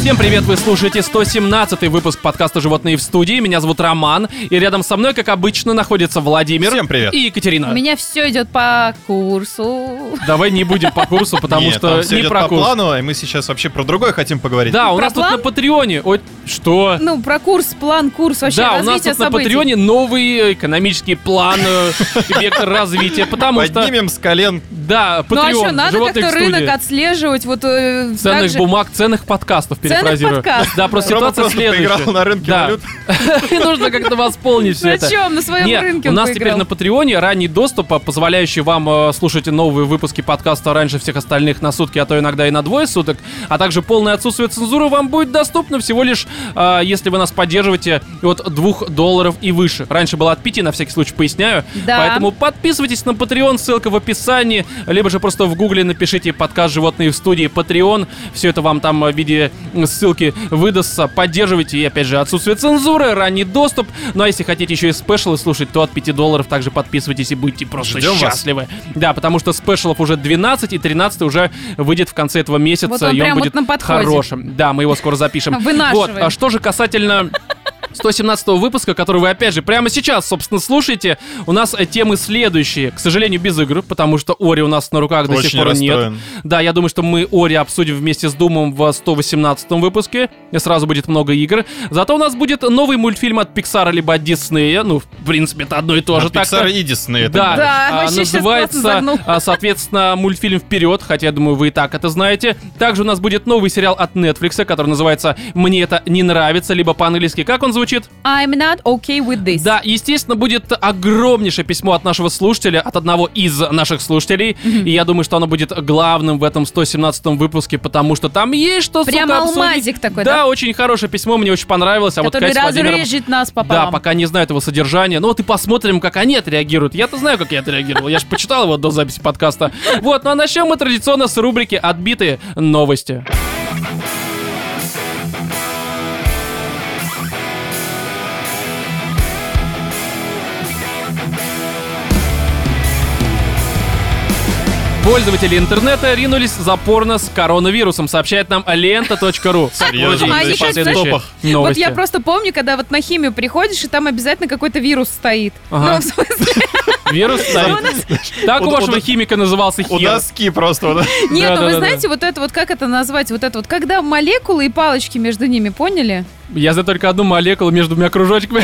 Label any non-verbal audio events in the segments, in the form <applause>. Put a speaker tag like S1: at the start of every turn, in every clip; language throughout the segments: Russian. S1: Всем привет, вы слушаете 117-й выпуск подкаста «Животные в студии». Меня зовут Роман, и рядом со мной, как обычно, находится Владимир.
S2: Всем привет.
S1: И Екатерина.
S3: У меня все идет по курсу.
S1: Давай не будем по курсу, потому
S2: Нет, там
S1: что
S2: всё
S1: не
S2: идет
S1: про
S2: по
S1: курс.
S2: плану, и мы сейчас вообще про другое хотим поговорить.
S1: Да, у
S3: Про
S1: нас тут
S3: план?
S1: на Патреоне... Ой, что?
S3: Ну, про курс, план, курс, вообще
S1: да, у нас
S3: развитие
S1: тут на
S3: событий.
S1: Патреоне новый экономический план, э,
S2: <laughs>
S1: вектор развития, потому что...
S2: Поднимем с колен.
S1: Да,
S3: ну а
S1: Патреон,
S3: что, надо
S1: «Животные в
S3: как-то
S1: студии».
S3: рынок отслеживать, вот э, так
S1: Ценных
S3: же-
S1: бумаг, ценных подкастов,
S3: Ценных
S1: перефразирую.
S3: подкастов.
S1: Да, просто
S2: Рома
S1: ситуация
S2: просто поиграл
S1: следующая.
S2: на рынке
S1: Да.
S2: валют.
S1: <laughs> И нужно как-то восполнить все
S3: На
S1: это.
S3: чем? На своем
S1: Нет,
S3: рынке
S1: у
S3: он
S1: нас
S3: поиграл.
S1: теперь на Патреоне ранний доступ, а, позволяющий вам э, слушать новые выпуски подкаста раньше всех остальных на сутки, а то иногда и на двое суток, а также полное отсутствие цензуры вам будет доступно всего лишь, э, если вы нас поддерживаете от 2 долларов и выше. Раньше было от 5, на всякий случай поясняю.
S3: Да.
S1: Поэтому подписывайтесь на Patreon, ссылка в описании, либо же просто в гугле напишите подкаст «Животные в студии» Patreon. Все это вам там э, в виде м, ссылки выдастся. Поддерживайте. И опять же, отсутствие цензуры, ранний доступ. Ну а если хотите еще и спешалы слушать, то от 5 долларов также подписывайтесь и будете просто
S2: Ждем вас.
S1: счастливы. Да, потому что спешалов уже 12, и 13 уже выйдет в конце этого месяца.
S3: Вот он
S1: и он
S3: прям вот
S1: будет
S3: на подходе.
S1: хорошим. Да, мы его скоро запишем.
S3: <laughs> Вынашиваем.
S1: Вот, а что же касательно 117 выпуска, который вы, опять же, прямо сейчас, собственно, слушаете, у нас э, темы следующие. К сожалению, без игр, потому что Ори у нас на руках до сих
S2: Очень
S1: пор нет.
S2: расстроен.
S1: Да, я думаю, что мы Ори обсудим вместе с Думом в 118 выпуске. И сразу будет много игр. Зато у нас будет новый мультфильм от Пиксара либо от Диснея. Ну, в принципе, это одно и то же.
S2: А
S1: так-то.
S2: Pixar и Disney это
S1: <laughs> Да,
S2: да.
S3: Да,
S1: а,
S3: вообще щас классно
S1: называется,
S3: загнул.
S1: а, соответственно, мультфильм «Вперед», хотя, я думаю, вы и так это знаете. Также у нас будет новый сериал от Netflix, который называется «Мне это не нравится», либо по-английски, как он звучит?
S3: I'm not okay with this.
S1: Да, и, естественно, будет огромнейшее письмо от нашего слушателя, от одного из наших слушателей. И я думаю, что оно будет главным в этом 117-м выпуске, потому что там есть что сука,
S3: Прям
S1: обсудить.
S3: алмазик такой,
S1: Да,
S3: да?
S1: очень хорошее письмо, мне очень понравилось. А вот
S3: который
S1: Катя с Владимиром...
S3: разрежет нас
S1: Да,
S3: пополам.
S1: пока не знаю этого содержания. Ну вот и посмотрим, как они отреагируют. Я-то знаю, как я отреагировал. Я же почитал его до записи подкаста. Вот, ну а начнем мы традиционно с рубрики «Отбитые новости». Пользователи интернета ринулись за порно с коронавирусом, сообщает нам лента.ру.
S2: Серьезно?
S1: Вот
S3: А
S1: и
S3: они как
S1: последующие
S2: в топах.
S1: новости.
S3: Вот я просто помню, когда вот на химию приходишь, и там обязательно какой-то вирус стоит.
S1: Ага.
S3: Ну, <laughs> в смысле,
S1: Вирус стоит. Так у
S2: Вот-
S1: вашего
S2: вот-
S1: химика назывался
S2: У
S1: хер.
S2: доски
S1: <laughs>
S2: просто. вот. <laughs>
S3: нет, ну вы
S1: Да-да-да-да.
S3: знаете, вот это вот, как это назвать, вот это вот, когда молекулы и палочки между ними, поняли?
S1: Я знаю только одну молекулу между двумя
S2: <laughs>
S1: кружочками.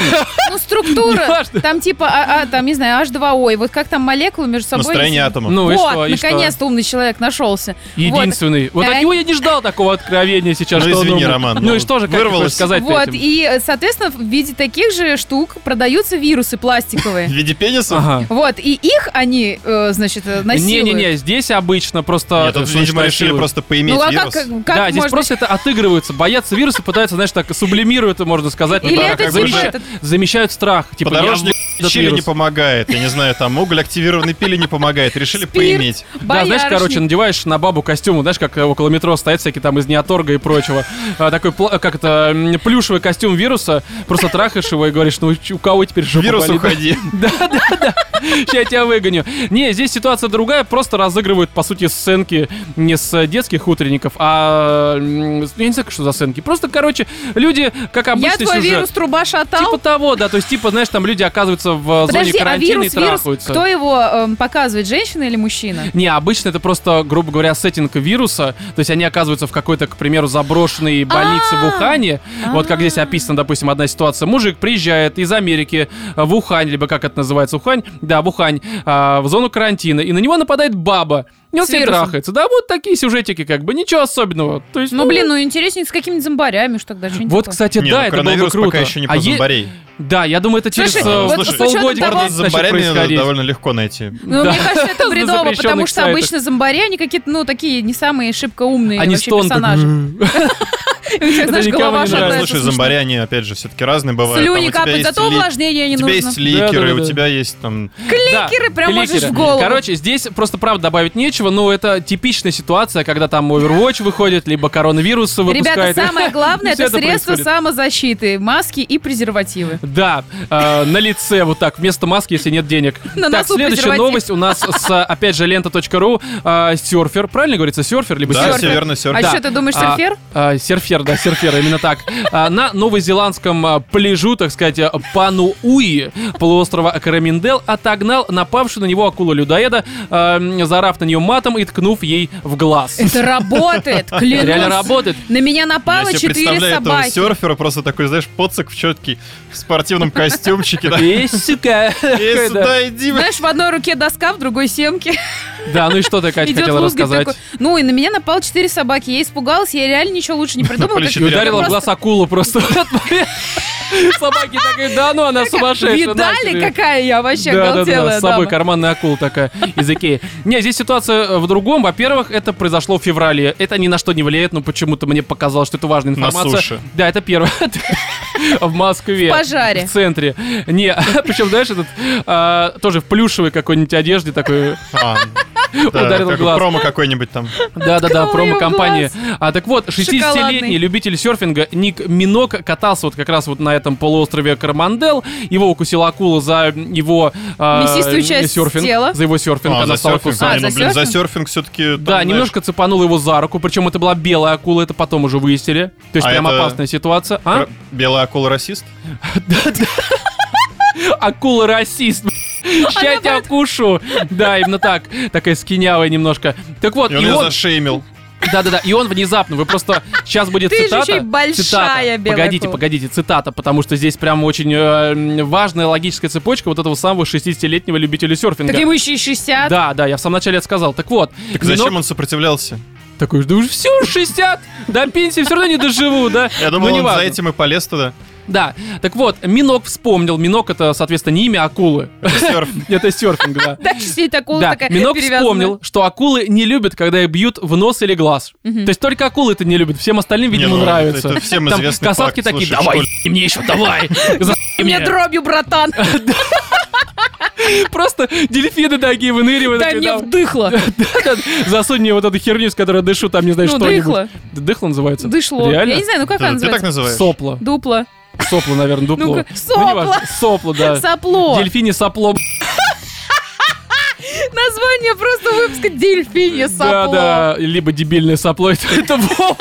S3: Ну, структура,
S1: Неважно.
S3: там типа, а, а, там, не знаю, H2O, и вот как там молекулы между собой...
S2: Настроение атома.
S1: Ну и
S3: вот,
S1: что, и что?
S3: наконец-то умный человек нашелся.
S1: Единственный. Вот от
S3: Э,
S1: него я не ждал такого откровения сейчас.
S2: Ну,
S1: что он
S2: извини,
S1: умный.
S2: Роман,
S1: Ну
S2: ну,
S1: и что же, как ты
S2: вырвалось.
S1: хочешь сказать
S3: Вот, и, э, соответственно, в виде таких же штук продаются вирусы
S1: <laughs>
S2: В
S3: пластиковые. <laughs>
S2: виде пениса?
S1: Ага.
S3: Вот, и их они, э, значит, э, насилуют.
S1: Не-не-не, здесь обычно просто...
S2: Нет, тут,
S1: что
S2: видимо,
S1: значит,
S2: решили
S1: насилуют?
S2: просто поиметь
S3: Ну, а как,
S2: вирус.
S3: как
S1: да, здесь
S3: можно-
S1: просто это отыгрываются, боятся вируса, пытаются, знаешь, так сублимируют, можно сказать.
S3: Или
S1: Ну,
S2: это
S1: как
S2: типа
S1: замеща-
S3: этот-
S1: Замещают страх. Типа, я
S2: Подорожник
S1: этот
S2: чили не
S1: вирус.
S2: помогает. Я не знаю, там уголь активированный пили не помогает. Решили
S3: Спирт.
S2: поиметь.
S1: Да, знаешь,
S3: боярышник.
S1: короче, надеваешь на бабу костюм, знаешь, как э, около метро стоят всякие там из неоторга и прочего. <laughs> А, Такой, пла- как это, м, плюшевый костюм вируса, просто трахаешь его и говоришь, ну ч- у кого теперь жопа
S2: Вирус
S1: болит?
S2: уходи.
S1: <laughs> Да, да, да. Сейчас я тебя выгоню. Не, здесь ситуация другая, просто разыгрывают, по сути, сценки не с детских утренников, а... м, Я не знаю, что за сценки. Просто, короче, люди, как обычно,
S3: Я твой
S1: сюжет.
S3: вирус труба шатал.
S1: Типа того, да, то есть, типа, знаешь, там люди оказываются в
S3: Подожди,
S1: зоне
S3: а
S1: карантина
S3: вирус,
S1: и
S3: вирус,
S1: трахаются.
S3: кто его эм, показывает, женщина или мужчина?
S1: Не, обычно это просто, грубо говоря, сеттинг вируса. То есть они оказываются в какой-то, к примеру, заброшенной больнице в
S3: А.
S1: Ухане. Вот как здесь
S3: А.
S1: описана, допустим, одна ситуация. Мужик приезжает из Америки э, в Ухань, либо как это называется, Ухань? Да, в Ухань, а, в зону карантина. И на него нападает баба. И он
S3: С
S1: с ней
S3: вирусом.
S1: трахается. Да, вот такие сюжетики как бы, ничего особенного. То есть,
S3: Ну, блин, типа. ну интереснее с какими-нибудь зомбарями, что тогда что-нибудь
S1: Вот,
S3: такое.
S1: кстати, да,
S2: Не, ну,
S1: это было бы
S2: коронавирус
S1: круто.
S2: пока еще не
S1: А
S2: про
S1: е-
S2: зомбарей.
S1: Да, я думаю, это через
S3: Слушай,
S1: э,
S3: вот
S1: с-
S3: с учетом
S1: полгодика
S3: того-
S1: начнет
S2: С ну, зомбарями
S1: происходить.
S2: довольно легко найти.
S3: Ну,
S1: Да.
S3: мне кажется,
S1: <laughs>
S3: это бредово,
S1: Запрещенных
S3: потому что
S1: сайтах.
S3: обычно зомбари, они какие-то, ну, такие не самые шибко умные
S1: Они
S3: вообще
S1: стон
S3: персонажи. <laughs> У них, знаешь,
S1: никому
S3: голова
S1: не
S2: Ну,
S1: нравится.
S3: шатается,
S2: Слушай,
S3: смешно.
S2: зомбари, они, опять же, все-таки разные бывают. Там у
S3: Слюни
S2: тебя
S3: капают,
S2: есть
S3: зато
S2: ли-
S3: увлажнение не
S2: У тебя
S3: нужно.
S2: есть ликеры,
S1: Да-да-да.
S2: у тебя есть там...
S1: Да,
S3: Кликеры прям можешь
S1: кликеры.
S3: в голову.
S1: Короче, здесь просто правда добавить нечего, но это типичная ситуация, когда там Overwatch выходит, либо коронавирус выпускает.
S3: Ребята,
S1: <laughs>
S3: самое главное,
S1: И всё
S3: это средства
S1: происходит.
S3: самозащиты, маски и презервативы.
S1: Да, э, на лице вот так, вместо маски, если нет денег.
S3: <laughs> На
S1: так,
S3: носу
S1: следующая
S3: презерватив.
S1: новость у нас с, опять же, лента.ру. э, серфер, правильно говорится, серфер, либо
S2: Да,
S1: серфер?
S2: все верно,
S3: А
S2: серфер.
S1: Да.
S3: что, ты думаешь,
S1: А,
S3: серфер?
S1: а, серфер, серфер, да, серфер, именно так. А, На новозеландском а, пляжу, так сказать, а, Пануи, полуострова Караминдел, отогнал напавшую на него акулу-людоеда, а, м, заорав на нее матом и ткнув ей в глаз.
S3: Это работает,
S1: <laughs>
S3: клянусь.
S1: Реально работает.
S3: На меня
S2: Я
S3: напало
S2: себе
S3: четыре
S2: представляю этого
S3: собаки.
S2: серфера, просто такой, знаешь, поцик в четкий, в спортивном
S3: <laughs>
S2: костюмчике. да.
S1: Эй, сука!
S2: Эй,
S1: Да.
S2: сюда иди, бля.
S3: Знаешь, в одной руке доска, в другой семке.
S1: Да, ну и что ты, Катя,
S3: Идет
S1: хотела
S3: лузгать
S1: рассказать?
S3: такой. Ну, и на меня напало четыре собаки. Я испугалась, я реально ничего лучше не придумала.
S2: Напали
S3: как-
S1: И
S2: четыре.
S1: ударила в
S3: Просто-
S1: глаз акулу просто. Собаки такие, да ну, она сумасшедшая. нахер
S3: Видали,
S1: её».
S3: какая я вообще ну.
S1: да, да, да,
S3: оголтелая
S1: с собой
S3: дама.
S1: карманная акула такая из Икеи. Не, здесь ситуация э, в другом. Во-первых, это произошло в феврале. Это ни на что не влияет, но почему-то мне показалось, что это важная
S2: На
S1: информация.
S2: суше.
S1: Да, это первое. <laughs> В Москве.
S3: В пожаре.
S1: В центре. Не, <laughs> причем, знаешь, этот а, тоже в плюшевой какой-нибудь одежде такой. <laughs>
S2: А, да,
S1: Ударил
S2: как
S1: в глаз.
S2: промо какой-нибудь там.
S1: Да-да-да,
S3: Ткнула
S1: промо-компания.
S3: её в
S1: А так вот, 60-летний
S3: Шоколадный.
S1: любитель серфинга Ник Минок катался вот как раз вот на этом полуострове Кармандел. Его укусила акула за его а,
S3: Мясистую часть
S1: серфинг,
S3: тела.
S1: за его серфинг.
S2: А,
S1: она
S2: за
S1: стала
S2: серфинг.
S1: кусать.
S3: А,
S2: Не, ну,
S3: за
S2: блин, за
S3: серфинг?
S2: серфинг все-таки...
S1: Да, немножко цепанула его за руку, причем это была белая акула, это потом уже выяснили. То есть
S2: А
S1: прям
S2: это-
S1: опасная ситуация. А?
S2: Белая акула расист?
S1: <laughs> Акула расист.
S3: <laughs>
S1: Ща я тебя кушу. Да, именно так. Такая скинявая немножко. Так вот,
S2: И он
S1: и
S2: ее
S1: он
S2: зашеймил.
S1: Да-да-да, и он внезапно, вы просто... Сейчас будет
S3: Ты же
S1: цитата.
S3: еще и большая
S1: цитата.
S3: белая
S1: Погодите,
S3: акула.
S1: погодите, цитата, потому что здесь прям очень э, м, важная логическая цепочка вот этого самого 60-летнего любителя серфинга.
S3: Так ему еще и 60.
S1: Да, да, я в самом начале это сказал. Так вот,
S2: Так зачем
S1: Минок
S2: он сопротивлялся?
S1: такой, да уже все, 60, до пенсии все равно не доживу, да?
S2: <laughs> Я
S1: Ну,
S2: думал, он за
S1: неважно.
S2: этим и полез
S3: <laughs>
S2: туда.
S1: Да, так вот, Минок вспомнил, Минок это, соответственно, не имя а акулы, <laughs>
S2: Серф.
S1: это серфинг, да.
S3: Дальше сидит акула
S1: Да,
S3: такая
S1: Минок
S3: перевязанная.
S1: вспомнил, что акулы не любят, когда их бьют в нос или глаз. То есть только акулы это не любят, всем остальным,
S2: Не,
S1: видимо,
S2: ну,
S1: нравится.
S2: это всем
S1: Там
S2: известный
S1: касатки
S2: факт,
S1: такие,
S2: слушай,
S1: давай,
S2: в
S1: и <laughs> мне еще,
S3: <laughs>
S1: давай.
S3: Ты
S1: за***й
S3: мне
S1: мне».
S3: дробью, братан.
S1: <laughs> Просто дельфины такие выныривают.
S3: Да
S1: такие,
S3: не
S1: «Давай».
S3: вдыхло.
S1: Да, да, Засунь мне вот эту херню, с которой дышу, там, не знаю,
S3: Ну,
S1: что-нибудь.
S3: дыхло.
S1: Да, Дыхло называется?
S3: Дышло. Я не
S1: Реально?
S3: знаю, ну как она
S2: Ты ты так
S3: называется?
S2: называешь?
S1: Сопло.
S3: Дупло.
S1: Сопло, наверное, дупло.
S3: Ну-ка,
S1: Ну,
S3: сопло.
S1: неважно, Сопло, да.
S3: Сопло.
S1: Дельфини сопло.
S3: Название просто выпуска дельфинье
S1: Да,
S3: сопло.
S1: да, либо дебильное сопло, <laughs> это, это Вова.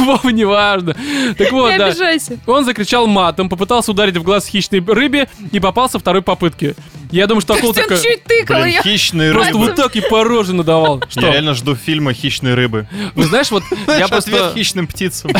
S1: Вова, неважно. Так вот,
S3: Не
S1: да.
S3: обижайся.
S1: Он закричал матом, попытался ударить в глаз хищной рыбе и попался второй попытки. Я думаю, что
S3: То
S1: акула
S3: есть он
S1: такая...
S3: чуть тыкал
S2: Блин,
S3: ее.
S2: хищные
S1: Просто
S2: рыбы.
S1: вот так и по роже надавал.
S2: Я
S1: Что?
S2: реально жду фильма «Хищные рыбы».
S1: Вы знаешь,
S2: <laughs>
S1: вот я
S2: Знаешь, ответ
S1: просто
S2: хищным
S1: <laughs>
S2: птицам.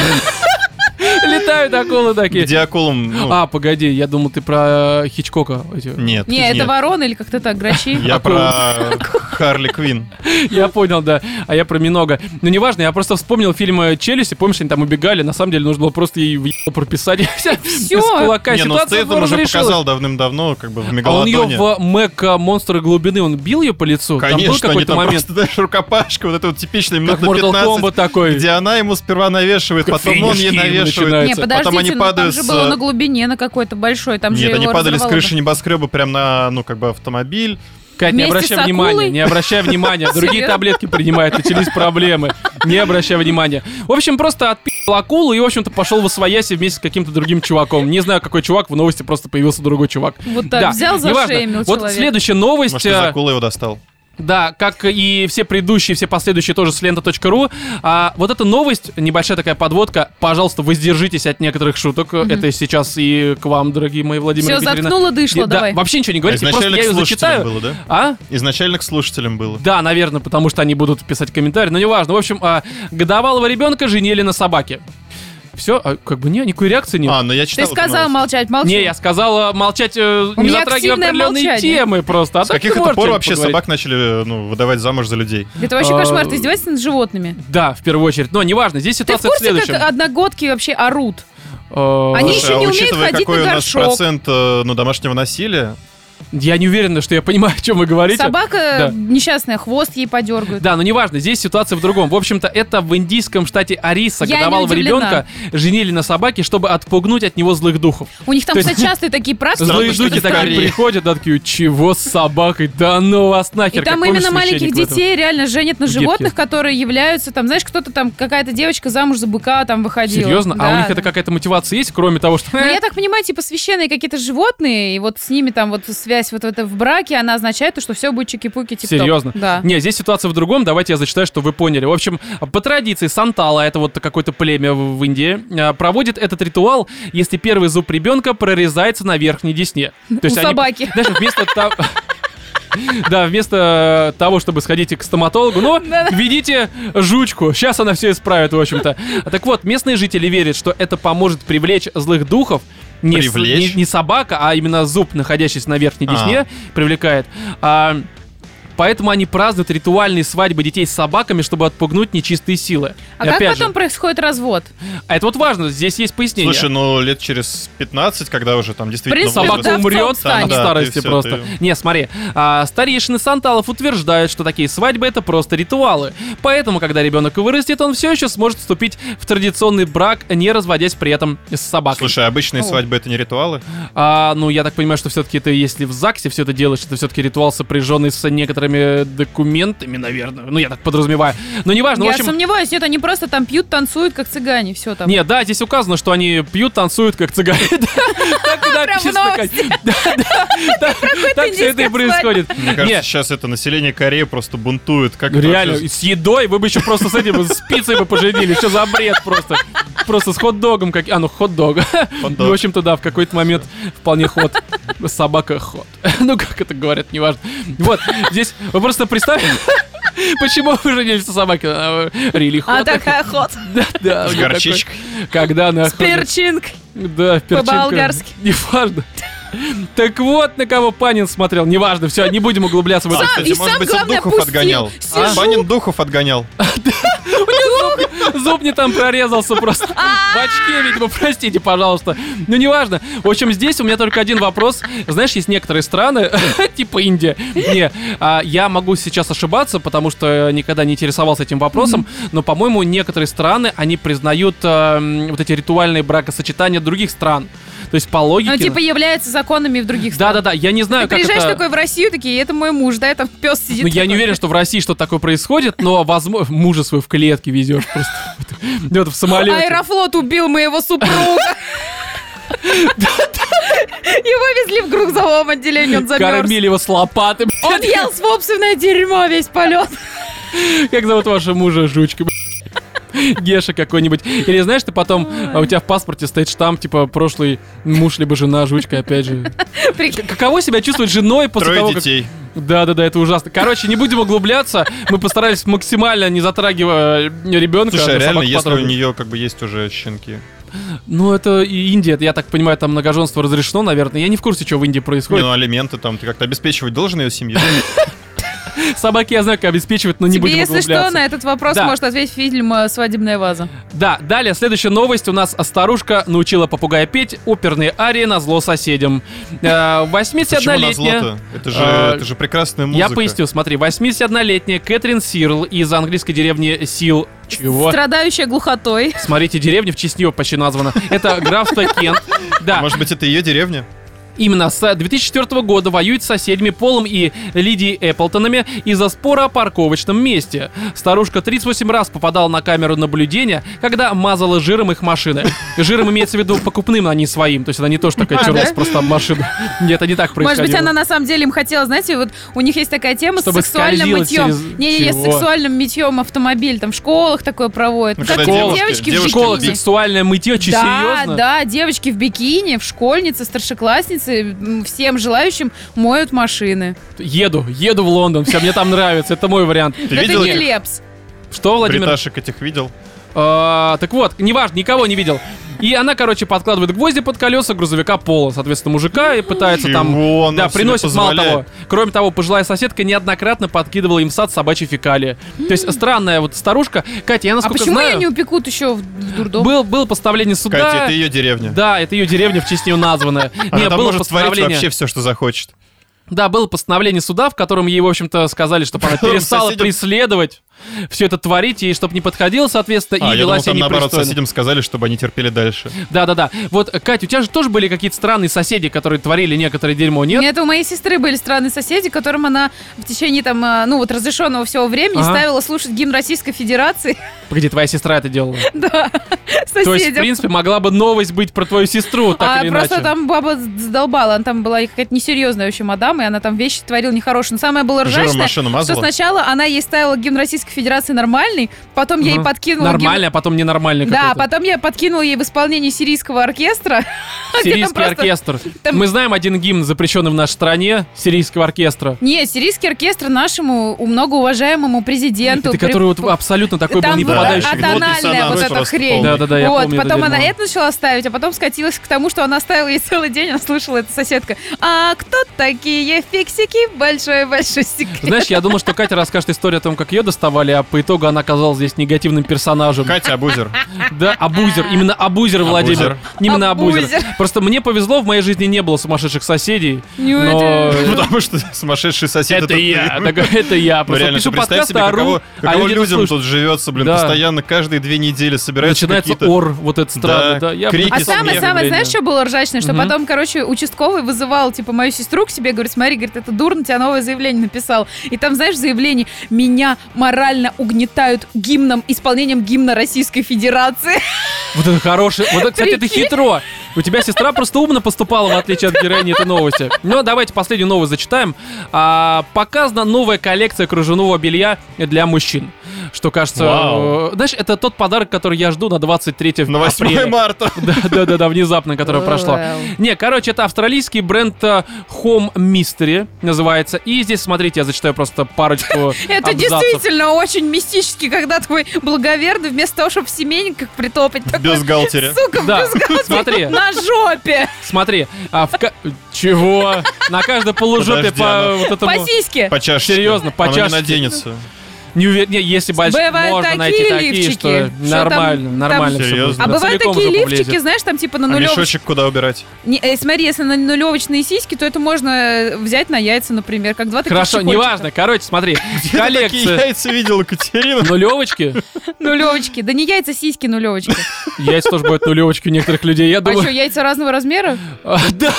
S1: летаю акулы такие.
S2: Где акулам... ну,
S1: А, погоди, я думал, ты про э, Хичкока. эти.
S2: Нет,
S3: Не, это
S2: нет.
S3: ворона или как-то так, грачи.
S2: Я
S1: Акул.
S2: про
S1: <laughs>
S2: Харли Квин.
S1: Я понял, да. А я про Минога. Ну, неважно, я просто вспомнил фильм э, «Челюсти». Помнишь, они там убегали? На самом деле, нужно было просто ей в ебало прописать. <laughs> Из кулака.
S2: Не, ну
S1: Ситуация бы
S2: Стейтем уже
S1: разрешилась.
S2: показал давным-давно, как бы в
S1: А он ее
S2: Мегалодоне.
S1: в Мэг э, Монстры глубины, он бил ее по лицу? там был
S2: Конечно, они
S1: какой-то
S2: там
S1: момент.
S2: просто, знаешь, рукопашка, вот это вот типичная
S1: Как
S2: минут на
S1: Mortal
S2: 15,
S1: Kombat такой.
S2: где она ему сперва навешивает,
S1: Как
S2: потом он
S1: финишки
S2: ей
S1: ему
S2: навешивает.
S1: начинают.
S3: Не,
S1: Потом
S2: они
S3: подождите, но там
S2: падают
S3: же
S2: с-
S3: было
S1: э,
S3: на глубине на какой-то большой, там же
S2: Нет, они
S3: его
S2: падали с
S3: разорвало
S2: крыши
S3: бы.
S2: небоскреба прям на, ну, как бы автомобиль.
S1: Кать, не
S3: Вместе
S1: обращай
S3: с
S1: внимания,
S3: акулой?
S1: не обращай
S3: <laughs>
S1: внимания. Другие
S3: Серьезно?
S1: таблетки принимают, начались проблемы. Не обращай внимания. В общем, просто отпил акулу и, в общем-то, пошел в освояси вместе с каким-то другим чуваком. Не знаю, какой чувак, в новости просто появился другой чувак.
S3: Вот так взял,
S1: неважно.
S3: зашеймил
S1: Вот
S3: человека.
S1: следующая новость.
S2: Может, из
S1: э,
S2: акулы его достал.
S1: Да, как и все предыдущие, все последующие тоже с лента.ру. А, вот эта новость, небольшая такая подводка. Пожалуйста, воздержитесь от некоторых шуток. Это сейчас и к вам, дорогие мои Владимир
S3: Все,
S1: и Екатерина.
S3: заткнуло, дышло,
S1: Да,
S3: давай.
S1: вообще ничего не говорите, просто
S2: Изначально
S1: я
S2: к
S1: ее
S2: слушателям
S1: зачитаю.
S2: было, да?
S1: А?
S2: Изначально к слушателям было.
S1: Да, наверное, потому что они будут писать комментарии, но неважно. В общем, а, годовалого ребенка женили на собаке. Все, как бы не, никакой реакции нет.
S2: А, ну я
S3: Ты
S2: читал. эту
S3: сказал
S2: новость.
S3: молчать, молчи.
S1: не, я сказала молчать, э, не
S3: меня
S1: затрагивая
S3: активное
S1: определенные
S3: молчание.
S1: темы просто. А
S2: С
S1: так
S2: каких это
S1: можете
S2: пор вообще
S1: поговорить.
S2: собак начали э, ну, выдавать замуж за людей?
S3: Это вообще
S1: А,
S3: кошмар, ты издеваешься над животными.
S1: Да, в первую очередь. Но неважно, здесь
S3: Ты в
S1: ситуация в,
S3: курсе,
S1: следующем.
S3: как одногодки вообще орут?
S1: Э,
S3: Они еще
S2: а
S3: не умеют
S2: учитывая,
S3: ходить
S2: какой
S3: на
S2: у нас
S3: горшок.
S2: процент э, ну, домашнего насилия,
S1: Я не уверен, что я понимаю, о чем вы говорите.
S3: Собака
S1: Да.
S3: несчастная, хвост ей подергают.
S1: Да, но неважно, здесь ситуация в другом. В общем-то, это в индийском штате Ариса
S3: Я не
S1: годовалого
S3: удивлена.
S1: ребенка женили на собаке, чтобы отпугнуть от него злых духов.
S3: У них там,
S1: То есть-
S3: кстати, часто такие практики.
S1: Злые
S2: что
S1: духи
S2: это
S1: такие
S2: скорее.
S1: приходят, да, такие, чего с собакой? Да ну вас
S3: И
S1: нахер.
S3: там
S1: какой вы
S3: именно маленьких
S1: священник в этом?
S3: детей реально женят на
S1: В детке.
S3: животных, которые являются там, знаешь, кто-то там, какая-то девочка замуж за быка там выходила.
S1: Серьезно? А у
S3: Да.
S1: них это какая-то мотивация есть, кроме того, что... «Э,
S3: Ну, я так понимаю, типа священные какие-то животные, и вот с ними там вот связь связь вот это в браке, она означает, то, что все будет чики-пуки тип
S1: Серьезно?
S3: типа Да.
S1: Не, здесь ситуация в другом. Давайте я зачитаю, что вы поняли. В общем, по традиции Сантала, это вот какое-то племя в в Индии, э, проводит этот ритуал, если первый зуб ребенка прорезается на верхней десне. То
S3: У собаки.
S1: Знаешь, вместо того... <laughs> Да, вместо э, того, чтобы сходить к стоматологу, но
S3: Да-да.
S1: ведите жучку. Сейчас она все исправит, в общем-то. А Так вот, местные жители верят, что это поможет привлечь злых духов. Не, с-
S2: Привлечь?
S1: не- не собака, а именно зуб, находящийся на верхней
S2: А.
S1: десне, привлекает. А, Поэтому они празднуют ритуальные свадьбы детей с собаками, чтобы отпугнуть нечистые силы.
S3: А
S1: И
S3: как
S1: опять
S3: потом
S1: же,
S3: происходит развод?
S1: а это вот важно, здесь есть пояснение.
S2: Слушай, ну лет через 15, когда уже там действительно...
S3: принципе,
S2: возраст-
S1: Собака
S3: да,
S1: умрет
S3: вдовцом
S1: от
S3: станет.
S1: старости
S2: Да, ты всё,
S1: просто.
S2: ты-
S1: Не, смотри, а, старейшины Санталов утверждают, что такие свадьбы это просто ритуалы. Поэтому, когда ребенок вырастет, он все еще сможет вступить в традиционный брак, не разводясь при этом с собакой.
S2: Слушай, обычные
S3: О.
S2: свадьбы это не ритуалы?
S1: А, ну, я так понимаю, что все-таки ты, если в ЗАГСе все это делаешь, это все-таки ритуал, сопряженный с некоторыми документами, наверное. Ну, я так подразумеваю. Но неважно,
S3: Я
S1: Ну, в общем...
S3: сомневаюсь, нет, они просто там пьют, танцуют, как цыгане, все там.
S1: Не, да, здесь указано, что они пьют, танцуют, как цыгане. <laughs> Да, Так и написано,
S3: в
S1: Кать. <laughs> Да, да, так- Так все это и
S3: индийская
S1: происходит.
S2: Мне кажется,
S1: Не,
S2: сейчас это население Кореи просто бунтует.
S3: Ну,
S2: Как это
S1: Реально,
S2: вообще-
S1: с едой вы бы еще просто с этим, с пиццей бы поженили. Что за бред просто? Просто с хот-догом, как... А, ну хот-дог. Ну,
S2: Хот-дог.
S3: ну,
S1: В общем-то, да, в какой-то момент вполне ход. Собака ход. <laughs> Ну, как это говорят, неважно. Вот, здесь вы просто представьте, <laughs> почему вы женились на собаке? Она, э, Рили ход.
S3: А такая ход.
S1: <laughs> Да, да,
S2: С
S1: ну, такой.
S2: горчичкой.
S1: Когда она...
S3: С перчинкой.
S1: Да, перчинка.
S3: По-болгарски.
S1: <laughs> Неважно. Так вот, на кого Панин смотрел. Неважно, все, не будем углубляться в это.
S2: А, кстати,
S3: и
S2: может
S3: сам,
S2: быть, он
S3: главное,
S2: духов
S3: пустил.
S2: отгонял.
S3: Сижу.
S2: Банин духов отгонял.
S1: Зуб не там прорезался просто.
S3: А.
S1: В очке, видимо, простите, пожалуйста. Ну, неважно. В общем, здесь у меня только один вопрос. Знаешь, есть некоторые страны, <laughs> типа Индия. Не, а, я могу сейчас ошибаться, потому что никогда не интересовался этим вопросом, но, по-моему, некоторые страны, они признают а, м, вот эти ритуальные бракосочетания других стран. То есть по логике...
S3: Ну, типа, являются законами в других странах.
S1: Да-да-да, я не знаю,
S3: Ты
S1: как
S3: приезжаешь
S1: это...
S3: такой в Россию, такие, это мой муж, да, и там пес сидит.
S1: Ну, я не
S3: такой.
S1: уверен, что в России что-то такое происходит, но, возможно, мужа своего в клетке везешь просто. <laughs> Вот в самолете.
S3: Аэрофлот убил
S1: <laughs>
S3: моего супруга. Его везли в грузовом отделении, он замерз.
S1: Кормили его с лопаты.
S3: Он <laughs> ел собственное дерьмо весь полет.
S1: Как зовут вашего мужа жучка? блядь? Геша какой-нибудь. Или знаешь, ты потом, а у тебя в паспорте стоит штамп, типа, прошлый муж либо жена жучка, опять же.
S3: <laughs> Прикинь.
S1: Каково себя чувствовать женой после
S2: Трое
S1: того, как...
S2: детей.
S1: Да-да-да, это ужасно. Короче, не будем углубляться. Мы постарались максимально не затрагивая э,
S3: ну,
S1: ребенка.
S2: Слушай, а
S1: но
S2: реально,
S1: собаку
S2: если у
S1: потрогать.
S2: нее как бы есть уже щенки.
S1: Ну, это и Индия, это, я так понимаю, там многоженство разрешено, наверное. Я не в курсе, что в Индии
S2: Не,
S1: происходит.
S2: ну алименты там, ты как-то обеспечивать должен ее
S3: <laughs>
S2: семью.
S1: Собаки, я знаю, как обеспечивать, но не
S3: Тебе,
S1: будем
S3: если что,
S1: углубляться.
S3: на этот вопрос
S1: Да.
S3: может ответить фильм э, «Свадебная ваза».
S1: Да, далее, следующая новость. У нас старушка научила попугая петь оперные арии на зло соседям. Э,
S2: Почему на
S1: 81-летняя...
S2: зло-то? Это же,
S1: А,
S2: это же прекрасная музыка.
S1: Я поясню, смотри, 81-летняя Кэтрин Сирл из английской деревни Сил... Чего? <laughs>
S3: Страдающая глухотой.
S1: Смотрите, деревня в честь нее почти названа. Это графство Кент. Да.
S2: Может быть, это ее деревня?
S1: Именно с 2004 года воюет с соседями Полом и Лидией Эпплтонами из-за спора о парковочном месте. Старушка 38 раз попадала на камеру наблюдения, когда мазала жиром их машины. Жиром имеется в виду покупным, а не своим. То есть она не то, что такая
S3: А,
S1: чурлась
S3: да?
S1: просто машина. Нет, это не так происходило.
S3: Может быть, она на самом деле им хотела, знаете, вот у них есть такая тема
S1: Чтобы
S3: с сексуальным
S1: скользила
S3: мытьем.
S1: через-
S3: Не-не-не, с
S1: Чего?
S3: сексуальным мытьем автомобиль, там в школах такое проводят.
S2: Ну,
S3: Как
S2: когда
S3: эти
S2: девушки-
S3: девочки в
S1: в
S2: девушки
S1: школах
S3: бикини.
S2: бегают.
S1: сексуальное мытье, че,
S3: да,
S1: серьезно?
S3: да, девочки в бикини, в школьницы, старшеклассницы, м, всем желающим моют машины.
S1: Еду, еду в Лондон, все, мне там нравится, это мой вариант.
S2: Ты
S3: Да это
S2: видел
S3: не
S2: их?
S3: Лепс. А
S1: Что, Владимир?
S2: Бриташек этих видел?
S1: А, так вот, неважно, никого не видел. И она, короче, подкладывает гвозди под колеса грузовика пола, соответственно, мужика, и пытается
S2: Чего
S1: там...
S2: она
S1: Да,
S2: себе
S1: приносит, мало того.
S2: позволяет?
S1: Кроме того, пожилая соседка неоднократно подкидывала им в сад собачьи фекалии. То есть странная вот старушка. Катя, я
S3: А
S1: насколько
S3: почему ее
S1: знаю...
S3: не упекут еще в- в дурдом?
S1: Был, было постановление суда.
S2: Катя, это ее деревня.
S1: Да, это ее деревня в честь нее названная.
S2: <laughs> Она
S1: Не,
S2: там
S1: было
S2: может творить
S1: постановление.
S2: вообще все, что захочет.
S1: Да, было постановление суда, в котором ей, в общем-то, сказали, чтобы она
S2: Которым
S1: перестала
S2: <laughs> соседям-
S1: преследовать все это творить, и чтобы не подходило, соответственно,
S2: А,
S1: и
S2: я
S1: вела
S2: думал,
S1: себя
S2: там наоборот
S1: непристойно.
S2: соседям сказали, чтобы они терпели дальше.
S1: Да-да-да. Вот, Катя, у тебя же тоже были какие-то странные соседи, которые творили некоторое дерьмо, нет?
S3: Нет, у моей сестры были странные соседи, которым она в течение там, э, ну вот разрешенного всего времени
S1: Ага.
S3: ставила слушать гимн Российской Федерации. <laughs>
S1: Погоди, твоя сестра это делала.
S3: Да,
S1: То есть, в
S3: соседям.
S1: принципе, могла бы новость быть про твою сестру, так
S3: а
S1: или
S3: просто
S1: иначе.
S3: там баба задолбала, она там была какая-то несерьезная вообще мадам, и она там вещи творила нехорошие. Но самое было
S2: Жиром
S3: ржачное,
S2: машину
S3: что
S2: мазала?
S3: сначала она ей ставила гимн Российской Федерации нормальный, потом я ей
S1: Ага.
S3: подкинула гимн-
S1: Нормальный, а потом ненормальный
S3: Да,
S1: какой-то.
S3: потом я подкинула ей в исполнении сирийского оркестра. <laughs> где там
S1: Сирийский
S3: просто-
S1: оркестр.
S3: там-
S1: Мы знаем один гимн, запрещенный в нашей стране, сирийского оркестра.
S3: Нет, сирийский оркестр нашему у- многоуважаемому президенту.
S1: Ты,
S3: при-
S1: который вот абсолютно такой был
S3: Там
S1: не
S3: вот
S2: непадающий,
S1: попадающий.
S2: а- а-
S3: атональная вот
S2: диссонанс
S3: эта
S2: просто
S3: хрень.
S2: полный.
S1: Да-да-да, я
S3: вот,
S1: помню это
S3: потом она
S1: дерьмо.
S3: это начала ставить, а потом скатилась к тому, что она ставила ей целый день, она слушала это соседка. А кто такие фиксики? Большой-большой секрет.
S1: Знаешь, я думал, что Катя расскажет историю о том, как ее доставали, а по итогу она оказалась здесь негативным персонажем. <laughs>
S2: Катя Абузер.
S1: Да, абузер. Именно абузер, Владимир.
S2: Абузер.
S1: Именно абузер.
S3: А, Абузер.
S1: Просто мне повезло, в моей жизни не было сумасшедших соседей.
S3: Ну,
S1: но-
S3: это-
S2: Потому что сумасшедший
S1: <laughs>
S2: сосед
S1: Это я. так, Это я.
S2: Ну,
S1: Просто
S2: реально, ты
S1: пишу
S2: представь
S1: подкасты,
S2: себе,
S1: ору,
S2: каково,
S1: а
S2: каково
S1: люди
S2: людям
S1: слушают.
S2: тут живется, блин,
S1: Да.
S2: постоянно каждые две недели собираются
S1: Начинается
S2: какие-то...
S1: ор, вот это странно.
S2: Да,
S1: да. Я
S2: крики
S1: бы
S3: А
S1: написал
S2: Сам я
S3: самое-самое,
S1: объявление.
S3: знаешь, что было ржачное? Что
S1: Мгм.
S3: потом, короче, участковый вызывал, типа, мою сестру к себе, говорит, смотри, говорит, это дурно, тебя новое заявление написал. И там, знаешь, в заявлении, меня морально угнетают гимном, исполнением гимна Российской Федерации.
S1: Вот это хорошее. Вот, это, кстати, это
S3: Прикинь.
S1: хитро. У тебя сестра просто умно поступала, в отличие от героини этой новости. Ну, давайте последнюю новость зачитаем. А, показана новая коллекция кружевного белья для мужчин. Что кажется...
S2: Вау.
S1: э, знаешь, это тот подарок, который я жду на 23
S2: На 8
S1: апреля.
S2: марта.
S1: Да-да-да, внезапно, которое прошло.
S3: Вау.
S1: Не, короче, это австралийский бренд э, Home Mystery называется. И здесь, смотрите, я зачитаю просто парочку
S3: <laughs> Это
S1: абзацев.
S3: действительно очень мистически, когда твой благоверный вместо того, чтобы в семейниках притопать,
S2: В
S3: такой,
S2: бюстгальтере.
S3: сука, в
S1: Да,
S3: бюстгальтере
S1: смотри.
S3: на жопе,
S1: Смотри, а в ка- Чего? На каждой полужопе
S2: Подожди, а ну.
S1: по
S2: оно-
S1: вот этому...
S3: по сиське.
S2: По чашечке.
S1: Серьезно, по
S2: Она не
S1: чашечке.
S2: наденется.
S1: Не увер- не, если большие,
S3: Бывают
S1: можно
S3: такие
S1: найти такие,
S3: лифчики,
S1: что
S3: что там-
S1: нормально,
S3: там-
S1: нормально. всё
S2: Серьезно?
S1: будет.
S3: А
S1: Да,
S3: бывают
S1: целиком
S3: такие
S1: уже повлезет.
S3: лифчики, знаешь, там типа на
S2: А
S1: Ну,
S3: нулевочке.
S2: мешочек куда убирать? <laughs>
S3: Не, э, смотри, если на нулевочные сиськи, то это можно э, взять на яйца, например, как два таких
S1: Хорошо,
S3: чехольчика.
S1: неважно. Короче, смотри,
S2: <laughs> Где ты такие <laughs>
S1: коллекция.
S2: яйца видел, Катерина?
S1: Нулевочки.
S3: Нулевочки. Да не яйца, сиськи нулевочки.
S1: Яйца тоже бывают нулевочки у некоторых людей, я
S3: А что,
S1: думаю.
S3: яйца
S1: <laughs>
S3: разного размера?
S1: А, Да!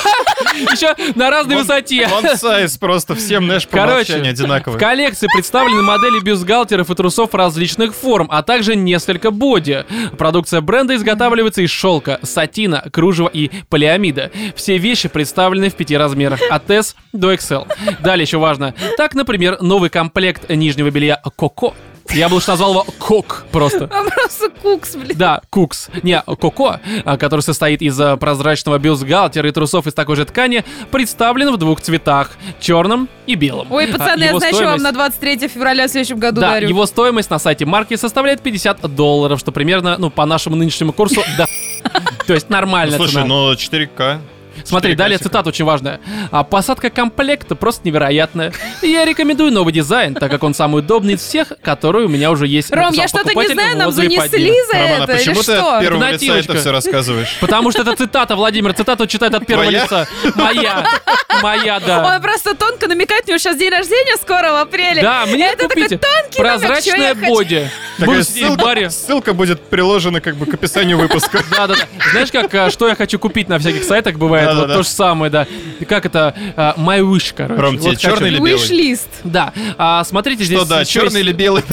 S1: Еще на разной
S2: Вон-
S1: высоте.
S2: One size просто всем, знаешь, по
S1: Короче,
S2: умолчанию одинаковые.
S1: В коллекции представлены модели бюстгальтеров и трусов различных форм, а также несколько боди. Продукция бренда изготавливается из шелка, сатина, кружева и полиамида. Все вещи представлены в пяти размерах, от S до XL. Далее еще важно. Так, например, новый комплект нижнего белья Коко. Я бы лучше назвал его Кок просто.
S3: А просто кукс, блин.
S1: Да, кукс. Не, коко, а, который состоит из а, прозрачного бюстгальтера и трусов из такой же ткани, представлен в двух цветах — черном и белом.
S3: Ой,
S1: А,
S3: пацаны, я
S1: его
S3: знаю, что вам
S1: стоимость-
S3: на 23 февраля в следующем году
S1: да,
S3: дарю.
S1: его стоимость на сайте марки составляет 50 долларов, что примерно, ну, по нашему нынешнему курсу,
S3: <laughs>
S1: да. То есть
S2: Ну,
S1: нормально.
S2: слушай, ну 4К.
S1: Смотри,
S2: 4К
S1: далее
S2: секунд.
S1: цитата очень важная. А посадка комплекта просто невероятная. И Я рекомендую новый дизайн, так как он самый удобный из всех, которые у меня уже есть.
S3: Ром,
S1: написал
S3: я что-то не
S1: покупатель
S3: знаю,
S1: в
S3: нам
S1: отзыве под ним.
S3: занесли за
S2: Роман, а
S3: это или
S2: почему ты
S3: что?
S2: от первого лица
S1: Натилочка.
S2: это
S1: <laughs>
S2: все рассказываешь?
S1: Потому что это цитата, Владимир, цитату читает от первого
S2: Твоя?
S1: лица. Моя. Моя,
S3: Он <laughs>
S1: да.
S3: просто тонко намекает, у него сейчас день рождения скоро в апреле.
S1: Да, мне
S3: это
S1: купите.
S3: такой тонкий намек, чё
S1: Прозрачная
S3: я хочу.
S1: боди.
S2: Такая
S1: Буду сидеть в баре.
S2: ссылка, ссылка будет приложена как бы к описанию выпуска.
S1: Да, да, да. Знаешь, как а, что я хочу купить на всяких сайтах бывает?
S2: Да-да-да.
S1: Вот то же самое, да. И Как это? а, My wish, короче.
S2: Ром, тебе
S1: Вот хочу.
S2: черный или белый?
S3: Wish-лист.
S1: Да. А, смотрите здесь.
S2: Что да,
S1: еще
S2: черный
S1: есть
S2: или белый?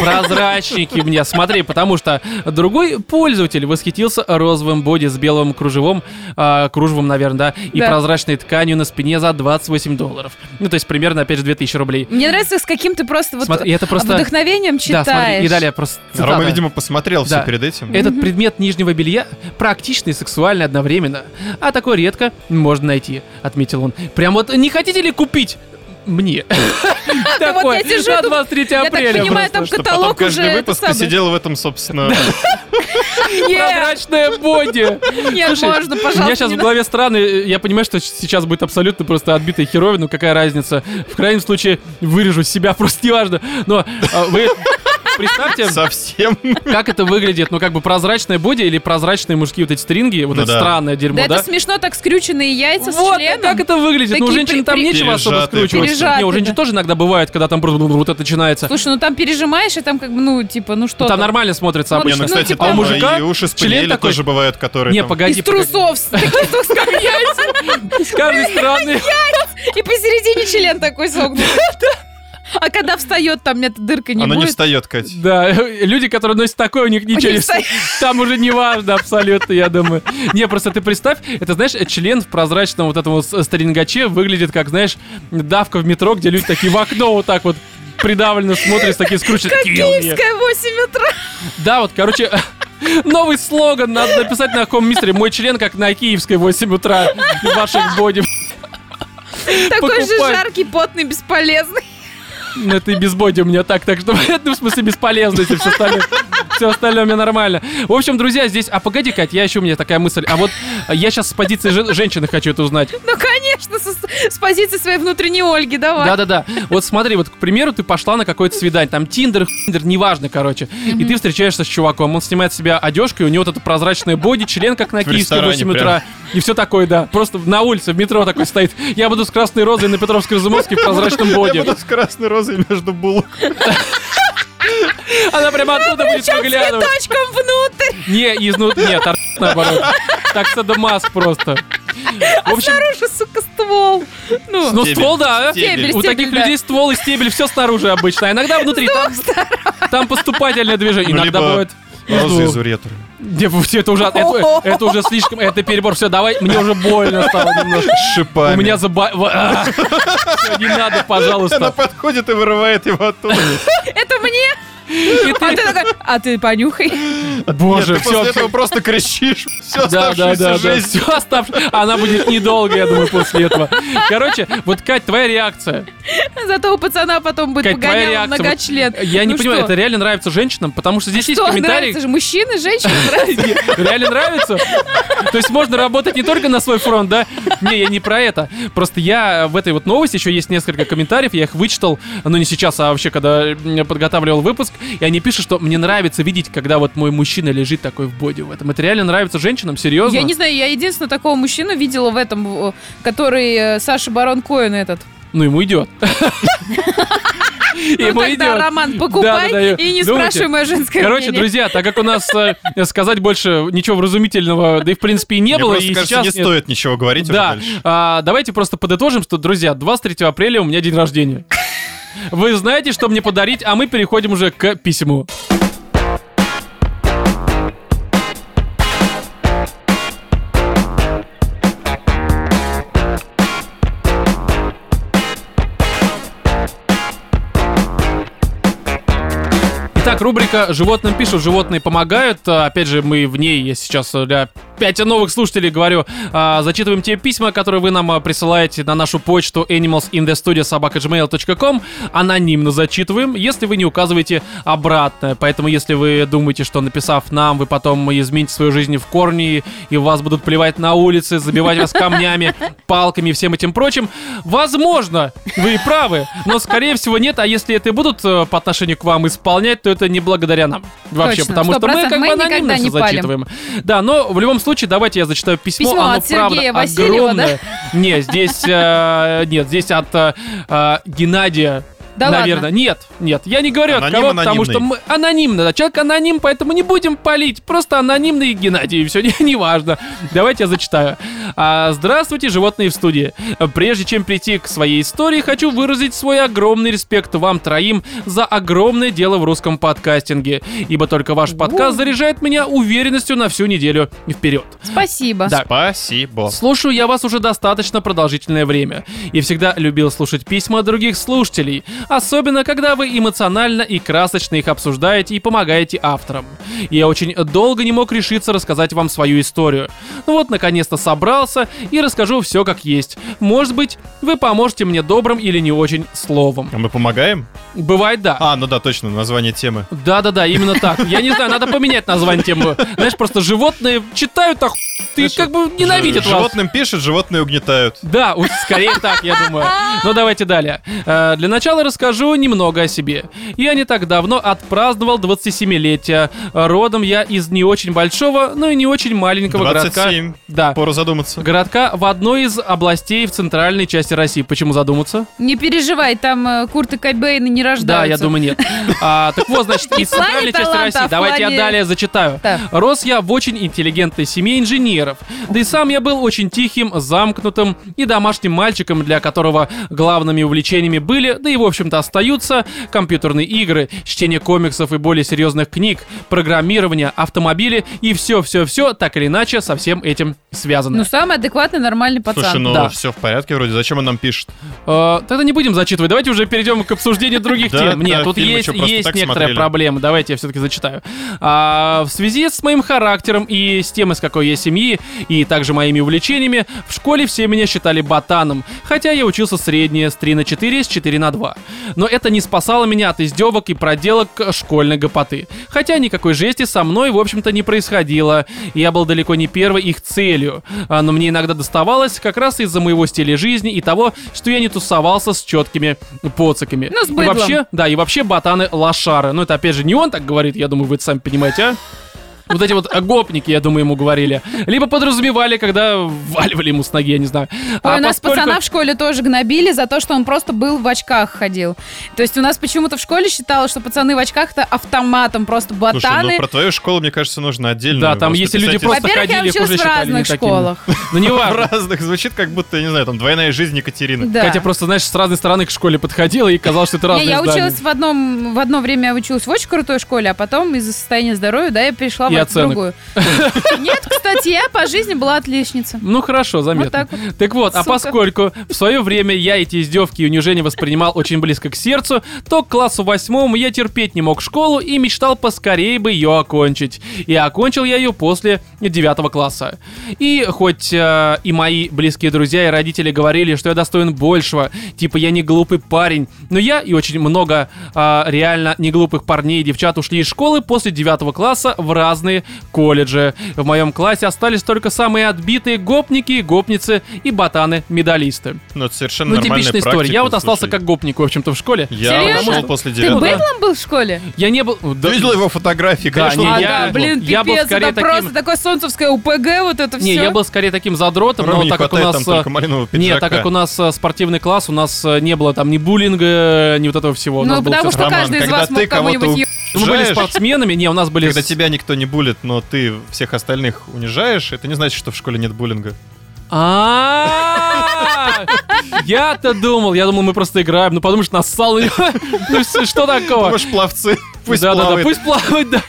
S1: Прозрачники мне, смотри, потому что другой пользователь восхитился розовым боди с белым кружевом, а, кружевом, наверное, да, и
S3: Да.
S1: прозрачной тканью на спине за 28 долларов. Ну, то есть примерно, опять же, 2000 рублей.
S3: Мне нравится, с каким ты просто вот
S1: Смотри, это просто-
S3: вдохновением
S1: Да,
S3: читаешь.
S1: смотри, и
S3: <laughs>
S1: далее просто цитата.
S2: Рома, видимо, посмотрел
S1: Да.
S2: все перед этим.
S1: Этот предмет нижнего белья практичный и сексуальный одновременно. А такой редко можно найти, отметил он. Прям вот не хотите ли купить мне?
S3: А, вот
S1: Такое,
S3: я сижу,
S1: на
S3: думаю,
S1: 23
S3: я так
S1: апреля.
S3: понимаю,
S1: просто.
S3: там
S2: Что потом
S3: каталог уже
S2: каждый
S3: это
S2: выпуск ты
S3: самое.
S2: сидел в этом, собственно,
S3: Нет,
S1: Прозрачная боди.
S3: нет,
S1: Слушай,
S3: можно,
S1: У меня
S3: пожалуйста.
S1: сейчас
S3: не
S1: в голове страны, я понимаю, что сейчас будет абсолютно просто отбитая херовина, <laughs> ну какая разница. В крайнем случае вырежу себя, просто неважно. Но а, вы... представьте,
S2: Совсем.
S1: как это выглядит, ну как бы прозрачное боди или прозрачные мужские вот эти стринги, вот
S2: Ну
S1: это
S2: да.
S1: странное дерьмо,
S3: Да
S1: да?
S3: это смешно, так скрюченные яйца с
S1: Вот,
S3: членом.
S1: как это выглядит? Ну, у
S3: Такие
S1: женщин там
S3: при- при-
S1: нечего особо
S2: Пережатые
S1: скручивать.
S3: Пережатые,
S1: Не, у женщин
S3: да.
S1: тоже иногда бывает, когда там бру- бру- бру- вот это начинается.
S3: Слушай, ну там пережимаешь, и там как бы, ну, типа, ну что
S1: Ну, Там
S3: там?
S1: нормально смотрится
S3: Ну,
S2: Не, ну,
S1: обычно.
S3: ну,
S2: кстати,
S3: типа,
S1: а у
S2: там
S1: мужика
S2: и уши с
S1: член
S2: пенели
S1: такой-
S2: тоже бывают, которые
S1: Не,
S2: там-
S1: погоди,
S3: Из трусов, с таких трусов как яйца.
S1: погоди. С каждой стороны.
S3: И посередине член
S1: <laughs>
S3: такой согнутый. А когда встает, там нет дырка не
S2: Оно не
S3: будет.
S2: встает, Кать.
S1: Да, <laughs> люди, которые носят такое, у них не
S3: Они
S1: челюсть.
S3: стоят.
S1: <laughs> Там уже не важно абсолютно, я думаю. Не, просто ты представь, это, знаешь, член в прозрачном вот этом вот с- стрингаче выглядит как, знаешь, давка в метро, где люди такие в окно вот так вот придавленно смотрят, такие скручены. «Kill me».
S3: Киевская, 8 утра.
S1: Да, вот, короче, <laughs> новый слоган надо написать на каком мистере. Мой член как на киевской 8 утра в ваших боди.
S3: Такой же
S1: Покупай.
S3: жаркий, потный, бесполезный.
S1: Ну, это и без боди у меня так, так что <laughs> ну, в этом смысле бесполезно, если все остальное... Все остальное у меня нормально. В общем, друзья, здесь... А погоди, Кать, я еще у меня такая мысль. А вот э, я сейчас с позиции жен- женщины хочу это узнать.
S3: Ну, конечно, со- с, позиции своей внутренней Ольги, давай.
S1: Да-да-да. Вот смотри, вот, к примеру, ты пошла на какое-то свидание, там, Тиндер, Тиндер, неважно, короче. И ты встречаешься с чуваком, он снимает с себя одежку, и у него вот это прозрачное боди, член, как на
S2: В
S1: киевской в 8
S2: ресторане
S1: утра. И все такое, да. Просто на улице, в метро такой стоит. Я буду с красной розой на Петровской-Разумовской в прозрачном
S2: Я
S1: боди.
S2: буду с красной розой между булок.
S1: Она прямо оттуда будет
S3: Причем
S1: выглядывать.
S3: цветочком внутрь.
S1: Не, изнутри, нет, ор- наоборот. Так садомас просто. В общем,
S3: Хороший, А сука, ствол. Ну,
S1: ну
S2: Стебель,
S1: ствол, да.
S2: стебель.
S3: Стебель,
S1: У
S3: стебель,
S1: таких
S3: да.
S1: людей ствол и стебель все снаружи обычно, а иногда внутри. Там, там поступательное движение.
S2: Ну,
S1: Иногда
S2: либо
S1: бывает. Ну,
S2: Розы из уретры.
S1: Не, все это уже, это, это уже слишком, это перебор. Все, давай, мне уже больно стало немножко.
S2: С шипами.
S1: У меня заба... Все, не надо,
S2: Она
S1: пожалуйста.
S2: подходит и вырывает его оттуда.
S3: это мне?
S1: И
S3: А
S1: ты-
S3: ты такой, а ты понюхай.
S1: Боже,
S2: Нет, ты
S1: все,
S2: после этого просто кричишь всю
S1: Да, да, да,
S2: оставшуюся
S1: да.
S2: жизнь.
S1: Все оставшееся. Она будет недолго, я думаю, после этого. Короче, вот, Кать, твоя реакция.
S3: Зато у пацана потом будет
S1: Кать, твоя
S3: погонял
S1: реакция,
S3: многочлен.
S1: Я не
S3: Ну
S1: понимаю,
S3: что? А
S1: это реально нравится женщинам, потому что здесь есть
S3: Что,
S1: комментарии.
S3: нравится же мужчины, женщины? нравится?
S1: <laughs> Реально нравится? То есть можно работать не только на свой фронт, да? Не, я не про это. Просто я в этой вот новости еще есть несколько комментариев, я их вычитал, ну не сейчас, а вообще, когда м, подготавливал выпуск, и они пишут, что мне нравится видеть, когда вот мой мужчина лежит такой в боди в этом. Это реально нравится женщинам, серьезно?
S3: Я не знаю, я единственного такого мужчину видела в этом, э, который э, Саша Барон Коэн этот.
S1: Ну ему
S3: <laughs>
S1: идет.
S3: ну
S1: Ему
S3: тогда,
S1: идет.
S3: Роман,
S1: Да,
S3: покупай
S1: да, да,
S3: и не
S1: думайте.
S3: спрашивай мое женское
S1: Короче,
S3: мнение.
S1: друзья, так как у нас э, сказать больше ничего вразумительного, да и в принципе и не
S2: Мне
S1: было,
S2: просто
S1: и
S2: кажется,
S1: сейчас
S2: не
S1: нет.
S2: стоит ничего говорить уже
S1: Да,
S2: дальше.
S1: а, давайте просто подытожим, что, друзья, 23 апреля у меня день рождения. Вы знаете, что мне подарить, а мы переходим уже к письму. Итак, рубрика «Животным пишут, животные помогают». А, Опять же, мы в ней, я сейчас э, для пяти новых слушателей говорю, а, зачитываем те письма, которые вы нам а, присылаете на нашу почту animalsinthestudio.gmail.com. Анонимно зачитываем, если вы не указываете обратное. Поэтому, если вы думаете, что написав нам, вы потом измените свою жизнь в корне, и- и вас будут плевать на улице, забивать вас камнями, палками и всем этим прочим, возможно, вы и правы, но, скорее всего, нет. А если это и будут э, по отношению к вам исполнять, то это не благодаря нам. Вообще,
S3: Точно,
S1: потому что мы
S3: 100%
S1: как бы
S3: мы никогда
S1: анонимно
S3: не
S1: все
S3: палим.
S1: зачитываем. Да, но в любом случае, давайте я зачитаю письмо.
S3: Письмо
S1: Оно,
S3: от Сергея
S1: правда,
S3: Васильева, да?
S1: огромное. Не, здесь... э, Нет, здесь от э, э, Геннадия
S3: Да
S1: Наверное.
S3: ладно?
S1: Нет, нет, я не говорю от
S2: Аноним
S1: кого, потому что мы
S2: анонимный.
S1: анонимно, да, человек аноним, поэтому не будем палить, просто анонимный Геннадий, и все, <laughs> не, не важно. Давайте я зачитаю. А, здравствуйте, животные в студии. Прежде чем прийти к своей истории, хочу выразить свой огромный респект вам троим за огромное дело в русском подкастинге, ибо только ваш подкаст заряжает меня уверенностью на всю неделю вперед.
S3: Спасибо.
S1: Да.
S2: Спасибо.
S1: Слушаю я вас уже достаточно продолжительное время и всегда любил слушать письма других слушателей, особенно когда вы эмоционально и красочно их обсуждаете и помогаете авторам. Я очень долго не мог решиться рассказать вам свою историю. Ну вот, наконец-то собрался и расскажу все как есть. Может быть, вы поможете мне добрым или не очень словом.
S2: А мы помогаем?
S1: Бывает да.
S2: А, ну да, точно, название темы.
S1: Да-да-да, именно так. Я не знаю, надо поменять название темы. Знаешь, просто животные читают оху... ты как бы ненавидят
S2: Ж-
S1: вас.
S2: Животным пишут, животные угнетают.
S1: Да, уж скорее так, я думаю. Но давайте далее. Э, Для начала расскажу немного о себе. Я не так давно отпраздновал 27-летие. Родом я из не очень большого, но и не очень маленького городка.
S2: 27.
S1: Да.
S2: Пора задуматься.
S1: Городка в одной из областей в центральной части России. Почему задуматься?
S3: Не переживай, там э, Курт и Кобейны не рождаются.
S1: Да, я думаю,
S3: <laughs>
S1: нет. А, так вот, значит, из
S3: в
S1: центральной
S3: плане
S1: части
S3: таланта, а в
S1: России. Давайте я
S3: плане-
S1: далее зачитаю.
S3: Так.
S1: Рос я в очень интеллигентной семье инженеров. Да и сам я был очень тихим, замкнутым и домашним мальчиком, для которого главными увлечениями были, да и в общем-то остаются, компьютерные игры, чтение комиксов и более серьезных книг, программирование, автомобили и все-все-все, так или иначе, со всем этим связано.
S3: Ну, самый адекватный, нормальный пацан.
S2: Слушай, ну
S1: да.
S2: все в порядке вроде. Зачем он нам пишет?
S1: Э, тогда не будем зачитывать. Давайте уже перейдем к обсуждению других
S2: Да,
S1: тем. Нет,
S2: да,
S1: тут
S2: фильмы
S1: есть
S2: чё, просто
S1: есть
S2: так
S1: некоторая
S2: смотрели?
S1: проблема. Давайте я все-таки зачитаю. А, В связи с моим характером и с тем, из какой я семьи, и также моими увлечениями, в школе все меня считали ботаном. Хотя я учился среднее с 3 на 4, с 4 на 2. Но это не спасало меня от издевок и проделок школьной гопоты. Хотя никакой жести со мной, в общем-то, не происходило. Я был далеко не первой их целью. А, Но мне иногда доставалось как раз из-за моего стиля жизни и того, что я не тусовался с четкими поциками.
S3: Ну, с
S1: И
S3: быдлом.
S1: вообще, да, и вообще ботаны лошары. Ну, это опять же не он так говорит, я думаю, вы это сами понимаете, а? Вот эти вот гопники, я думаю, ему говорили. Либо подразумевали, когда валивали ему с ноги, я не знаю.
S3: Ой,
S1: А
S3: у нас
S1: поскольку-
S3: пацана в школе тоже гнобили за то, что он просто был в очках ходил. То есть у нас почему-то в школе считалось, что пацаны в очках-то автоматом просто ботаны.
S2: Слушай, ну про твою школу, мне кажется, нужно отдельно.
S1: Да, там если люди просто
S3: Во-первых, я
S1: ходили, их
S3: училась
S1: уже
S3: в
S1: считали не
S3: разных
S1: такими. <laughs>
S3: школах.
S1: Ну,
S3: <laughs>
S1: не
S2: В
S1: важно.
S2: разных звучит, как будто, я не знаю, там двойная жизнь Екатерины.
S3: Да.
S1: Хотя просто, знаешь, с разной стороны к школе подходила и казалось, что это
S3: Не,
S1: разные
S3: я
S1: здания.
S3: училась в одном, в одно время я училась в очень крутой школе, а потом из-за состояния здоровья, да, я перешла
S1: И
S3: в
S1: оценок.
S3: другую. <laughs> Нет, кстати, я по жизни была отличница.
S1: Ну хорошо, заметно.
S3: Вот так
S1: так, вот, а
S3: сука.
S1: поскольку в свое время я эти издевки и унижения воспринимал очень близко к сердцу, то к классу восьмому я терпеть не мог школу и мечтал поскорее бы ее окончить. И окончил я ее после девятого класса. И хоть э, и мои близкие друзья и родители говорили, что я достоин большего, типа я не глупый парень, но я и очень много э, реально не глупых парней и девчат ушли из школы после девятого класса в разные колледжи. В моем классе остались только самые отбитые гопники, гопницы и ботаны-медалисты.
S2: Ну, это совершенно
S1: Ну,
S2: нормальная
S1: типичная история.
S2: практика,
S1: Я вот остался
S2: слушай.
S1: как гопник, в общем-то, в школе.
S2: Я
S3: Серьезно?
S2: ушел после
S3: Ты
S2: девятого.
S3: быдлом был в школе?
S1: Я не был... да-
S2: Ты видел его фотографии?
S1: Да,
S2: Конечно,
S1: не,
S2: он
S3: а,
S2: был.
S1: я-
S3: да, блин,
S1: я был
S3: пипец,
S1: скорее
S3: это
S1: таким-
S3: просто такое солнцевское УПГ, вот это все.
S1: Не, я был скорее таким задротом,
S2: Роме
S1: но
S2: не
S1: ну, так как у
S2: хватает
S1: нас...
S2: там
S1: э,
S2: только малинового пиджака.
S1: Не, так как у нас э, спортивный класс, у нас э, не было там ни буллинга, ни вот этого всего. У нас
S3: Ну,
S1: было
S3: потому
S1: всё-
S3: что
S2: Роман,
S3: каждый из
S2: когда
S3: вас
S2: ты
S3: мог кого-нибудь
S2: кого-то
S3: еб-
S1: Ну, Мы были
S2: Жалеешь?
S1: спортсменами, не, у нас были...
S2: Когда
S1: с-
S2: тебя никто не булит, но ты всех остальных унижаешь, это не значит, что в школе нет буллинга.
S1: А Я-то думал, я думал, мы просто играем. Ну, подумаешь, нассал на него. <laughs> Ну, с- что такого?
S2: Думаешь, пловцы? Пусть
S1: Да-да-да,
S2: плавает.
S1: пусть плавает, да.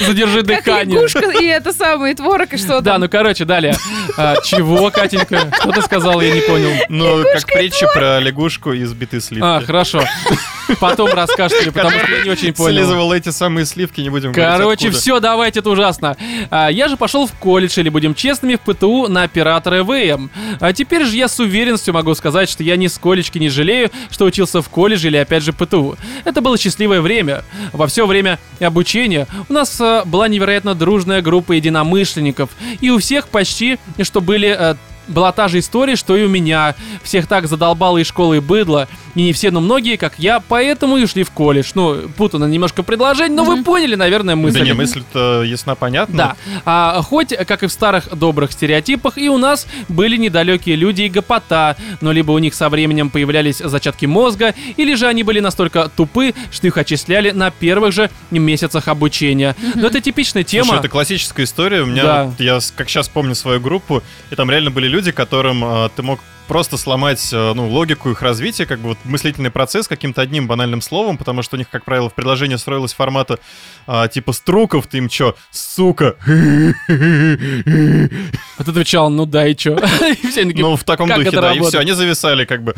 S1: Задержи
S3: как
S1: дыхание.
S3: лягушка и это самое, и творог, и что
S1: Да,
S3: там.
S1: ну, короче, далее. А, Чего, Катенька? Что ты сказал, я не понял.
S2: Ну, как притча про лягушку и сбитые сливки.
S1: А, хорошо. Потом расскажешь мне, потому что я не очень понял.
S2: Слизывал эти самые сливки, не будем говорить
S1: Короче, <laughs>
S2: откуда.
S1: все, давайте, это ужасно. А, я же пошел в колледж, или будем честными, в ПТУ на оператора ВМ. А теперь же я с уверенностью могу сказать, что я нисколечки не жалею, что учился в колледже или опять же ПТУ. Это было счастливое время. Во все время обучения у нас э, была невероятно дружная группа единомышленников. И у всех почти, что были э, была та же история, что и у меня. Всех так задолбало и школы, и быдло. И не все, но многие, как я, поэтому и ушли в колледж. Ну, путано немножко предложение, но вы поняли, наверное, мысль.
S2: Да не, мысль-то ясна, понятна.
S1: Да. А, хоть, как и в старых добрых стереотипах, и у нас были недалекие люди и гопота, но либо у них со временем появлялись зачатки мозга, или же они были настолько тупы, что их отчисляли на первых же месяцах обучения. Но это типичная тема.
S2: Слушай, это классическая история. У меня,
S1: Да.
S2: вот я с- как сейчас помню свою группу, и там реально были люди, которым а, ты мог просто сломать а, ну, логику их развития, как бы вот мыслительный процесс каким-то одним банальным словом, потому что у них, как правило, в предложении строилось формата а, типа «струков», ты им чё, «сука»,
S1: А ты отвечал, ну да, и чё? И все такие,
S2: ну, в таком
S1: <laughs> как
S2: духе,
S1: это
S2: да, и
S1: работает?
S2: все, они зависали как бы.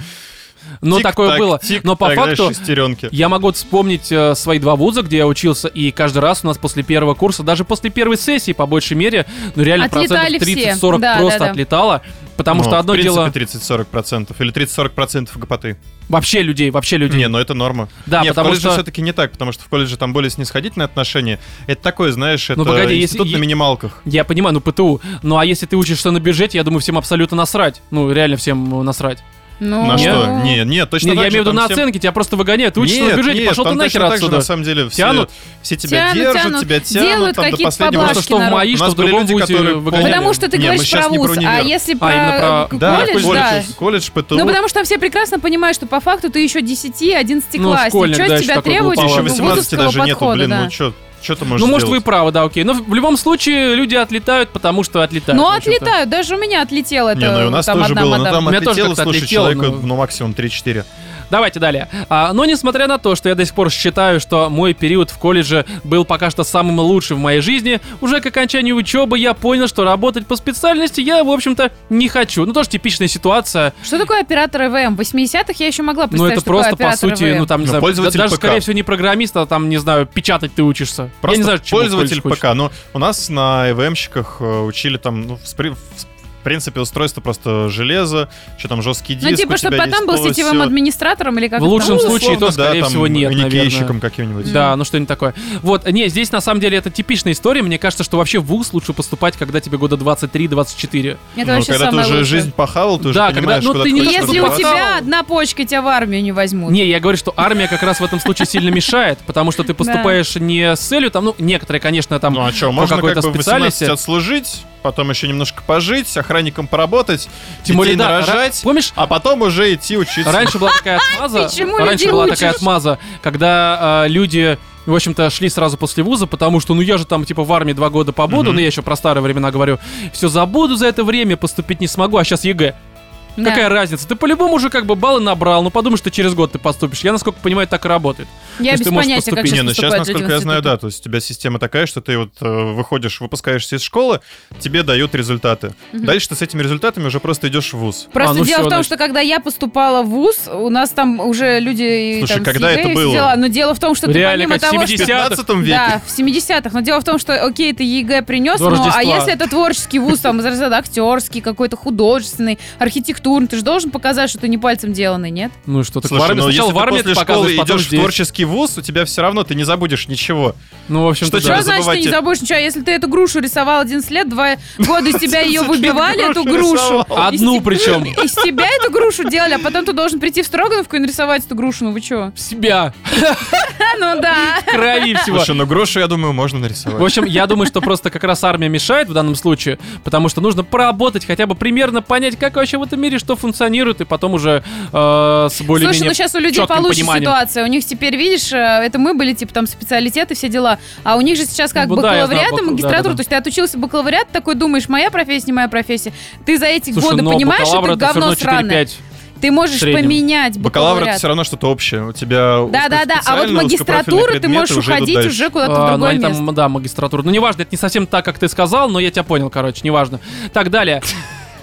S1: Но
S2: Тик-так,
S1: «Ну, такое было.
S2: тик-так,
S1: Но по
S2: знаешь,
S1: факту
S2: шестеренки.
S1: я могу вспомнить э, свои два вуза, где я учился, и каждый раз у нас после первого курса, даже после первой сессии, по большей мере, ну реально
S3: Отлетали
S1: процентов
S3: все.
S1: 30-40
S3: Да,
S1: просто
S3: да, да.
S1: отлетало. Потому
S2: Ну,
S1: что одно
S2: в принципе,
S1: дело
S2: 30-40% или 30-40% гопоты.
S1: вообще людей, вообще людей.
S2: Не, но это норма.
S1: Да,
S2: не,
S1: потому
S2: в колледже
S1: что-
S2: все-таки не так, потому что в колледже там более снисходительные отношения. Это такое, знаешь, это
S1: Ну, погоди, если-
S2: институт на минималках.
S1: Я понимаю, ну ПТУ. Ну а если ты учишься на бюджете, я думаю, всем абсолютно насрать. Ну реально всем э, насрать.
S3: Ну,
S2: На
S1: Не.
S2: что? Не, не, точно
S1: Нет,
S2: так
S1: я
S2: же
S1: имею в виду
S2: там
S1: на
S2: всем-
S1: оценки, тебя просто выгоняют. Ты учишься на
S2: Нет,
S1: бюджете,
S2: нет,
S1: пошел ты
S2: там
S1: нахер
S2: точно так же,
S1: отсюда.
S2: на самом деле, все,
S1: Тянут.
S2: все тебя
S3: Тянут,
S2: держат,
S3: тянут.
S2: тебя тянут,
S3: Делают
S2: там до
S3: какие-то
S2: последнего.
S1: Просто что а в
S3: народ.
S1: мои,
S2: У
S1: что
S2: нас
S1: в
S2: были
S1: другом
S2: люди,
S1: вузе
S2: которые
S1: выгоняли.
S2: погоняли.
S3: Потому что ты
S2: Не, мы
S3: говоришь
S2: щас
S3: про
S2: не про
S3: вуз, а
S2: универ.
S3: если про,
S1: именно про-
S3: к-
S2: Да,
S3: колледж, да.
S2: колледж, ПТУ.
S3: Ну, потому что там все прекрасно понимают, что по факту ты еще 10-11
S1: Ну,
S3: классник.
S1: школьник,
S3: что
S1: да,
S3: от
S1: еще
S3: тебя
S1: такой
S3: требует
S1: глуповатый.
S2: еще
S1: Еще
S2: 18
S3: вузовского
S2: даже нету,
S3: подхода,
S2: блин,
S3: да.
S2: ну что, что ты можешь
S1: Ну, может, вы
S2: сделать?
S1: и правы, да, окей. Но в в любом случае люди отлетают, потому что отлетают.
S3: Ну,
S1: в общем-то.
S3: отлетают, даже у меня отлетела
S2: Не, ну и у нас тоже было, но там
S1: У меня тоже
S2: отлетело,
S1: как-то
S2: слушай,
S1: отлетело,
S2: человеку,
S1: но-
S2: ну, максимум 3-4.
S1: Давайте далее. А, но несмотря на то, что я до сих пор считаю, что мой период в колледже был пока что самым лучшим в моей жизни, уже к окончанию учебы я понял, что работать по специальности я, в общем-то, не хочу. Ну, тоже типичная ситуация.
S3: Что такое оператор ЭВМ? В 80-х я еще могла
S1: Ну,
S3: представить,
S1: это
S3: что такое
S1: просто, по
S3: оператор
S1: сути,
S3: ЭВМ.
S1: ну, там, не
S2: Ну,
S1: знаю, да-
S2: пользователь
S1: даже,
S2: ПК.
S1: скорее всего, не программист, а там, не знаю, печатать ты учишься.
S2: Просто
S1: я не знаю, чему в
S2: пользователь
S1: колледж
S2: ПК. Но у нас на ЭВМщиках э, учили там, ну, в спри- в принципе, устройство просто железо, что там жесткий диск.
S3: Ну,
S2: у
S3: типа, чтобы
S2: тебя
S3: потом
S2: есть
S3: был
S2: то,
S3: сетевым
S2: сё.
S3: администратором или как
S1: В
S3: это
S1: лучшем
S3: там?
S1: случае. то,
S2: да,
S1: скорее
S2: там,
S1: всего, нет,
S2: манекенщиком
S1: наверное.
S2: каким-нибудь.
S1: Да, ну что-нибудь такое. Вот, не, здесь на самом деле это типичная история. Мне кажется, что вообще в ВУЗ лучше поступать, когда тебе года 23-24.
S3: Это
S2: Ну,
S3: вообще
S2: когда ты
S3: самое
S2: уже
S3: лучшее.
S2: жизнь похавал, ты
S1: Да,
S2: уже
S1: когда-
S2: понимаешь,
S1: ну,
S2: куда
S1: ты
S2: ты
S1: не
S2: хочешь
S1: что-то
S3: Если у
S1: попало.
S2: развиваться.
S3: тебя одна почка, тебя в армию не возьмут.
S1: Не, я говорю, что армия как раз в этом случае сильно мешает, потому что ты поступаешь не с целью, там, ну, некоторые, конечно, там...
S2: Ну а что,
S1: по
S2: можно как
S1: какой-то
S2: бы 18
S1: специальности.
S2: отслужить, потом еще немножко пожить, охранником поработать,
S1: Тем более,
S2: детей
S1: да, ра-
S2: нарожать,
S1: помнишь,
S2: а потом уже идти учиться.
S1: раньше была
S3: <laughs>
S1: такая отмаза,
S3: Почему
S1: раньше
S3: людей
S1: была
S3: учишь?
S1: такая отмаза, когда э, люди, в общем-то, шли сразу после вуза, потому что, ну, я же там, типа, в армии два года побуду,
S2: Мгм.
S1: ну, я еще про старые времена говорю, все забуду за это время, поступить не смогу, а сейчас ЕГЭ.
S3: Да.
S1: Какая разница? Ты по-любому уже как бы баллы набрал, ну подумаешь, ты через год ты поступишь. Я, насколько понимаю, так и работает.
S3: Я
S1: То
S3: без
S1: есть ты можешь
S3: понятия, как
S1: поступить.
S2: Не,
S3: сейчас
S2: ну сейчас,
S3: поступают люди в
S2: насколько я знаю,
S3: институты.
S2: да, то есть у тебя система такая, что ты вот э, выходишь, выпускаешься из школы, тебе дают результаты.
S3: Мгм.
S2: Дальше ты с этими результатами уже просто идешь в ВУЗ.
S3: Просто
S1: А, ну всё,
S3: дело в том,
S1: значит.
S3: что когда я поступала в ВУЗ, у нас там уже люди... и
S2: Слушай,
S3: там, с
S2: когда это
S3: ЕГЭ и все
S2: было?
S3: дела. Но дело в том, что ты
S1: Реально,
S3: помимо
S1: как
S3: того,
S1: 70-е
S2: В
S1: В 50-х?
S2: 15 веке.
S3: Да, в 70-х. Но дело в том, что, окей, ты ЕГЭ принес,
S1: До
S3: но
S1: Рождества.
S3: а если это творческий вуз, там, из разряда актерский, какой-то художественный, архитектурный, ты же должен показать, что ты не пальцем деланный, нет?
S1: Ну что, так
S2: Слушай,
S1: в армии
S2: ну,
S1: сначала
S2: если
S1: в армии
S2: ты после
S1: это
S2: школы
S1: показываешь, потом
S2: идешь в
S1: здесь.
S2: творческий вуз, у тебя все равно ты не забудешь ничего.
S1: Ну, в общем-то,
S2: Что
S1: да.
S3: Что значит, ты не
S2: забывайте.
S3: забудешь ничего? А Если ты эту грушу рисовал 11 лет, два года из
S1: <laughs>
S3: тебя
S2: 11
S3: ее
S2: лет
S3: выбивали, эту
S2: грушу
S3: грушу.
S2: рисовал.
S3: Из
S1: Одну
S3: те-
S1: причем.
S3: <laughs> Из тебя эту грушу делали, а потом ты должен прийти в Строгановку и нарисовать эту грушу. Ну вы чё?
S1: Себя.
S3: А, ну да.
S1: Крови всего.
S2: Слушай, ну грошу, я думаю, можно
S1: В
S2: нарисовать.
S1: общем, я думаю, что просто как раз армия мешает в данном случае, потому что нужно поработать, хотя бы примерно понять, как вообще в этом мире что функционирует, и потом уже э, с
S3: Слушай, ну
S1: более-менее...
S3: сейчас у людей
S1: чётким
S3: получше
S1: пониманием.
S3: ситуация. У них теперь, видишь, э, это мы были, типа, там, специалитеты, все дела. А у них же сейчас как
S1: Ну да, я знаю,
S3: бакалавриат и
S1: бакал-
S3: магистратура.
S1: да-да-да.
S3: То есть ты отучился бакалавриат, такой думаешь, моя профессия, не моя профессия. Ты за эти
S1: Слушай,
S3: годы
S1: но
S3: понимаешь, что
S1: бакалавр
S3: это
S1: это всё
S3: говно
S1: равно
S3: сраное.
S1: 4-5.
S3: Ты можешь
S1: в среднем.
S3: поменять
S2: Бакалавр это
S3: бакалавриат.
S2: все равно что-то общее. У тебя
S3: Да, да, да. А вот
S2: узкоспециально,
S3: магистратура
S2: узкопрофильные
S3: ты можешь
S2: предметы идут
S3: уходить
S2: дальше.
S3: уже куда-то
S1: А,
S3: в
S1: ну,
S3: другое
S1: они там,
S3: место.
S1: да, магистратура. Ну, неважно, это не совсем так, как ты сказал, но я тебя понял, короче, неважно. Так,
S3: <laughs>
S1: далее.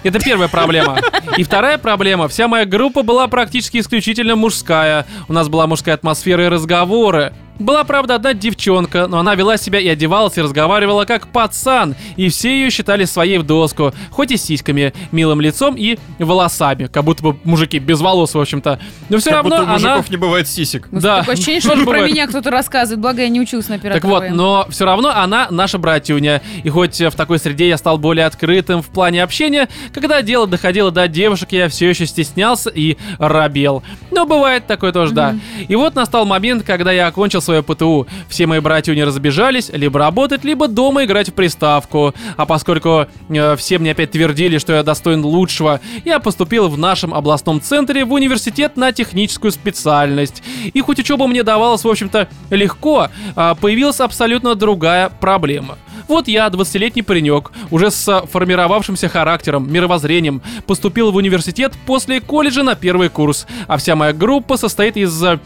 S1: Это первая проблема. И вторая проблема. Вся моя группа была практически исключительно мужская. У нас была мужская атмосфера и разговоры. Была, правда, одна девчонка, но она вела себя и одевалась, и разговаривала как пацан. И все ее считали своей в доску. Хоть и с сиськами, милым лицом и волосами. Как будто бы мужики без волос, в общем-то. Но все
S2: Как
S1: равно
S2: будто
S1: она...
S2: у мужиков не бывает сисек.
S3: Господи,
S1: да.
S3: Ну, Такое
S1: <laughs>
S3: ощущение, что
S1: Тоже
S3: про
S1: бывает.
S3: меня кто-то рассказывает, благо я не учился на
S1: Так
S3: оператора.
S1: вот, но все равно она наша братьюня. И хоть э, в такой среде я стал более открытым в плане общения, когда дело доходило до девушек, я все еще стеснялся и робел. Но бывает такое тоже, да. И вот настал момент, когда я окончил свое ПТУ. Все мои братьюни разбежались, либо работать, либо дома играть в приставку. А поскольку э, все мне опять твердили, что я достоин лучшего, я поступил в нашем областном центре в университет на техническую специальность. И хоть учеба мне давалась, в общем-то, легко, а появилась абсолютно другая проблема. Вот я, 20-летний паренек, уже с формировавшимся характером, мировоззрением, поступил в университет после колледжа на первый курс, а вся моя группа состоит из э,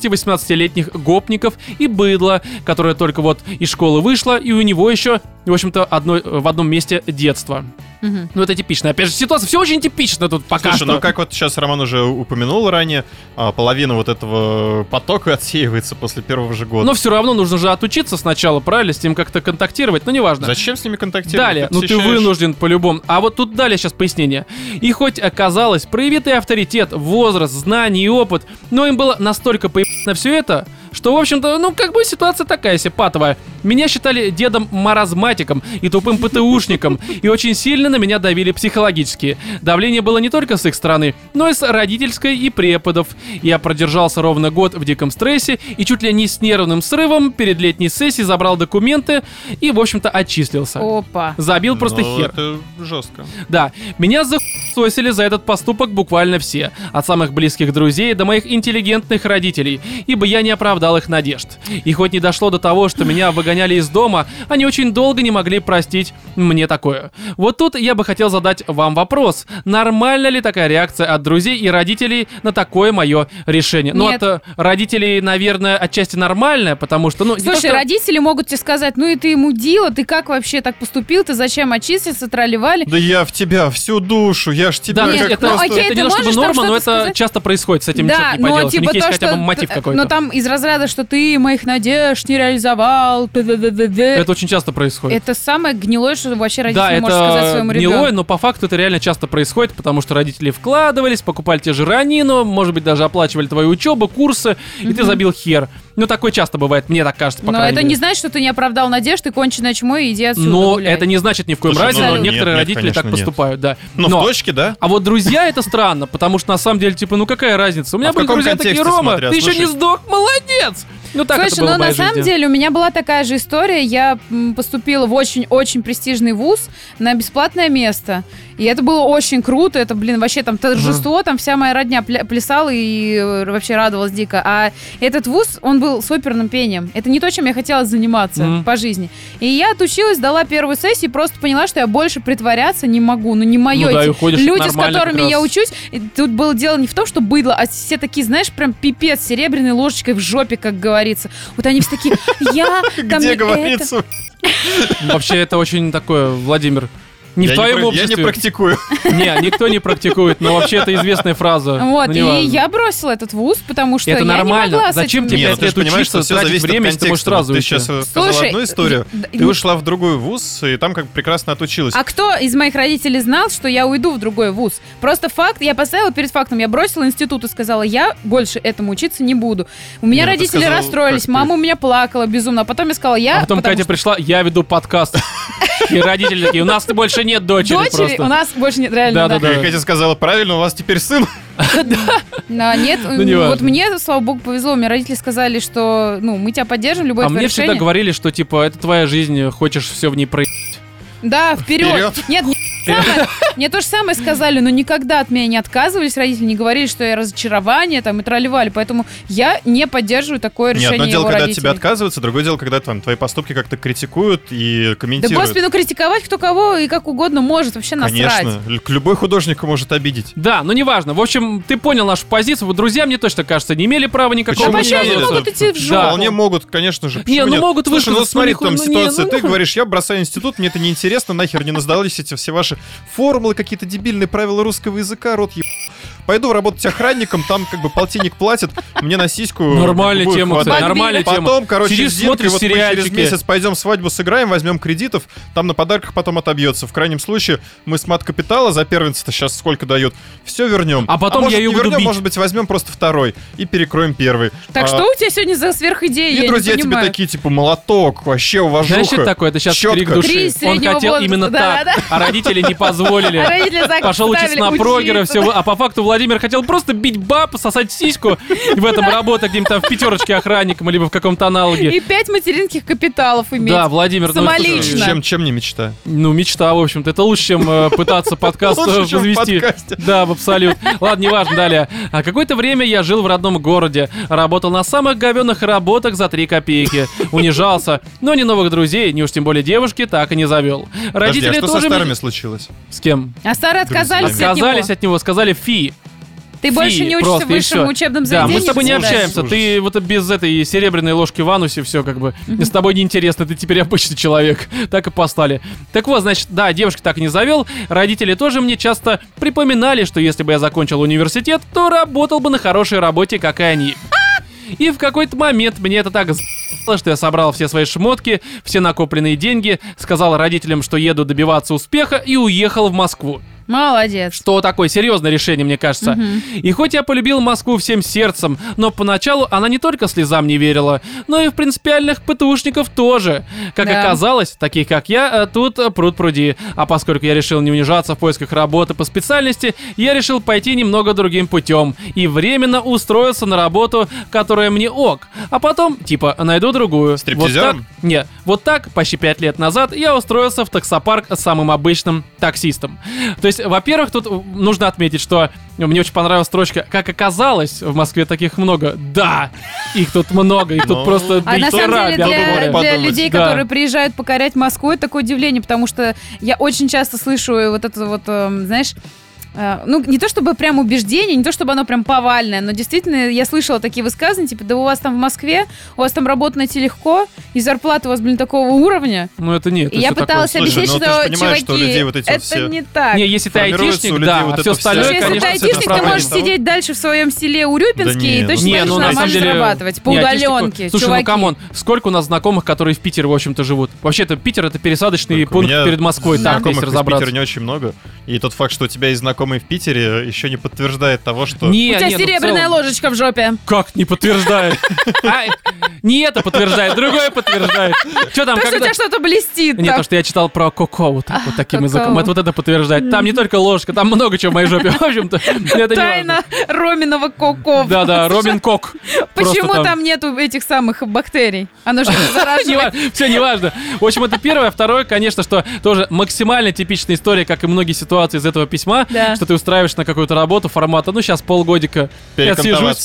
S1: 17-18-летних гопников и быдла, которая только вот из школы вышла, и у него еще, в общем-то, одно, в одном месте детство.
S3: Мгм.
S1: Ну, это типично. Опять же, ситуация все очень типично тут пока
S2: Слушай,
S1: что.
S2: ну как вот сейчас Роман уже упомянул ранее, а, половина вот этого потока отсеивается после первого же года.
S1: Но все равно нужно же отучиться сначала, правильно, с ним как-то контактировать, но неважно.
S2: Зачем с ними контактировать?
S1: Далее, ну ты
S2: посещаешь-
S1: вынужден по-любому. А вот тут далее сейчас пояснение. И хоть оказалось, прояви ты авторитет, возраст, знания и опыт, но им было настолько поебать на все это, что, в общем-то, ну, как бы ситуация такая себе патовая. Меня считали дедом-маразматиком и тупым ПТУшником, и очень сильно на меня давили психологически. Давление было не только с их стороны, но и с родительской и преподов. Я продержался ровно год в диком стрессе и чуть ли не с нервным срывом перед летней сессией забрал документы и, в общем-то, отчислился.
S3: Опа.
S1: Забил
S2: Ну,
S1: просто хер.
S2: Это жестко.
S1: Да, меня захуесосили за этот поступок буквально все. От самых близких друзей до моих интеллигентных родителей, ибо я не оправдал их надежд. И хоть не дошло до того, что меня выгоняли из дома, они очень долго не могли простить мне такое. Вот тут я бы хотел задать вам вопрос. Нормальна ли такая реакция от друзей и родителей на такое мое решение? Ну,
S3: Нет.
S1: от э, родителей, наверное, отчасти нормальная, потому что, ну, не то,
S3: Слушай,
S1: что-
S3: родители могут тебе сказать, ну и ты ему дила, ты как вообще так поступил, ты зачем отчислился, тролливали?
S2: Да я в тебя всю душу, я ж тебя
S1: Да,
S2: Типа,
S3: Нет,
S2: как
S1: это,
S3: ну,
S2: просто-
S3: окей,
S1: это
S3: ты
S1: не то чтобы
S3: можешь там
S1: норма, но
S3: что-то
S1: это
S3: сказать?
S1: часто происходит, с этим ничего не
S3: но типа
S1: поделаешь. У них есть хотя бы
S3: т-
S1: мотив какой-то.
S3: Но ну, там из разряда, что ты моих надежд не реализовал. т-д-д-д-д.
S1: Это очень часто происходит.
S3: Это самое гнилое, что вообще
S1: да,
S3: родитель
S1: это
S3: может сказать своему
S1: гнилое,
S3: ребенку.
S1: но по факту это реально часто происходит, потому что родители вкладывались, покупали те же ранину, может быть, даже оплачивали твою учебу, курсы, и ты
S3: Мгм.
S1: забил хер. Ну, такое часто бывает, мне так кажется, по
S3: Но
S1: крайней
S3: это не
S1: мере.
S3: значит, что ты не оправдал надежд, ты конченая чмо и иди отсюда
S1: Но
S3: гуляй.
S1: это не значит ни в коем
S2: Слушай,
S1: разе,
S2: ну,
S1: но
S2: нет,
S1: некоторые
S2: нет,
S1: родители так
S2: конечно, нет.
S1: поступают, да.
S2: Ну,
S1: Но-
S2: в точке, да?
S1: А вот друзья это странно, потому что на самом деле, типа, ну какая разница? У меня
S2: А в
S1: были
S2: каком
S1: друзья такие,
S2: контексте,
S1: Рома,
S2: смотря,
S1: ты еще не
S2: слушай?
S1: сдох, молодец! Ну так это
S3: Слушай,
S1: было
S3: но
S1: в моей
S3: на самом
S1: жизни.
S3: деле у меня была такая же история. Я м, поступила в очень-очень престижный вуз на бесплатное место. И это было очень круто. Это, блин, вообще там торжество, там вся моя родня пля- плясала и э, вообще радовалась дико. А этот вуз, он был с оперным пением. Это не то, чем я хотела заниматься
S1: Мгм.
S3: по жизни. И я отучилась, дала первую сессию и просто поняла, что я больше притворяться не могу. Ну, не мое.
S1: Ну да, и уходишь
S3: люди, с
S1: нормально как
S3: которыми я
S1: раз.
S3: учусь, и тут было дело не в том, что быдло, а все такие, знаешь, прям пипец, с серебряной ложечкой в жопе, как говорится. Вот они все такие,
S2: <laughs>
S3: я... там
S2: Где
S3: это-
S2: говорится?
S1: Вообще, это очень такое, Владимир. Не
S2: Я
S1: в твоем
S2: пр- Я
S1: обществе.
S2: не практикую.
S1: Не, никто не практикует, но вообще это известная фраза.
S3: Вот,
S1: Ну,
S3: и
S1: неважно.
S3: я бросила этот вуз, потому что
S1: Это
S3: я не
S1: нормально.
S3: могла с
S1: Зачем
S3: этим-
S1: тебе
S2: Не, ну
S1: пять
S2: ты
S1: лет
S2: же понимаешь,
S1: учиться,
S2: что все
S1: тратить
S2: зависит
S1: время,
S2: от
S1: если ты
S2: контекста.
S1: можешь сразу
S2: ты
S1: идти.
S2: сейчас
S3: Слушай,
S2: сказала одну историю,
S3: я- да,
S2: ты ушла в другой вуз, и там как прекрасно отучилась.
S3: А кто из моих родителей знал, что я уйду в другой вуз? Просто факт, я поставила перед фактом, я бросила институт и сказала, я больше этому учиться не буду. У меня
S2: Не, ну ты
S3: родители
S2: сказала,
S3: расстроились,
S2: как ты-
S3: мама у меня плакала безумно, а потом я сказала, я...
S1: А потом
S3: потому
S1: Катя
S3: что-
S1: пришла, я веду подкаст. И родители такие, у нас больше нет дочери,
S3: Дочери
S1: просто.
S3: у нас больше нет,
S1: Да,
S3: реально, да.
S1: да, да.
S2: И Катя сказала, правильно, у вас теперь сын.
S3: Да, нет,
S2: Ну,
S1: не
S3: м, вот
S1: важно.
S3: мне, слава богу, повезло. У меня родители сказали, что ну, мы тебя поддержим, любое
S1: А
S3: твое
S1: мне
S3: решение.
S1: всегда говорили, что типа это твоя жизнь, хочешь все в ней про.
S3: Да, вперед.
S2: Вперед.
S3: Нет, не самое. мне то же самое сказали, но никогда от меня не отказывались родители, не говорили, что я разочарование там и тролливали, поэтому я не поддерживаю такое
S2: Не,
S3: решение
S2: одно дело,
S3: его
S2: когда от
S3: родителей.
S2: тебя отказываются, другое дело, когда там твои поступки как-то критикуют и
S3: да
S2: комментируют.
S3: господи, ну критиковать кто кого и как угодно может, вообще насрать.
S2: Конечно, л- любой художник может обидеть.
S1: Да, ну неважно. В общем, ты понял нашу позицию. Вот Друзья, мне точно кажется, не имели права никакого
S2: Почему
S3: Да вообще
S2: нет?
S3: они
S1: мнения.
S3: могут идти в жопу.
S2: Вполне могут, конечно же.
S1: ну
S2: Почему нет?
S1: могут
S2: Слушай, ну
S1: высказаться,
S2: смотри,
S1: ну
S2: там
S1: нихуя, ну не,
S2: ситуация.
S1: ну
S2: Ты
S1: нахуй.
S2: говоришь, я бросаю институт, мне это неинтересно, нахер не надоелись эти все ваши формулы, какие-то дебильные правила русского языка, рот еб... Пойду работать охранником, там как бы полтинник платит, мне на сиську...
S1: Нормальная
S2: любую
S1: тема, кстати,
S2: хватает.
S1: нормальная тема.
S2: Потом, короче,
S1: Сидишь,
S2: с Динкой
S1: смотришь
S2: вот мы через
S1: сериальчики.
S2: месяц пойдем свадьбу сыграем, возьмем кредитов, там на подарках потом отобьется. В крайнем случае, мы с мат капитала за первенца-то сейчас сколько дает, все вернем.
S1: А потом я
S2: может,
S1: её
S2: не
S1: буду
S2: вернем,
S1: бить.
S2: может быть, возьмем просто второй и перекроем первый.
S3: Так
S2: А,
S3: что у тебя сегодня за сверхидея?
S2: и
S3: я не
S2: друзья тебе
S3: понимаю.
S2: такие, типа, молоток, вообще уважуха.
S1: Знаешь, что это такое? Это сейчас
S2: Щётка.
S1: крик души.
S3: Крик
S1: Он
S3: среднего
S1: хотел
S3: возраста,
S1: именно
S3: да,
S1: так, а родители не
S3: А
S1: позволили.
S3: <laughs> родители так
S1: Пошел учиться
S3: поставили
S1: на прогера,
S3: учиться.
S1: все. А по факту Владимир хотел просто бить баб, сосать сиську, и в этом работа где-нибудь там в пятерочке охранником, либо в каком-то аналоге.
S3: И пять материнских капиталов иметь.
S1: Да, Владимир, ну, это же-
S3: Самолично.
S2: Чем, чем не мечта?
S1: ну, мечта, в общем-то, это лучше, чем э, пытаться подкаст э,
S2: Лучше, чем в
S1: возвести.
S2: подкасте.
S1: Да, в абсолют. Ладно, неважно, далее. А какое-то время я жил в родном городе, работал на самых говёных работах за три копейки, унижался, но ни новых друзей, ни уж тем более девушки так и не завел.
S2: Подожди,
S1: Родители
S2: а что со
S1: тоже... мне-
S2: старыми случилось?
S1: С кем?
S3: А старые отказались
S2: Друзья.
S1: Отказались
S3: от него.
S1: от него, сказали фи.
S3: Ты
S1: фи,
S3: больше не учишься
S1: просто,
S3: в
S1: и
S3: высшем
S1: всё.
S3: учебном
S1: Да,
S3: заведении.
S1: мы с тобой не
S2: Ужас,
S1: общаемся.
S2: ужас.
S1: Ты вот без этой серебряной ложки в анусе все как бы. С тобой неинтересно, ты теперь обычный человек. <laughs> Так и постали. Так вот, значит, да, девушки так и не завел. Родители тоже мне часто припоминали, что если бы я закончил университет, то работал бы на хорошей работе, как и они. И в какой-то момент мне это так за***ло, что я собрал все свои шмотки, все накопленные деньги, сказал родителям, что еду добиваться успеха и уехал в Москву
S3: Молодец.
S1: что такое серьезное решение, мне кажется. И хоть я полюбил Москву всем сердцем, но поначалу она не только слезам не верила, но и в принципиальных ПТУшников тоже. Как
S3: Да.
S1: оказалось, таких как я, э, тут э, пруд пруди. А поскольку я решил не унижаться в поисках работы по специальности, я решил пойти немного другим путем и временно устроиться на работу, которая мне ок. А потом, типа, найду другую.
S2: Стриптизером?
S1: Вот так- не, вот так, почти пять лет назад, я устроился в таксопарк самым обычным таксистом. То есть, во-первых, тут э, нужно отметить, что мне очень понравилась строчка «Как оказалось, в Москве таких много». Да, их тут много, их
S2: Ну,
S1: тут просто
S3: А
S1: дохера,
S3: на самом деле
S1: я
S3: для,
S1: думаю.
S2: думал,
S3: для
S2: подумать.
S3: людей,
S1: Да.
S3: которые приезжают покорять Москву, это такое удивление, потому что я очень часто слышу вот это вот, эм, знаешь... э, Ну, не то чтобы прям убеждение, не то чтобы оно прям повальное, но действительно я слышала такие высказывания, типа, да у вас там в Москве, у вас там работу найти легко, и зарплата у вас, блин, такого уровня.
S1: Ну, это нет.
S3: и я
S1: это всё
S3: пыталась
S1: такое.
S2: Слушай,
S3: объяснить,
S2: ну,
S3: что,
S2: ты же понимаешь,
S3: чуваки,
S2: что у людей вот эти вот
S3: это
S2: все-
S3: не так.
S1: Не, если ты
S2: Формируется у
S1: айтишник,
S2: людей
S1: да,
S2: вот
S1: а
S2: это
S1: все
S2: вся-
S1: остальное,
S3: Слушай, если
S1: конечно,
S3: ты
S2: это
S3: айтишник, ты
S2: проблема.
S3: можешь сидеть дальше в своем селе Урюпинске
S2: Да не,
S3: и
S2: ну,
S3: точно
S2: не,
S3: будешь
S2: ну, на
S3: нормально
S2: самом деле,
S3: зарабатывать. По
S1: не, айтишнику-
S3: удаленке,
S1: Слушай,
S3: чуваки.
S1: ну камон, сколько у нас знакомых, которые в Питере, в общем-то, живут? Вообще-то Питер это пересадочный
S2: Так, у
S1: пункт
S2: меня
S1: перед Москвой, так,
S2: знакомых
S1: если
S2: из
S1: разобраться.
S2: Питера не очень много. И тот факт, что у тебя есть знакомые в Питере, еще не подтверждает того, что...
S1: Не,
S3: У тебя
S1: не, ну, в
S3: серебряная
S1: целом-
S3: ложечка в жопе.
S1: Как не подтверждает? <laughs> А, не это подтверждает, другое подтверждает. Что там,
S3: То есть у
S1: когда...
S3: тебя А, что-то блестит.
S1: Нет,
S3: там.
S1: то, что я читал про коко вот, так, вот таким
S3: какао.
S1: языком. Это вот это подтверждает. Там не только ложка, там много чего в моей жопе. <laughs> В общем-то, это не важно.
S3: Тайна Роминого
S1: <laughs>
S3: коко.
S1: Да, да, Робин Кок. Просто
S3: Почему
S1: <laughs>
S3: там нету этих самых бактерий? Оно же заражено.
S1: Все, неважно. В общем, это первое. Второе, конечно, что тоже максимально типичная история, как и многие ситуации из этого письма,
S3: Да.
S1: что ты устраиваешь на какую-то работу формата, ну, сейчас полгодика. Я
S2: Перекантоваться.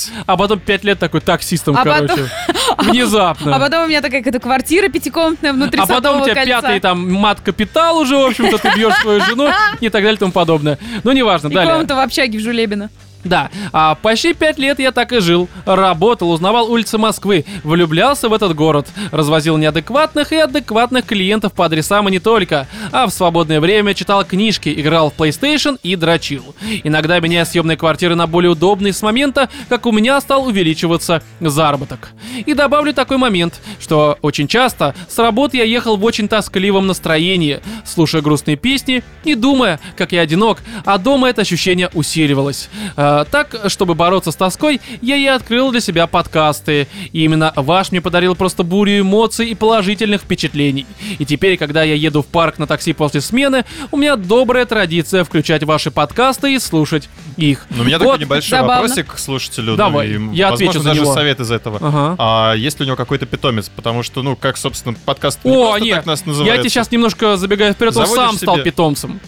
S1: съезжусь, а потом пять лет такой таксистом,
S3: А
S1: короче.
S3: <laughs>
S1: Внезапно.
S3: А потом у меня такая какая-то квартира пятикомнатная внутри
S1: А потом у тебя
S3: Садового кольца.
S1: пятый там мат-капитал уже, в общем-то, ты бьешь свою жену и так далее и тому подобное. Ну, неважно,
S3: И
S1: далее.
S3: комната в общаге в Жулебино.
S1: Да, а почти пять лет я так и жил. Работал, узнавал улицы Москвы, влюблялся в этот город, развозил неадекватных и адекватных клиентов по адресам и не только, а в свободное время читал книжки, играл в PlayStation и дрочил. Иногда меняя съемные квартиры на более удобные с момента, как у меня стал увеличиваться заработок. И добавлю такой момент, что очень часто с работы я ехал в очень тоскливом настроении, слушая грустные песни и думая, как я одинок, а дома это ощущение усиливалось. Э, так, чтобы бороться с тоской, я и открыл для себя подкасты. И именно ваш мне подарил просто бурю эмоций и положительных впечатлений. И теперь, когда я еду в парк на такси после смены, у меня добрая традиция включать ваши подкасты и слушать их.
S2: Но Ну, у меня
S1: Вот,
S2: такой небольшой
S3: забавно.
S2: вопросик к слушателю. ну,
S1: Давай,
S2: и,
S1: я
S2: возможно,
S1: отвечу за
S2: даже
S1: него.
S2: совет из этого.
S1: Ага.
S2: А есть ли у него какой-то питомец? Потому что, ну, как, собственно, подкаст не
S1: О,
S2: просто
S1: нет,
S2: так нас
S1: я
S2: называется.
S1: тебе сейчас немножко забегаю вперед, он
S2: Заводишь
S1: сам
S2: себе?
S1: стал питомцем.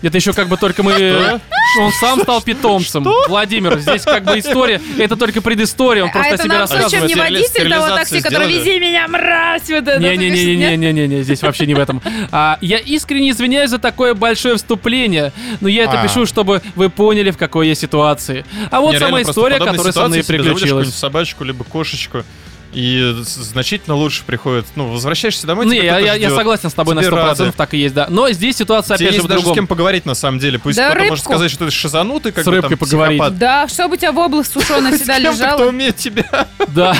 S1: Это еще как бы только мы... Он сам стал питомцем. Владимир, здесь как бы история, это только предыстория, он
S3: А
S1: просто о
S3: это
S1: себе
S3: нам случаем
S1: рассказывает.
S3: не
S2: Стерили-
S3: водитель того такси,
S2: стерилизацию
S3: который
S2: сделали?
S3: «Вези меня, мразь!» вот это, ты говоришь, нет?
S1: Не-не-не-не-не-не, здесь вообще не в этом. А, я искренне извиняюсь за такое большое вступление, но я это
S2: А.
S1: пишу, чтобы вы поняли, в какой я ситуации. А вот
S2: Мне
S1: сама
S2: реально просто
S1: история,
S2: подобные
S1: которая со мной и
S2: ситуации, если ты заводишь
S1: приключилась.
S2: какую-нибудь собачку, либо кошечку, и с- значительно лучше приходит. Ну, возвращаешься домой,
S1: Не,
S2: тебя
S1: я,
S2: кто-то
S1: я- я
S2: ждет.
S1: согласен с тобой на
S2: Тебе
S1: 100%,
S2: рады.
S1: так и есть, да. Но здесь ситуация,
S2: Тебе
S1: опять же,
S2: есть
S1: в
S2: даже с
S1: другом.
S2: кем поговорить, на самом деле. Пусть
S3: Да
S2: кто-то может
S3: рыбку.
S2: сказать, что ты шизанутый, как
S1: С
S2: бы
S1: рыбкой
S2: там
S1: поговорить.
S2: психопат.
S3: Да, чтобы у тебя в область сушеная всегда
S2: С кем-то,
S3: лежала.
S2: кто умеет тебя.
S1: Да.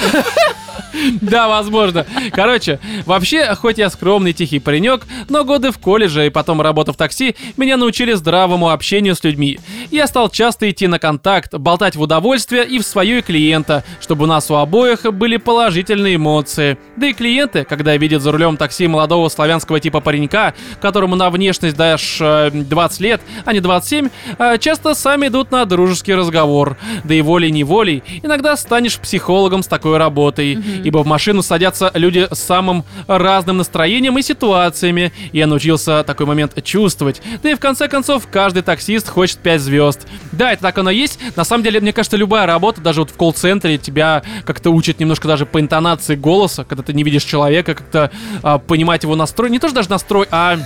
S1: Да, возможно. Короче, вообще, хоть я скромный тихий паренек, но годы в колледже и потом работа в такси меня научили здравому общению с людьми. Я стал часто идти на контакт, болтать в удовольствие и в свою и клиента, чтобы у нас у обоих были положительные эмоции. Да и клиенты, когда видят за рулем такси молодого славянского типа паренька, которому на внешность дашь э, 20 лет, а не 27, э, часто сами идут на дружеский разговор. Да и волей-неволей иногда станешь психологом с такой работой, ибо в машину садятся люди с самым разным настроением и ситуациями. Я научился такой момент чувствовать. Да и в конце концов, каждый таксист хочет 5 звезд. Да, это так оно и есть. На самом деле, мне кажется, любая работа, даже вот в колл-центре, тебя как-то учат немножко даже по интонации голоса, когда ты не видишь человека, как-то а, понимать его настрой. Не то, что даже настрой, а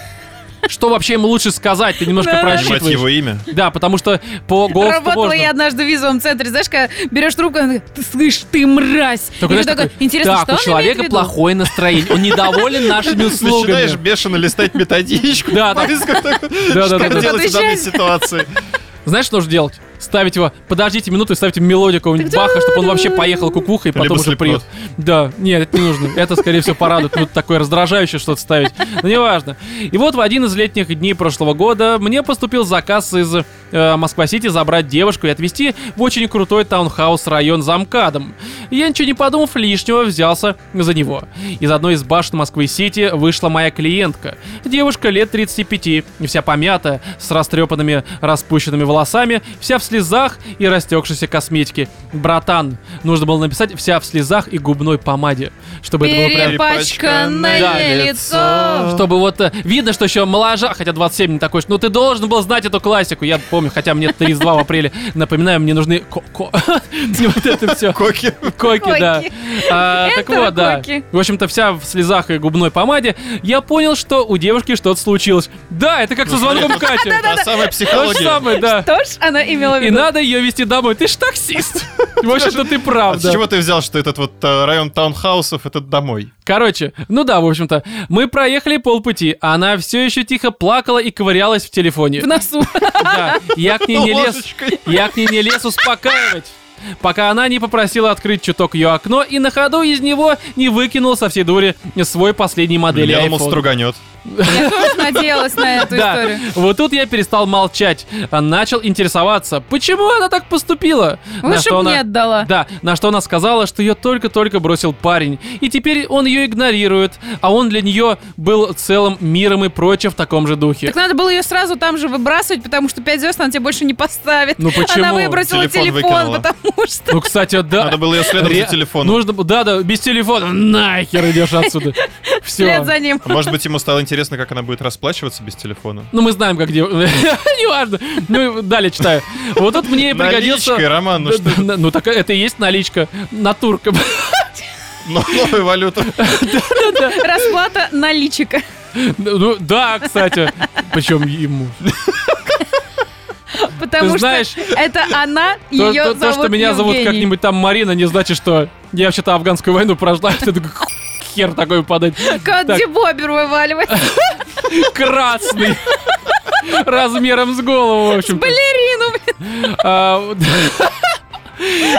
S1: что вообще ему лучше сказать, ты немножко
S3: Да-да-да.
S2: Понимать его
S1: просчитываешь.
S2: имя.
S1: Да, потому что по голосу
S3: Работала я однажды в визовом центре, знаешь, когда берешь трубку, она такая, ты слышь, ты мразь.
S1: Только,
S3: И ты
S1: знаешь, такой,
S3: интересно,
S1: так, а у
S3: что он имеет в
S1: человека
S3: виду?»
S1: плохое настроение, он
S3: <laughs>
S1: недоволен нашими
S2: Начинаешь
S1: услугами.
S2: бешено листать методичку.
S1: Да, да. да,
S2: Что
S1: да.
S2: делать в данной
S3: Отвечай.
S2: ситуации?
S1: Знаешь, что нужно делать? Ставить его, подождите минуту и ставьте мелодию какого-нибудь Баха, чтобы он вообще поехал кукуха и потом
S2: Либо
S1: уже
S2: Slipknot.
S1: приедет. Да, нет, это не нужно. Это, скорее всего, порадует. Тут такое раздражающее что-то ставить. Но неважно. И вот в один из летних дней прошлого года мне поступил заказ из э, Москва-Сити забрать девушку и отвезти в очень крутой таунхаус-район за МКАДом. Я ничего не подумав лишнего, взялся за него. Из одной из башен Москвы-Сити вышла моя клиентка. Девушка лет 35, вся помята, с растрепанными распущенными волосами, вся в слезах и растекшейся косметике. Братан, нужно было написать «вся в слезах и губной помаде», чтобы это было прям...
S3: Перепачканное
S1: Да.
S3: лицо.
S1: Чтобы вот э, видно, что еще моложа, хотя 27 не такой, ж- ну ты должен был знать эту классику, я помню, хотя мне 32 в апреле, напоминаю, мне нужны коко. <laughs> Вот это все.
S2: Коки.
S1: Коки,
S3: Коки.
S1: да. А, так
S3: Это
S1: вот, да.
S3: коки.
S1: В общем-то, вся в слезах и губной помаде. Я понял, что у девушки что-то случилось. Да, это как со звонком Кати.
S2: Та самая
S1: То же
S2: психология.
S1: самое, да.
S3: Что ж она имела в
S1: И
S3: виду?
S1: надо ее вести домой. Ты ж таксист. В общем-то, ты
S2: А
S1: прав,
S2: С
S1: да.
S2: чего ты взял, что этот вот э, район таунхаусов, этот домой?
S1: Короче, ну да, в общем-то, мы проехали полпути, а она все еще тихо плакала и ковырялась в телефоне.
S3: <laughs>
S1: <laughs>
S3: В носу.
S1: Да, я к ней не лез.
S2: Ложечкой.
S1: Я к ней не лез успокаивать. Пока она не попросила открыть чуток ее окно и на ходу из него не выкинул со всей дури свой последний
S2: Блин,
S1: модель
S2: Я думал,
S1: iPhone.
S2: струганет.
S3: Я тоже надеялась на эту
S1: Да,
S3: историю.
S1: вот тут я перестал молчать, а начал интересоваться, почему она так поступила. На
S3: Лучше
S1: что
S3: бы
S1: она-
S3: не отдала.
S1: Да, на что она сказала, что ее только-только бросил парень, и теперь он ее игнорирует, а он для нее был целым миром и прочее в таком же духе.
S3: Так надо было ее сразу там же выбрасывать, потому что 5 звезд она тебе больше не поставит.
S1: Ну почему?
S3: Она выбросила
S2: Телефон
S3: телефон,
S2: выкинула.
S3: потому
S1: <laughs>
S3: что...
S1: Ну, кстати, да.
S2: Надо было ее следом за
S1: Ре- Ну,
S2: телефоном.
S1: Нужно, бу- да, да, без телефона. Нахер идешь
S3: <laughs>
S1: отсюда. Все.
S3: Вслед за
S1: <laughs>
S3: ним.
S2: А Может быть, ему стало интересно, как она будет расплачиваться без телефона?
S1: Ну, мы знаем, как девушка. <laughs> Неважно. Ну, и далее читаю. Вот тут мне и пригодился...
S2: Наличкой, Роман, ну что,
S1: Да, да, Ну, так это и есть наличка. Натурка. <laughs>
S2: но- Ну, новая валюта.
S3: Расплата наличика. <laughs>
S1: Ну, да, кстати. Причем ему.
S3: Потому
S1: Ты
S3: что
S1: знаешь,
S3: это она,
S1: То,
S3: ее
S1: то-
S3: зовут
S1: то, что меня зовут
S3: Евгений.
S1: как-нибудь там Марина, не значит, что я вообще-то афганскую войну <laughs> прошла. Это такой хер такой подать.
S3: Как
S1: Так.
S3: Дебобер вываливать.
S1: Красный. Размером с голову, в общем
S3: Балерину, блин.
S1: А, Вот <laughs>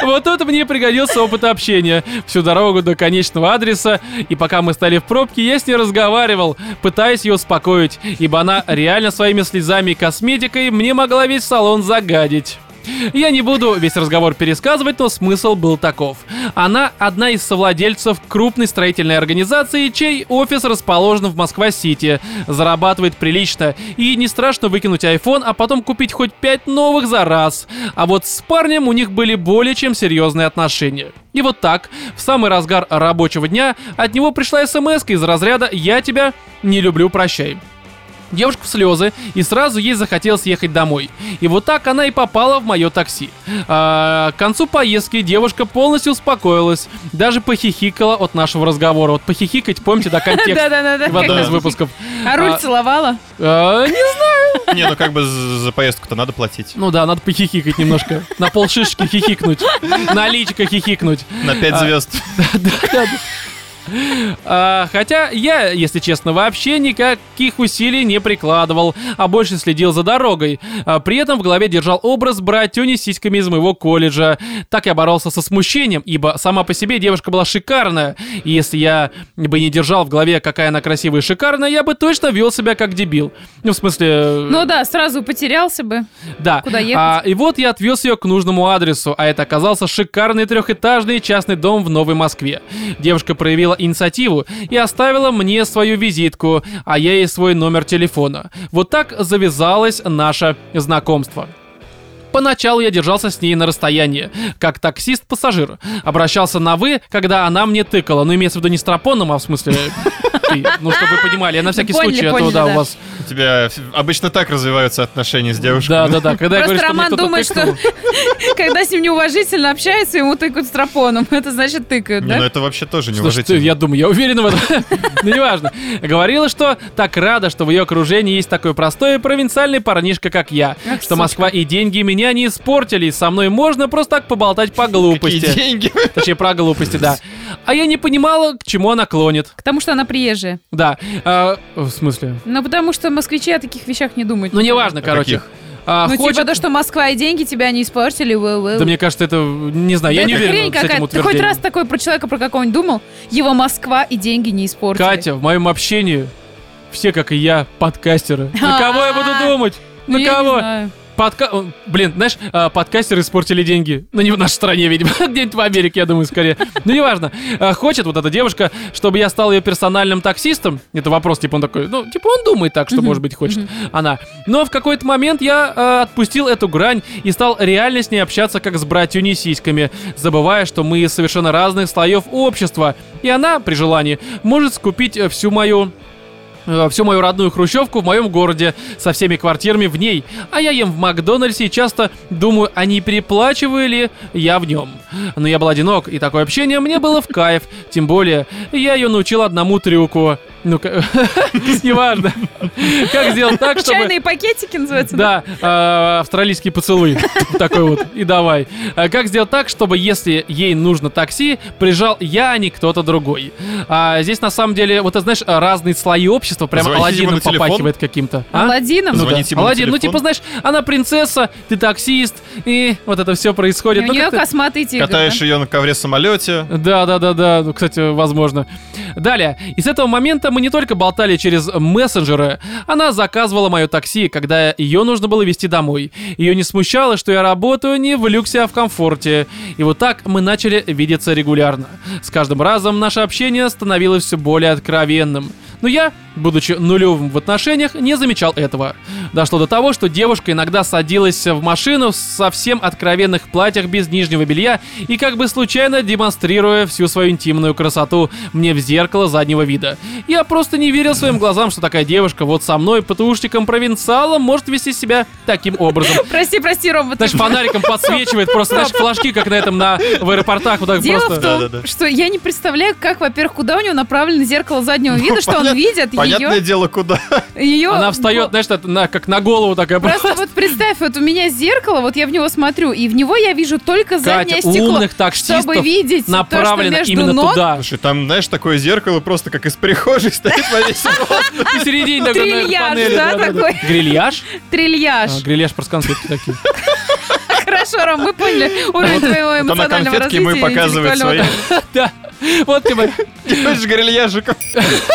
S1: вот тут мне пригодился опыт общения. Всю дорогу до конечного адреса. И пока мы стали в пробке, я с ней разговаривал, пытаясь ее успокоить, ибо она реально своими слезами и косметикой мне могла весь салон загадить. Я не буду весь разговор пересказывать, но смысл был таков. Она одна из совладельцев крупной строительной организации, чей офис расположен в Москва-Сити. Зарабатывает прилично. И не страшно выкинуть iPhone, а потом купить хоть пять новых за раз. А вот с парнем у них были более чем серьезные отношения. И вот так, в самый разгар рабочего дня, от него пришла смс из разряда «Я тебя не люблю, прощай». Девушка в слезы, и сразу ей захотелось ехать домой. И вот так она и попала в мое такси. А, к концу поездки девушка полностью успокоилась, даже похихикала от нашего разговора. Вот похихикать, помните, да, контекст
S3: Да-да-да.
S1: в одном
S2: как
S1: из выпусков.
S3: А
S1: А,
S3: руль целовала?
S1: А, не-
S2: Не, ну как бы за за поездку-то надо платить.
S1: Ну да, надо похихикать немножко. На полшишки хихикнуть. Наличка хихикнуть.
S2: На 5 звезд.
S1: Да, да, да. А, хотя я, если честно, вообще никаких усилий не прикладывал, а больше следил за дорогой. А при этом в голове держал образ братюни с сиськами из моего колледжа. Так я боролся со смущением, ибо сама по себе девушка была шикарная. И если я бы не держал в голове, какая она красивая и шикарная, я бы точно вел себя как дебил. Ну, в смысле... э,
S3: Ну да, сразу потерялся бы. <laughs>
S1: да.
S3: Куда ехать?
S1: А, и вот я отвез ее к нужному адресу, а это оказался шикарный трехэтажный частный дом в Новой Москве. Девушка проявила инициативу и оставила мне свою визитку, а я ей свой номер телефона. Вот так завязалось наше знакомство. Поначалу я держался с ней на расстоянии, как таксист-пассажир. Обращался на «вы», когда она мне тыкала. Ну, имеется в виду не с тропоном, а в смысле... ты. Ну, чтобы вы понимали, я на всякий
S3: Поняли,
S1: случай, а то,
S3: поняли,
S1: да, у
S3: да.
S1: вас...
S2: У тебя ф- обычно так развиваются отношения с девушкой.
S1: Да-да-да, когда я
S3: Просто
S1: говорю, что мне
S3: Роман
S1: кто-то
S3: думает,
S1: тыкнул.
S3: что когда с ним неуважительно общается, ему тыкают стропоном. <laughs> Это значит тыкают,
S2: Не, ну
S3: да?
S2: это вообще тоже
S1: Слушай, ты,
S2: неуважительно.
S1: я думаю, я уверен в этом. <laughs> Ну, неважно. Говорила, что так рада, что в ее окружении есть такой простой и провинциальный парнишка, как я. Что Москва и деньги меня не испортили, и со мной можно просто так поболтать по
S2: Какие
S1: глупости.
S3: <laughs>
S2: деньги?
S1: Точнее, про глупости, да. А я не понимала, к чему она клонит.
S3: Потому что она приезжая.
S1: Да. А, в смысле?
S3: Ну, потому что москвичи о таких вещах не думают.
S1: Ну, неважно, короче.
S2: каких?
S1: А,
S3: Ну,
S1: хочет-
S3: типа то, что Москва и деньги тебя не испортили. уэ, уэ,
S1: Да
S3: уэ.
S1: мне кажется, это... Не знаю, я
S3: Да
S1: не
S3: это
S1: уверен
S3: хрень
S1: с этим
S3: какая-то. Ты хоть
S1: утверждением.
S3: раз такой про человека, про какого нибудь думал? Его Москва и деньги не испортили.
S1: Катя, в моем общении все, как и я,
S3: <laughs>
S1: подкастеры. На кого я буду
S3: А-а-а.
S1: думать?
S3: ну,
S1: На
S3: я не
S1: кого?
S3: знаю.
S1: Подка... о, Блин, знаешь, а, подкастеры испортили деньги. Ну, не в нашей стране, видимо. <laughs> Где-нибудь в Америке, я думаю, скорее. Ну, неважно. А, Хочет вот эта девушка, чтобы я стал ее персональным таксистом. Это вопрос, типа, он такой, ну, типа, он думает так, что, может быть, хочет она. Но в какой-то момент я а, отпустил эту грань и стал реально с ней общаться, как с братью сиськами, забывая, что мы из совершенно разных слоев общества. И она, при желании, может скупить э, всю мою э, всю мою родную хрущевку в моем городе со всеми квартирами в ней. А я ем в Макдональдсе и часто думаю, а не переплачиваю ли я в нем. Но я был одинок, и такое общение мне было в кайф. Тем более, я ее научил одному трюку. Ну-ка, <laughs> неважно. Как сделать так, чтобы...
S3: Ну, Чайные пакетики называются?
S1: <laughs> Да, э, австралийские поцелуи. Такой вот. И давай. А Как сделать так, чтобы если ей нужно такси, прижал я, а не кто-то другой? А Здесь на самом деле, вот ты знаешь, разные слои общества, прям
S2: Звоните ему
S1: Аладдином
S2: на телефон.
S1: попахивает каким-то. А?
S3: Аладдином?
S1: Ну да.
S2: Звоните ему на
S1: Аладдин, ну
S2: телефон.
S1: типа, знаешь, она принцесса, ты таксист, и вот это все
S3: И
S1: происходит.
S3: У
S1: Ну,
S3: нее
S1: как-то-
S3: косматый тигр.
S2: Катаешь ее на ковре самолете.
S1: да, да, да, да. Ну, кстати, возможно. Далее. И с этого момента мы не только болтали через мессенджеры. Она заказывала мое такси, когда ее нужно было везти домой. Ее не смущало, что я работаю не в люксе, а в комфорте. И вот так мы начали видеться регулярно. С каждым разом наше общение становилось все более откровенным. Но я, будучи нулевым в отношениях, не замечал этого. Дошло до того, что девушка иногда садилась в машину в совсем откровенных платьях без нижнего белья и как бы случайно демонстрируя всю свою интимную красоту мне в зеркало заднего вида. Я просто не верил своим глазам, что такая девушка вот со мной, ПТУшником-провинциалом, может вести себя таким образом.
S3: Прости, прости, робот.
S1: Знаешь, фонариком подсвечивает просто, знаешь, флажки, как на этом, на, в аэропортах, вот так
S3: <laughs> Дело в
S1: просто.
S3: том,
S2: Да-да-да.
S3: что я не представляю, как, во-первых, куда у него направлено зеркало заднего вида, что он
S2: понят-
S3: видит
S2: Понятное
S3: ее.
S1: <laughs>
S2: дело, куда.
S3: ее...
S1: Она встает, знаешь, так, на- как на голову такая
S3: Просто вот представь, вот у меня зеркало, вот я в него смотрю, и в него я вижу только заднее
S1: Катя,
S3: стекло,
S1: умных таксистов
S3: чтобы видеть
S1: направлена
S3: то, что между
S1: именно
S3: ног.
S1: туда.
S3: <laughs>
S2: Слушай, там, знаешь, такое зеркало просто как из прихожей <laughs> стоит во весь рост.
S1: Посередине такой на
S3: Трильяж,
S1: панели,
S3: да, такой?
S1: Грильяж?
S3: Трильяж.
S1: А, Грильяж просто конфетки такие.
S3: <laughs> Хорошо, Ром, мы поняли уровень твоего
S2: Вот она
S3: эмоционального
S2: конфетки
S3: развития.
S2: ему и
S3: и
S2: показывает свои.
S3: интеллектуального.
S1: <laughs> Да. Вот типа, тебе.
S2: <laughs> Делаешь грильяжиком.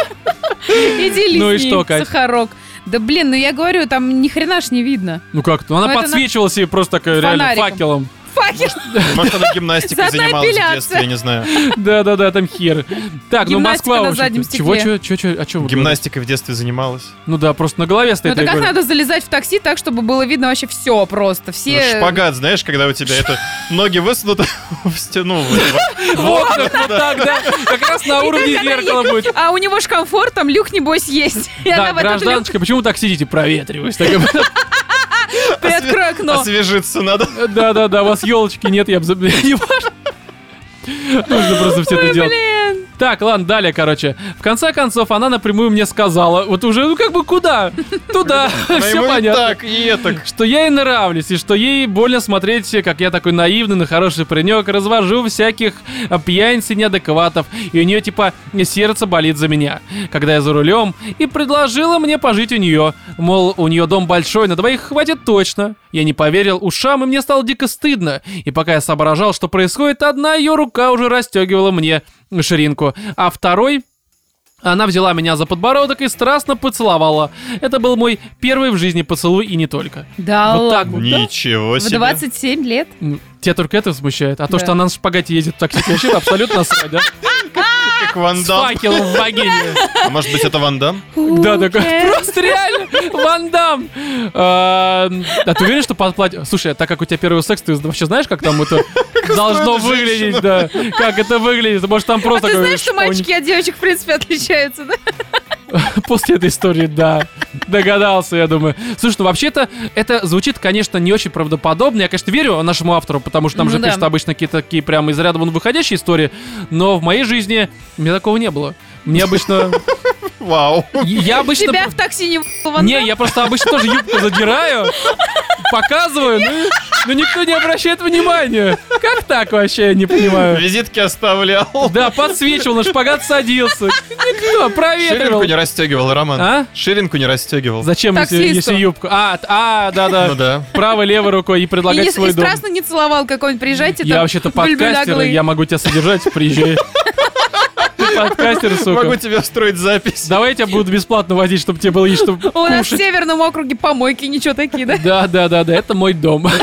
S3: <laughs> Иди
S1: Ну и
S3: лизни,
S1: что, Кать?
S3: Сахарок. Да блин, ну я говорю, там ни хрена ж не видно.
S1: Ну как то Она
S3: Ну, это
S1: подсвечивала себе просто такая реально
S3: Фонариком.
S1: факелом.
S3: Факел. Ну
S2: Может, она гимнастикой
S3: Заодно
S2: занималась в
S3: эпиляция.
S2: детстве, я не знаю.
S1: Да-да-да, там хер. Так, ну
S3: Гимнастика
S1: Москва,
S3: на
S1: в общем-то.
S3: заднем стекле.
S1: Чего, чего, чего, чего, о чем вы говорите?
S2: Гимнастикой в детстве занималась.
S1: Ну да, просто на голове
S3: Ну
S1: стоит.
S3: это
S1: я
S3: как
S1: говорю.
S3: надо залезать в такси так, чтобы было видно вообще все просто, все...
S2: Ну, Шпагат, знаешь, когда у тебя это ноги высунуты <laughs> в стену.
S1: В окнах вот так, да. Как раз на уровне А зеркала будет.
S3: А у него ж комфорт, там люк, небось, есть. И
S1: Да,
S3: она в этот люк
S1: гражданочка, почему так сидите? Проветриваюсь. Так,
S3: приоткрой окно.
S1: <laughs>
S2: Освежиться надо.
S1: Да-да-да, у вас елочки нет, я бы... за- Не важно. Нужно просто все это делать.
S3: Блин.
S1: Так, ладно, далее, короче. В конце концов, она напрямую мне сказала, вот уже, ну как бы куда? Туда, <laughs>
S2: Она ему
S1: все
S2: и
S1: понятно.
S2: Так, и так.
S1: Что я ей нравлюсь, и что ей больно смотреть, как я такой наивный, на хороший паренек, развожу всяких э, пьянец и неадекватов, и у нее типа сердце болит за меня, когда я за рулем, и предложила мне пожить у нее. Мол, у нее дом большой, на двоих хватит точно. Я не поверил ушам, и мне стало дико стыдно. И пока я соображал, что происходит, одна ее рука уже расстегивала мне ширинку, а второй она взяла меня за подбородок и страстно поцеловала. Это был мой первый в жизни поцелуй и не только.
S3: Да
S1: Вот так
S3: ладно.
S1: вот.
S2: Ничего
S3: В
S2: себе.
S3: 27 лет.
S1: Ну, Тебя только это смущает. А то,
S3: Да.
S1: что она на шпагате ездит в такси, тебе вообще абсолютно насрать, да?
S2: Как
S1: С
S2: Ван Дам.
S1: факелом в вагине.
S2: А может быть, это Ван Дам?
S1: Да,
S3: Who
S1: такой,
S3: cares?
S1: просто реально, Ван Дам. А а ты уверен, что под платье... Слушай, а так как у тебя первый секс, ты вообще знаешь, как там это должно
S2: устроена
S1: выглядеть, да? Как это выглядит? Может, там
S3: А
S1: просто...
S3: ты
S1: такой
S3: знаешь, что
S1: шпауник.
S3: мальчики от девочек, в принципе, отличаются, да?
S1: После этой истории, да. Догадался, я думаю. Слушай, ну вообще-то это звучит, конечно, не очень правдоподобно. Я, конечно, верю нашему автору, потому что там
S3: Ну
S1: же
S3: да.
S1: пишут обычно какие-то такие прямо из ряда вон выходящие истории. Но в моей жизни у меня такого не было. Мне обычно...
S2: Вау.
S1: Я обычно...
S3: Тебя в такси не в***л, Ван
S1: Не,
S3: Дам?
S1: я просто обычно тоже юбку задираю, показываю, ну, и- но никто не обращает внимания. Как так вообще, я не понимаю.
S2: Визитки оставлял.
S1: Да, подсвечивал, на шпагат садился. Никто, проветривал.
S2: Ширинку не расстегивал, Роман.
S1: А?
S2: Ширинку не расстегивал.
S1: Зачем, если,
S3: Таксисту.
S1: если юбку? А, т- а, да, да.
S2: Ну да.
S1: Правой, левой рукой и
S3: И, не,
S1: предлагать свой
S3: и
S1: дом.
S3: страстно не целовал какой-нибудь, приезжайте
S1: Я
S3: там,
S1: вообще-то
S3: бульбуляглый.
S1: подкастер, и я могу тебя содержать, приезжай. Ты подкастер,
S2: Могу
S1: сука.
S2: тебе устроить запись.
S1: Давай я тебя буду бесплатно возить, чтобы тебе было есть что
S3: У нас в
S1: кушать.
S3: северном округе помойки, ничего
S1: <laughs>
S3: такие, да?
S1: Да, да, да, да, это мой дом. <laughs>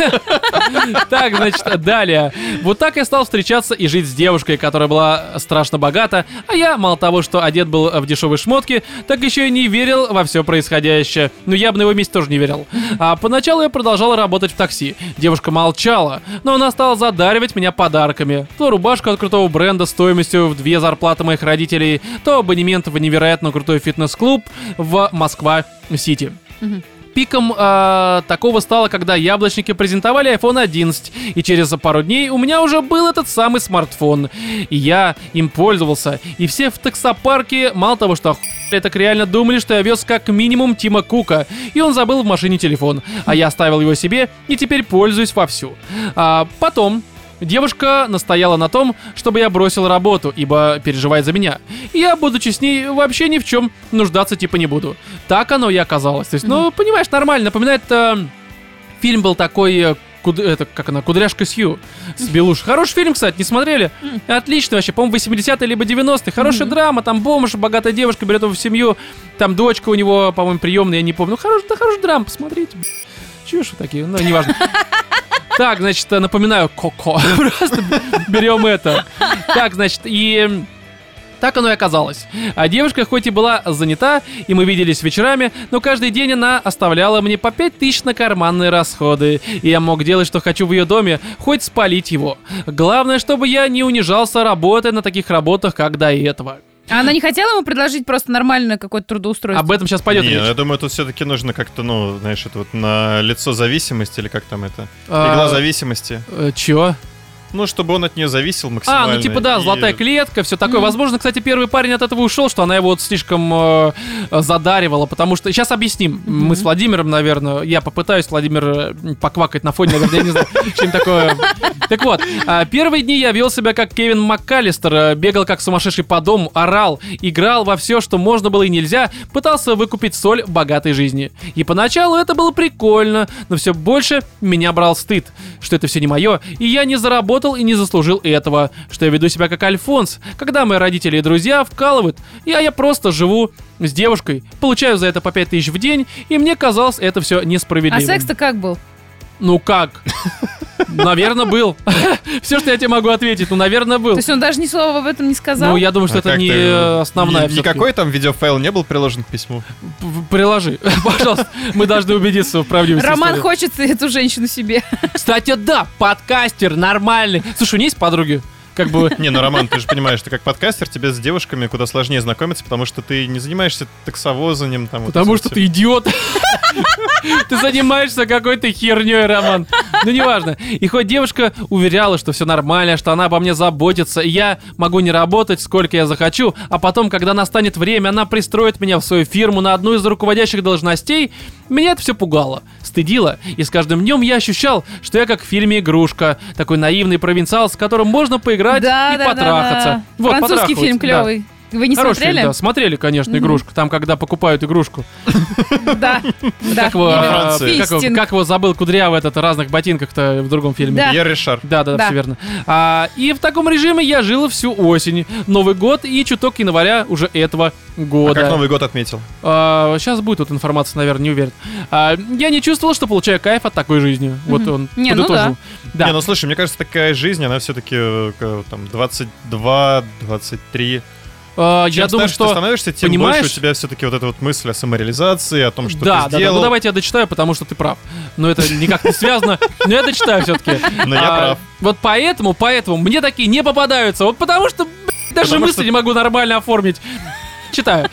S1: Так, значит, далее. Вот так я стал встречаться и жить с девушкой, которая была страшно богата, а я, мало того, что одет был в дешевой шмотке, так еще и не верил во все происходящее. Но я бы на его месте тоже не верил. А поначалу я продолжал работать в такси. Девушка молчала, но она стала задаривать меня подарками. То рубашку от крутого бренда стоимостью в две зарплаты моих родителей, то абонемент в невероятно крутой фитнес-клуб в Москва-Сити. Пиком э, такого стало, когда яблочники презентовали iPhone 11, и через пару дней у меня уже был этот самый смартфон. И я им пользовался, и все в таксопарке, мало того, что охуели, так реально думали, что я вез как минимум Тима Кука, и он забыл в машине телефон, а я оставил его себе и теперь пользуюсь вовсю. А потом... Девушка настояла на том, чтобы я бросил работу, ибо переживает за меня. И Я, будучи с ней, вообще ни в чем нуждаться типа не буду. Так оно и оказалось. То есть, ну, понимаешь, нормально, напоминает... э, фильм был такой... э, Куд... Это, как она, Кудряшка Сью с Белуш. Хороший фильм, кстати, не смотрели? Отлично вообще, по-моему, 80-е либо 90-е. Хорошая драма, там бомж, богатая девушка берет его в семью, там дочка у него, по-моему, приемная, я не помню. Ну, хорош, да хороший драма, посмотрите. б***ь. Чушь вы такие, ну, неважно. Так, значит, э, напоминаю, Коко. <laughs> Просто берем это. Так, значит, и... Так оно и оказалось. А девушка хоть и была занята, и мы виделись вечерами, но каждый день она оставляла мне по 5000 на карманные расходы. И я мог делать, что хочу в ее доме, хоть спалить его. Главное, чтобы я не унижался работой на таких работах, как до этого.
S3: А она не хотела ему предложить просто нормальное какое-то трудоустройство?
S1: Об этом сейчас пойдет
S2: Не, ну
S1: речь.
S2: я думаю, тут все-таки нужно как-то, ну, знаешь, это вот на лицо зависимости или как там это?
S1: А.
S2: Игла зависимости.
S1: Э, чё?
S2: Ну, чтобы он от нее зависел
S1: А,
S2: максимально.
S1: ну типа да,
S2: и-
S1: золотая клетка, все такое.
S3: Мгм.
S1: Возможно, кстати, первый парень от этого ушел, что она его вот слишком э, э, задаривала, потому что... Сейчас объясним. Мы с Владимиром, наверное, я попытаюсь, Владимир, э, поквакать на фоне, наверное, я не знаю, <laughs> чем такое. Так вот, а, первые дни я вел себя как Кевин МакКаллистер, э, бегал как сумасшедший по дому, орал, играл во все, что можно было и нельзя, пытался выкупить соль богатой жизни. И поначалу это было прикольно, но все больше меня брал стыд, что это все не мое, и я не заработал и не заслужил этого, что я веду себя как Альфонс, когда мои родители и друзья вкалывают, а я, я просто живу с девушкой, получаю за это по 5000 в день, и мне казалось это все
S3: А
S1: несправедливо.
S3: секс-то как был?
S1: Ну как? <laughs> Наверное, был. <laughs> Все, что я тебе могу ответить, ну, наверное, был.
S3: То есть он даже ни слова об этом не сказал?
S1: Ну, я думаю, что
S2: А
S1: это
S2: как
S1: не
S2: ты-
S1: э, основная
S2: ни-
S1: всё-таки.
S2: Никакой там видеофайл не был приложен к письму?
S1: П- Приложи, <laughs> пожалуйста. Мы должны убедиться в правдивости
S3: Роман
S1: истории.
S3: хочет <laughs> эту женщину себе.
S1: Кстати, да, подкастер нормальный. Слушай, у нее есть подруги? как бы...
S2: <laughs> Не, ну, Роман, ты же понимаешь, ты как подкастер, тебе с девушками куда сложнее знакомиться, потому что ты не занимаешься таксовозанием. Там, вот
S1: Потому
S2: этим
S1: что
S2: всем.
S1: ты идиот. <laughs> Ты занимаешься какой-то херней, Роман. Ну, неважно. И хоть девушка уверяла, что все нормально, что она обо мне заботится, и я могу не работать, сколько я захочу, а потом, когда настанет время, она пристроит меня в свою фирму на одну из руководящих должностей, меня это все пугало, стыдило, и с каждым днем я ощущал, что я как в фильме «Игрушка», такой наивный провинциал, с которым можно поиграть и потрахаться. Вот,
S3: Французский
S1: потрахивать,
S3: фильм
S1: да.
S3: клевый. Вы не
S1: Хороший фильм,
S3: смотрели?
S1: да. Смотрели, конечно,
S3: Мгм.
S1: игрушку. Там, когда покупают игрушку. <laughs>
S3: Да. Да.
S1: Как его,
S2: Во
S1: э,
S2: Франции.
S1: как его-
S3: Фистинг.
S1: как его забыл Кудрявый этот в разных ботинках-то в другом фильме?
S3: Да.
S2: Пьер Ришар.
S1: Да, да,
S3: Да.
S1: все верно. А, и в таком режиме я жил всю осень, Новый год и чуток января уже этого
S2: А
S1: года.
S2: как Новый год отметил?
S1: сейчас будет тут информация, наверное, не уверен. А, я не чувствовал, что получаю кайф от такой жизни. Вот
S3: Мгм.
S1: он.
S3: Не, ну
S1: подытожил. да.
S2: Не, ну слушай, мне кажется, такая жизнь, она все-таки там 22, 23.
S1: А,
S2: Чем
S1: я думаю,
S2: старше ты
S1: что...
S2: становишься, тем
S1: понимаешь-
S2: больше у тебя все-таки вот эта вот мысль о самореализации, о том, что
S1: да,
S2: ты
S1: да, да. Ну
S2: сделал.
S1: давайте я дочитаю, потому что ты прав. Но это никак не связано. Но я дочитаю все-таки.
S2: Но я
S1: А,
S2: прав.
S1: Вот поэтому, поэтому мне такие не попадаются. Вот потому что, блядь, даже
S2: Потому
S1: мысли
S2: что-
S1: не могу нормально оформить. Читаю.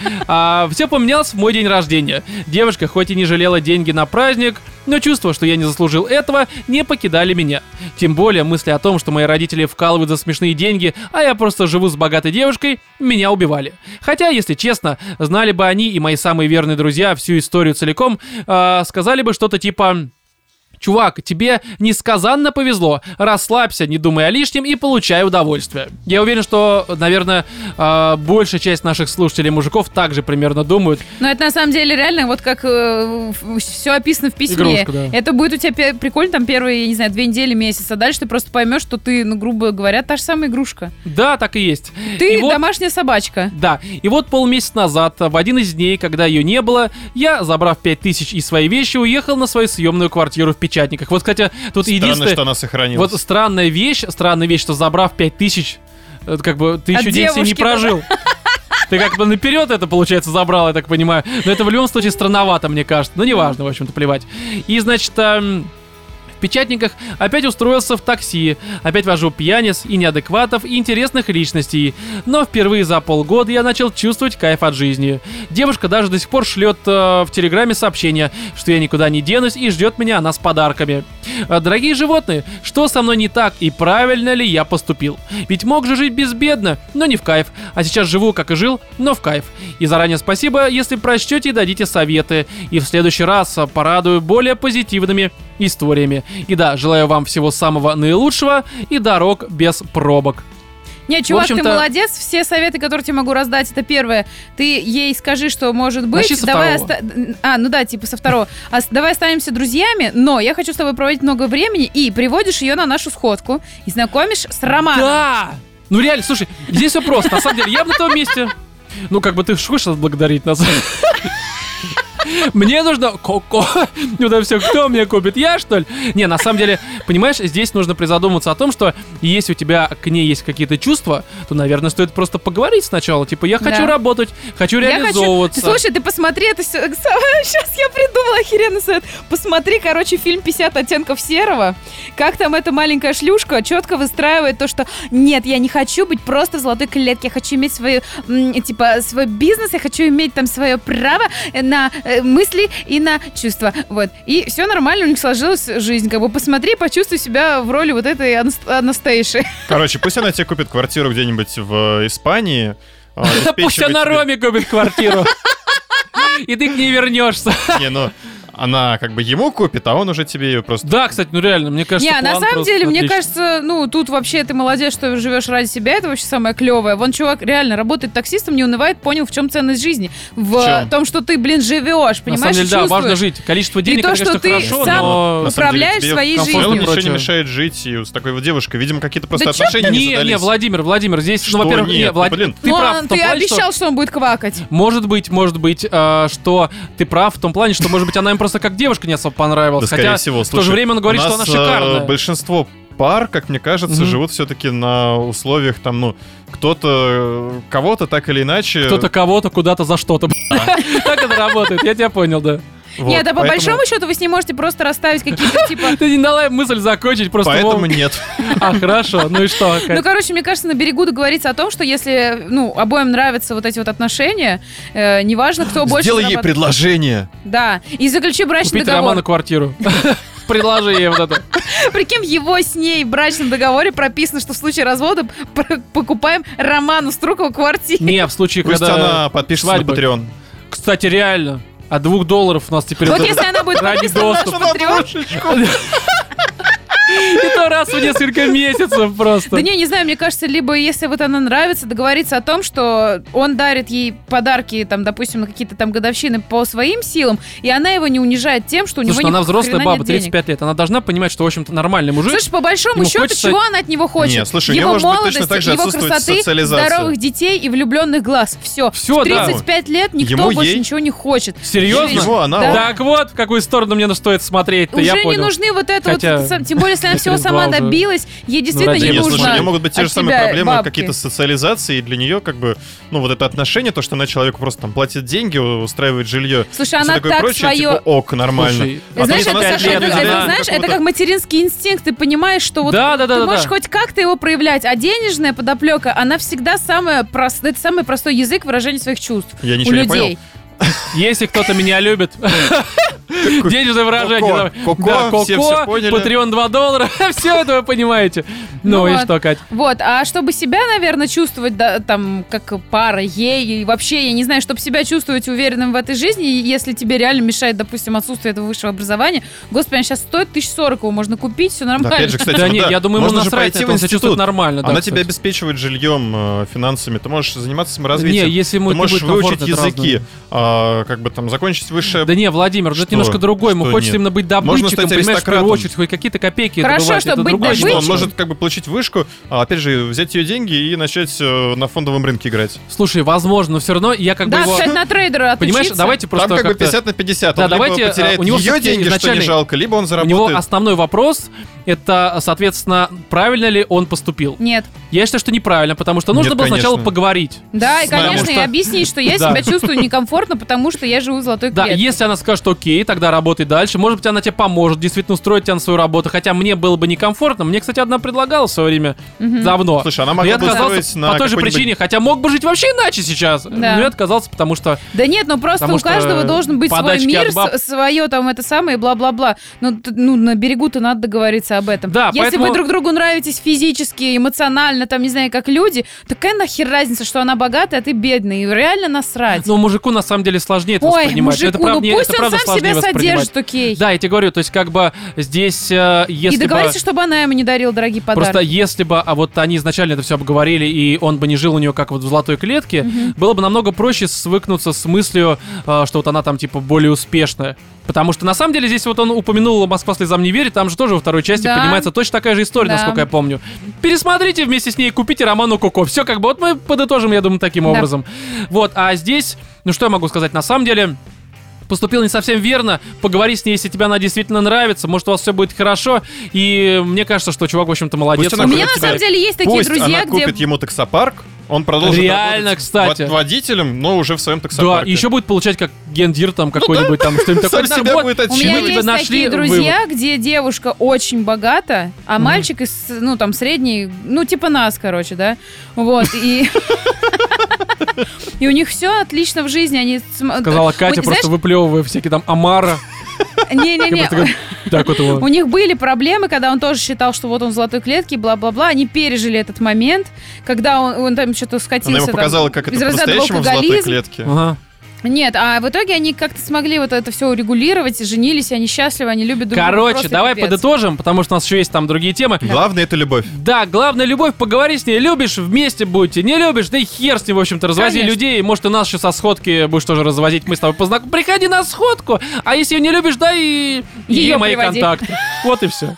S1: все поменялось в мой день рождения. Девушка хоть и не жалела деньги на праздник, но чувство, что я не заслужил этого, не покидали меня. Тем более мысли о том, что мои родители вкалывают за смешные деньги, а я просто живу с богатой девушкой, меня убивали. Хотя, если честно, знали бы они и мои самые верные друзья всю историю целиком, а, сказали бы что-то типа... Чувак, тебе несказанно повезло. Расслабься, не думай о лишнем и получай удовольствие. Я уверен, что, наверное, э, большая часть наших слушателей мужиков также примерно думают.
S3: Но это на самом деле реально вот как все описано в письме.
S1: Игрушка, да.
S3: Это будет у тебя пе- прикольно там первые, я не знаю, две недели, месяц, а дальше ты просто поймешь, что ты, ну, грубо говоря, та же самая игрушка.
S1: Да, так и есть.
S3: Ты
S1: И вот-
S3: домашняя собачка.
S1: Да, и вот полмесяца назад, в один из дней, когда ее не было, я, забрав 5000 и свои вещи, уехал на свою съемную квартиру в Печатниках. Вот, кстати, тут
S2: Странно,
S1: единственное...
S2: что она сохранилась.
S1: Вот странная вещь, странная вещь, что забрав 5000, э, как бы ты
S3: От
S1: еще день себе не
S3: девушки, да.
S1: прожил. Ты как бы наперед это, получается, забрал, я так понимаю. Но это в любом случае странновато, мне кажется. Ну, неважно, в общем-то, плевать. И, значит, эм, в печатниках опять устроился в такси. Опять вожу пьяниц и неадекватов, и интересных личностей. Но впервые за полгода я начал чувствовать кайф от жизни. Девушка даже до сих пор шлет э, в Телеграме сообщение, что я никуда не денусь и ждет меня она с подарками. А, Дорогие животные, что со мной не так и правильно ли я поступил? Ведь мог же жить безбедно, но не в кайф. А сейчас живу, как и жил, но в кайф. И заранее спасибо, если прочтете и дадите советы. И в следующий раз а, порадую более позитивными историями. И да, желаю вам всего самого наилучшего и дорог без пробок.
S3: Нет, чувак, ты
S1: общем-то-
S3: молодец. Все советы, которые тебе могу раздать, это первое. Ты ей скажи, что может быть.
S1: Начни со
S3: давай
S1: второго.
S3: оста- А, ну да, типа со второго. А с- давай останемся друзьями, но я хочу с тобой проводить много времени и приводишь ее на нашу сходку и знакомишь с Романом.
S1: Да! Ну реально, слушай, здесь все просто. На самом деле, я бы на том месте. Ну, как бы ты ж хочешь благодарить нас. Мне нужно коко. Ну да все, кто мне купит? Я, что ли? Не, на самом деле, понимаешь, здесь нужно призадуматься о том, что если у тебя к ней есть какие-то чувства, то, наверное, стоит просто поговорить сначала. Типа, я хочу
S3: Да.
S1: работать, хочу
S3: Я хочу-
S1: реализовываться.
S3: Ты Слушай, ты посмотри это <laughs> все. Сейчас я придумала охеренный совет. Посмотри, короче, фильм «50 оттенков серого». Как там эта маленькая шлюшка четко выстраивает то, что нет, я не хочу быть просто в золотой клетке. Я хочу иметь свою, м, типа, свой бизнес. Я хочу иметь там свое право на э, мысли и на чувства. Вот. И все нормально у них сложилась жизнь. Как бы посмотри, почувствуй себя в роли вот этой Анст- Анастейши.
S2: Короче, пусть она тебе купит квартиру где-нибудь в э, Испании. а,
S1: Да <laughs> пусть
S2: обеспечивает
S1: она
S2: тебе-
S1: Роме купит квартиру. И ты к ней вернешься.
S2: Не, ну, она как бы ему купит, а он уже тебе ее просто...
S1: Да, кстати, ну реально, мне кажется,
S3: Не, на
S1: план
S3: самом
S1: просто
S3: деле, мне
S1: отличный.
S3: кажется, ну, тут вообще ты молодец, что живешь ради себя, это вообще самое клевое. Вон чувак реально работает таксистом, не унывает, понял, в чем ценность жизни. В,
S2: В чем?
S3: э, том, что ты, блин, живешь,
S1: На
S3: понимаешь,
S1: самом деле,
S3: и
S1: да,
S3: чувствуешь.
S1: важно жить. Количество денег,
S3: то,
S1: это, конечно,
S3: что ты
S1: хорошо,
S3: сам-
S1: но...
S2: на самом деле,
S3: управляешь
S2: тебе
S3: своей
S2: комфортно,
S1: жизнью.
S2: ничего не
S1: Прочее.
S2: мешает жить, и с такой вот девушкой, видимо, какие-то просто
S3: Да чё
S2: отношения не
S1: Не, не,
S2: задались.
S1: Владимир, Владимир, здесь,
S2: Что
S1: ну, во-первых, не,
S2: нет? Ну,
S1: Влад-
S2: блин.
S1: ты
S3: Ну,
S1: прав. в
S3: ты
S1: том плане, что-
S3: обещал, что... он будет квакать.
S1: Может быть, может быть, э, что ты прав в том плане, что, может быть, она им просто как девушка не особо понравилась.
S2: Да,
S1: хотя
S2: скорее всего.
S1: в то же
S2: Слушай,
S1: время он говорит,
S2: у
S1: что она
S2: нас, э,
S1: шикарная.
S2: большинство пар, как мне кажется,
S1: Мгм.
S2: живут все-таки на условиях там, ну, кто-то э, кого-то так или иначе...
S1: Кто-то кого-то куда-то за что-то. Так это работает, я тебя понял, да.
S2: Вот,
S3: Нет, а по
S2: поэтому-
S3: большому счету вы с ней можете просто расставить какие-то
S1: <laughs>
S3: типа...
S1: Ты не дала мысль закончить, просто...
S2: Поэтому
S1: Вова- <laughs>
S2: нет.
S1: А, хорошо, ну и что? Кать?
S3: Ну, короче, мне кажется, на берегу договориться о том, что если, ну, обоим нравятся вот эти вот отношения, э, неважно, кто больше...
S2: Сделай ей
S3: зарабатывает.
S2: предложение.
S3: Да, и заключи брачный
S1: Купить
S3: договор.
S1: Роману квартиру. <laughs> Предложи ей вот это.
S3: Прикинь, в его с ней брачном договоре прописано, что в случае развода пр- покупаем Роману Струкову квартиру.
S1: Не, в случае,
S2: Пусть
S1: когда...
S2: она подпишется на
S1: свадьбы.
S2: Patreon.
S1: Кстати, реально. От двух долларов у нас теперь...
S3: Вот
S1: вот
S3: если
S1: это-
S3: она будет
S1: ради
S3: подписана на наш
S1: доступа.
S3: Патреон.
S1: И то раз в несколько месяцев просто.
S3: Да не, не знаю, мне кажется, либо если вот она нравится, договориться о том, что он дарит ей подарки, там, допустим, на какие-то там годовщины по своим силам, и она его не унижает тем, что у него
S1: Слушай, ну
S3: ни
S1: она
S3: хрена
S1: взрослая
S3: нет
S1: баба,
S3: денег.
S1: 35 лет. Она должна понимать, что, в общем-то, нормальный мужик.
S3: Слушай, по большому
S1: Ему
S3: счету,
S1: хочется-
S3: чего она от него хочет?
S2: Не, слушай, у
S3: его
S2: нее, может быть, точно
S3: молодости,
S2: так же
S3: его
S2: отсутствует
S3: красоты,
S2: социализация.
S3: здоровых детей и влюбленных глаз. Все.
S1: Всё,
S3: В
S1: да.
S3: 35 лет никто
S2: Ему
S3: больше
S2: ей.
S3: ничего не хочет.
S1: Серьезно?
S2: Его, она,
S3: Да.
S2: он.
S1: Так вот, в какую сторону мне стоит смотреть-то,
S3: Уже
S1: я
S3: не
S1: понял.
S3: нужны вот это
S1: Хотя-
S3: вот, сам- тем более, если
S2: <laughs>
S3: она всего
S1: через
S3: сама
S1: два уже.
S3: добилась, ей действительно
S1: ради
S3: не
S2: Не,
S1: бога.
S3: нужно.
S2: ну, слушай, у нее могут быть те
S3: от
S2: же самые
S3: А тебя
S2: проблемы,
S3: бабки.
S2: какие-то социализации, и для нее, как бы, ну, вот это отношение, то, что она человеку просто там платит деньги, у- устраивает жилье.
S3: Слушай,
S2: всё
S3: она
S2: такое
S3: так
S2: прочее,
S3: свое-
S2: типа, ок, нормально.
S1: Слушай,
S2: А то,
S3: Знаешь,
S2: что
S3: это,
S2: она
S1: Саша,
S3: как-
S2: совершенно
S1: лет,
S3: это- это,
S1: да,
S3: знаешь, это
S2: какого-то-
S3: как материнский инстинкт. Ты понимаешь, что вот
S1: Да, да, да,
S3: ты
S1: да,
S3: можешь
S1: да.
S3: хоть как-то его проявлять, а денежная подоплека, она всегда самая прост... это самый простой язык выражения своих чувств
S2: Я
S3: у
S2: ничего не
S3: людей.
S2: понял.
S1: Если кто-то меня любит, <laughs> денежное выражение.
S2: Э, Коко,
S1: да.
S2: коко,
S1: Да,
S2: все всё
S1: Коко,
S2: поняли.
S1: Патреон 2 доллара, <laughs> все это вы понимаете. Ну
S3: Ну
S1: и
S3: вот.
S1: что, Кать?
S3: Вот, а чтобы себя, наверное, чувствовать, да, там, как пара ей, и вообще, я не знаю, чтобы себя чувствовать уверенным в этой жизни, и если тебе реально мешает, допустим, отсутствие этого высшего образования, господи, она сейчас стоит 1040, его можно купить, все
S2: Да,
S3: нормально.
S2: опять же, кстати,
S1: Да
S2: ну
S1: нет, я думаю, ему
S2: можно же
S1: насрать,
S2: пойти
S1: это
S2: в
S1: он себя чувствует
S2: институт.
S1: нормально. да,
S2: Она
S1: кстати.
S2: тебя обеспечивает жильем, э, финансами, ты можешь заниматься
S1: Не,
S2: саморазвитием.
S1: если ему
S2: ты
S1: это не
S2: можешь
S1: будет комфортно,
S2: выучить
S1: это разное.
S2: языки, а, как бы там закончить высшее.
S1: Да не, Владимир, ну это
S2: Э, Что?
S1: немножко другой. Ему
S2: Что
S1: хочется
S2: нет?
S1: именно быть
S2: Можно
S1: добытчиком,
S2: стать
S1: понимаешь, в первую
S2: аристократом.
S1: очеки, хоть какие-то копейки
S3: Хорошо,
S1: добывать. Это
S3: чтобы быть
S1: другое
S2: Что
S1: дело.
S2: он может как бы получить вышку, а опять же взять ее деньги и начать э, на фондовом рынке играть.
S1: Слушай, возможно, но все равно я как бы
S3: Да,
S1: его...
S3: кстати, на трейдера
S1: <laughs> Понимаешь,
S3: отучиться.
S1: давайте просто
S2: Там как бы
S1: как-то-
S2: 50 на 50.
S1: Да,
S2: он либо
S1: давайте, а,
S2: потеряет
S1: у него
S2: ее
S1: всё-таки
S2: деньги, что не
S1: изначальный-
S2: жалко, либо он
S1: У него
S2: заработает.
S1: основной вопрос это, соответственно, правильно ли он поступил.
S3: Нет.
S1: Я считаю, что неправильно, потому что нужно
S2: Нет,
S1: было сначала
S2: конечно.
S1: поговорить.
S3: Да, и,
S2: Потому
S3: конечно, и
S1: что-
S3: объяснить, что я
S1: Да.
S3: себя чувствую некомфортно, потому что я живу в золотой
S1: Да,
S3: клетке.
S1: если она скажет, окей, тогда работай дальше. Может быть, она тебе поможет, действительно устроить тебя на свою работу. Хотя мне было бы некомфортно. Мне, кстати, одна предлагала в свое время
S3: Мгм.
S1: давно.
S2: Слушай, она
S1: Но Ну, я
S2: могла А бы
S1: отказался
S2: устроить на
S1: по той же
S2: какой-нибудь-
S1: причине, хотя мог бы жить вообще иначе сейчас. Но я отказался, потому что
S3: Да нет, ну просто
S1: Потому
S3: у
S1: что
S3: каждого должен быть свой
S1: подачки
S3: мир,
S1: от баб.
S3: с- свое там это самое, и бла-бла-бла. Ну, т- ну, на берегу-то надо договориться об этом.
S1: Да,
S3: Если
S1: поэтому-
S3: вы друг другу нравитесь физически, эмоционально, там, не знаю, как люди, такая нахер разница, что она богатая, а ты бедный, и реально насрать.
S1: Ну, мужику на самом деле сложнее это
S3: Ой,
S1: воспринимать.
S3: мужику,
S1: это прав-
S3: ну
S1: не,
S3: пусть
S1: это
S3: он
S1: правда
S3: сам
S1: сложнее
S3: себя
S1: воспринимать.
S3: содержит, окей.
S1: Да, я тебе говорю, то есть как бы здесь, э, если
S3: и договориться,
S1: бы...
S3: чтобы она ему не дарила дорогие подарки.
S1: Просто если бы, а вот они изначально это все обговорили, и он бы не жил у нее как вот в золотой клетке,
S3: Мгм.
S1: было бы намного проще свыкнуться с мыслью, э, что вот она там типа более успешная. Потому что на самом деле здесь вот он упомянул «Москва слезам не верит», там же тоже во второй части
S3: Да.
S1: поднимается точно такая же история,
S3: Да.
S1: насколько я помню. Пересмотрите вместе с ней, купите роману Коко. Все как бы, вот мы подытожим, я думаю, таким
S3: Да.
S1: образом. Вот, а здесь, ну что я могу сказать, на самом деле поступил не совсем верно. Поговори с ней, если тебе она действительно нравится. Может, у вас все будет хорошо. И мне кажется, что чувак, в общем-то, молодец.
S2: Пусть
S1: Он
S2: она
S3: У меня
S2: купит
S3: на
S1: тебя-
S3: самом деле есть такие
S2: Пусть
S3: друзья,
S2: она
S3: где...
S2: купит ему таксопарк, он продолжит
S1: Реально,
S2: работать
S1: кстати.
S2: вод- водителем, но уже в своем
S1: Да,
S2: таксопарке.
S1: и еще будет получать как гендир там какой-нибудь там что-нибудь такое.
S2: Сам
S1: Да,
S2: себя
S1: вот.
S2: будет
S3: Ну У меня
S1: Чего
S2: отчитывать.
S1: вы
S3: есть
S1: нашли
S3: такие друзья, где девушка очень богата, а
S1: Мгм.
S3: мальчик из, ну, там, средний, ну, типа нас, короче, да? Вот, и... <laughs> И у них все отлично в жизни, они... см-
S1: Сказала Катя,
S3: Вот,
S1: просто выплевывая всякие там
S3: <laughs>
S1: Амара.
S3: знаешь, Не-не-не,
S1: Я просто говорю, Так вот
S3: <laughs> у
S1: его.
S3: них были проблемы, когда он тоже считал, что вот он в золотой клетке, бла-бла-бла. Они пережили этот момент, когда он, он там что-то скатился.
S2: Она ему
S3: там
S2: показала, как это
S3: из разряда
S2: по-настоящему в золотой
S3: алкоголизм.
S2: клетке.
S1: Ага.
S3: Нет, а в итоге они как-то смогли вот это все урегулировать, и женились, и они счастливы, они любят друг друга.
S1: Короче,
S3: просто
S1: давай
S3: пипец.
S1: подытожим, потому что у нас еще есть там другие темы.
S2: Главное это любовь.
S1: Да, главное любовь, поговори с ней, любишь, вместе будете, не любишь, да и хер с ним, в общем-то, развози
S3: Конечно.
S1: людей, может, и нас еще со сходки будешь тоже развозить, мы с тобой познакомимся, приходи на сходку, а если ее не любишь, дай и
S3: Её
S1: ей мои
S3: приводи.
S1: контакты. Вот и все.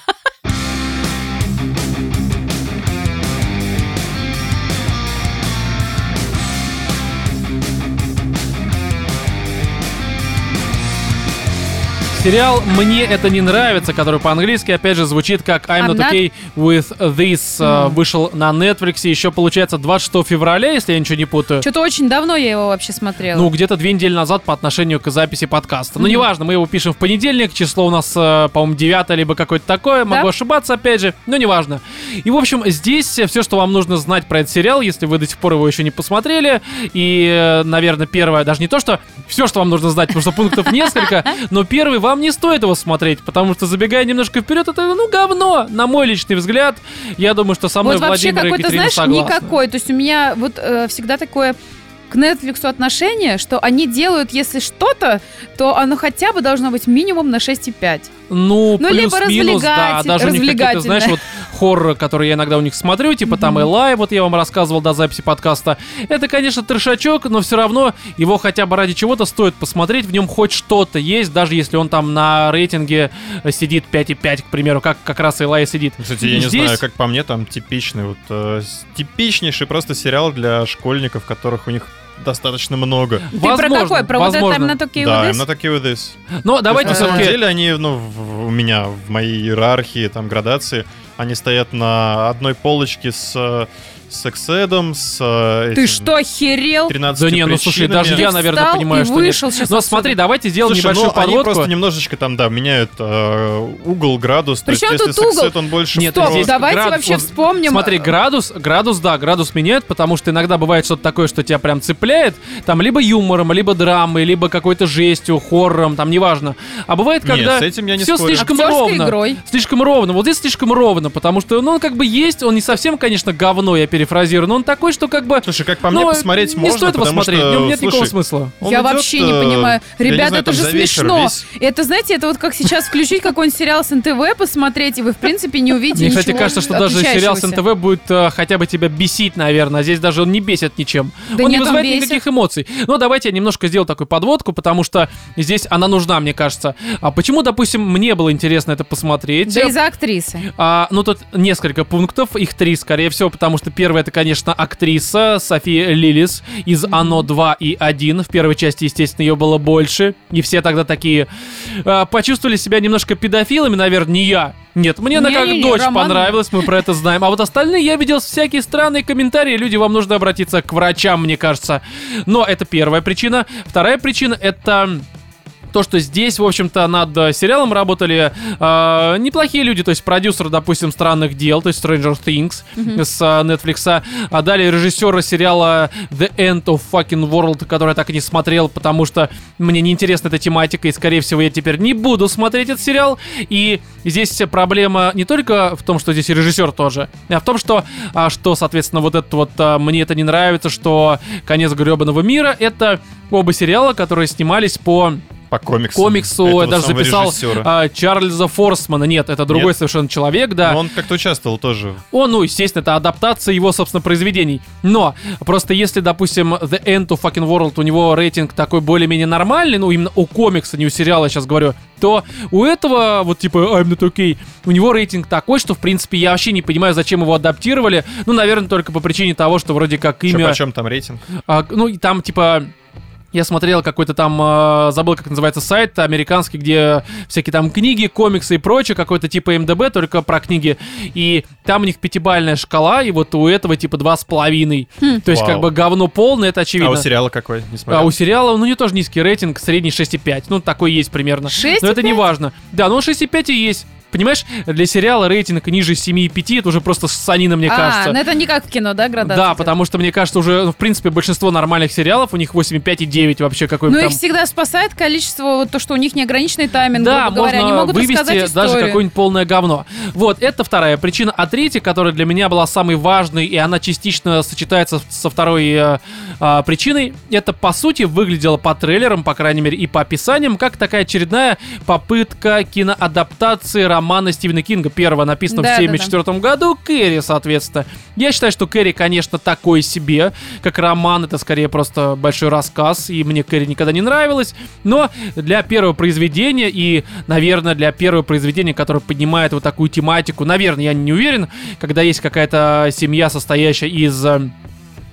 S1: Сериал «Мне это не нравится», который по-английски, опять же, звучит как «I'm
S3: I'm
S1: not okay with this», э, вышел на Netflix, еще, получается, 26 февраля, если я ничего не путаю.
S3: Что-то очень давно я его вообще смотрела.
S1: Ну, где-то две недели назад по отношению к записи подкаста. Ну, неважно, мы его пишем в понедельник, число у нас, э, по-моему, 9 либо какое-то такое, могу
S3: Да?
S1: ошибаться, опять же, но неважно. И, в общем, здесь все, что вам нужно знать про этот сериал, если вы до сих пор его еще не посмотрели, и, э, наверное, первое, даже не то, что все, что вам нужно знать, потому что пунктов
S3: <laughs>
S1: несколько, но первый, вам не стоит его смотреть, потому что, забегая немножко вперед, это, ну, говно, на мой личный взгляд. Я думаю, что со мной
S3: вот
S1: Владимир
S3: вообще
S1: и
S3: какой-то,
S1: Екатерина
S3: знаешь,
S1: согласны.
S3: никакой. То есть у меня вот э, всегда такое к Netflix отношение, что они делают, если что-то, то оно хотя бы должно быть минимум на 6,5.
S1: Ну,
S3: Ну, либо
S1: плюс-минус, да.
S3: развлекатель-
S1: Даже у них какие-то,
S3: развлекательное.
S1: знаешь, вот хоррор, который я иногда у них смотрю, типа там Элай, вот я вам рассказывал до записи подкаста. Это, конечно, трешачок, но все равно его хотя бы ради чего-то стоит посмотреть. В нем хоть что-то есть, даже если он там на рейтинге сидит 5,5, к примеру, как как раз Элай сидит.
S2: Кстати, я не
S1: Здесь-
S2: знаю, как по мне, там типичный, вот э, с- типичнейший просто сериал для школьников, которых у них достаточно много.
S3: Ты про
S1: Возможно,
S3: какой? Про вот это
S1: возможно.
S3: именно такие
S2: да,
S3: вот
S2: именно такие вот this.
S1: Но давайте
S2: на самом
S1: все-таки...
S2: деле они, ну, в- у меня, в моей иерархии, там, градации, они стоят на одной полочке с Сексэдом, с э,
S3: Ты
S2: этим
S3: что, херел?
S2: 13
S1: Да не, ну слушай,
S2: причинами.
S1: даже я,
S3: Ты
S1: наверное,
S3: встал
S1: понимаю,
S3: и
S1: что нет.
S3: вышел сейчас
S1: Но
S3: отсюда.
S1: смотри, давайте сделаем
S2: Слушай,
S1: небольшую
S2: ну, они
S1: подводку.
S2: просто немножечко там, да, меняют э, угол, градус. То есть,
S3: Причем
S2: если
S3: тут угол?
S2: Сексэд, он больше
S1: Нет,
S2: про-
S3: Стоп,
S1: здесь
S3: давайте
S1: градус-
S3: вообще
S1: вот
S3: вспомним. э,
S1: Смотри, градус, градус, да, градус меняют, потому что иногда бывает что-то такое, что тебя прям цепляет, там либо юмором, либо драмой, либо какой-то жестью, хоррором, там неважно. А бывает,
S2: Нет,
S1: когда
S2: с этим я не
S1: все
S2: спорю.
S1: слишком
S3: Актерской
S1: ровно.
S3: игрой.
S1: Слишком ровно. Вот здесь слишком ровно, потому что, ну, он как бы есть, он не совсем, конечно, говно, я перефразирую, но он такой, что как бы...
S2: Слушай, как по мне,
S1: ну,
S2: посмотреть
S1: не
S2: можно,
S1: стоит его
S2: потому
S1: смотреть,
S2: что,
S1: в нем нет никакого
S2: слушай,
S1: смысла.
S2: он
S3: я
S2: идет,
S3: вообще не
S2: э,
S3: понимаю.
S2: я не
S3: Ребята,
S2: знаю,
S3: это
S2: там
S3: же
S2: за вечер
S3: смешно.
S2: весь.
S3: Это, знаете, это вот как сейчас включить какой-нибудь сериал с НТВ, посмотреть, и вы, в принципе, не увидите
S1: Мне, кстати,
S3: ничего
S1: кажется, что даже сериал с
S3: отличающегося.
S1: НТВ будет э, хотя бы тебя бесить, наверное. А Здесь даже он не бесит ничем.
S3: Да
S1: он не
S3: нет, он
S1: вызывает
S3: бесит.
S1: никаких эмоций. Но давайте я немножко сделал такую подводку, потому что здесь она нужна, мне кажется. А почему, допустим, мне было интересно это посмотреть?
S3: Да из-за актрисы.
S1: А, ну, тут несколько пунктов, их три, скорее всего, потому что первая это, конечно, актриса София Лилис из «Оно 2» и «1». В первой части, естественно, ее было больше, и все тогда такие а, почувствовали себя немножко педофилами, наверное, не я. Нет, мне она как
S3: Не-не-не,
S1: дочь
S3: Роман-
S1: понравилась, мы про это знаем. А вот остальные я видел всякие странные комментарии. Люди, вам нужно обратиться к врачам, мне кажется. Но это первая причина. Вторая причина это то, что здесь, в общем-то, над э, сериалом работали э, неплохие люди, то есть продюсер, допустим, «Странных дел», то есть Stranger Things с э, Netflix, а далее режиссера сериала The End of Fucking World, который я так и не смотрел, потому что мне неинтересна эта тематика, и, скорее всего, я теперь не буду смотреть этот сериал. И здесь вся проблема не только в том, что здесь и режиссер тоже, а в том, что, а, что соответственно, вот это вот а, «Мне это не нравится», что «Конец гребаного мира» — это оба сериала, которые снимались по
S2: По комиксу.
S1: комиксу, я даже записал а, Чарльза Форсмана. Нет, это другой
S2: Нет.
S1: совершенно человек, да.
S2: Он как-то участвовал тоже.
S1: Он, ну, естественно, это адаптация его, собственно, произведений. Но просто если, допустим, The End of Fucking World, у него рейтинг такой более-менее нормальный, ну, именно у комикса, не у сериала, я сейчас говорю, то у этого, вот типа I'm not okay, у него рейтинг такой, что, в принципе, я вообще не понимаю, зачем его адаптировали. Ну, наверное, только по причине того, что вроде как
S2: Чё,
S1: имя...
S2: Почем там рейтинг?
S1: А, ну, и там, типа, я смотрел какой-то там, э, забыл, как называется сайт американский, где всякие там книги, комиксы и прочее, какой-то типа МДБ, только про книги. И там у них пятибальная шкала, и вот у этого типа два с половиной. То есть
S2: Вау.
S1: как бы говно полное, это очевидно.
S2: А у сериала какой? Не
S1: А
S2: смотрел.
S1: у сериала, ну, не тоже низкий рейтинг, средний 6,5. Ну, такой есть примерно.
S3: 6,5?
S1: Но это не важно. Да, ну он 6,5 и есть. Понимаешь, для сериала рейтинг ниже 7,5, это уже просто ссанина, мне
S3: А,
S1: кажется.
S3: ну это не как в кино, да, градация?
S1: Да, потому что, мне кажется, уже, ну, в принципе, большинство нормальных сериалов, у них 8,5 и 9 вообще какой
S3: Ну
S1: бы там...
S3: их всегда спасает количество, вот то, что у них неограниченный тайминг,
S1: Да,
S3: грубо говоря.
S1: можно
S3: Они могут рассказать
S1: вывести даже
S3: историю.
S1: какое-нибудь полное говно. Вот, это вторая причина. А третья, которая для меня была самой важной, и она частично сочетается со второй э, а, причиной, это, по сути, выглядело по трейлерам, по крайней мере, и по описаниям, как такая очередная попытка киноадаптации романа Стивена Кинга, первого, написанного в
S3: Да-да-да.
S1: 1974 году, Кэрри, соответственно. Я считаю, что Кэрри, конечно, такой себе, как роман, это скорее просто большой рассказ, и мне Кэрри никогда не нравилась, но для первого произведения и, наверное, для первого произведения, которое поднимает вот такую тематику, наверное, я не уверен, когда есть какая-то семья, состоящая из э,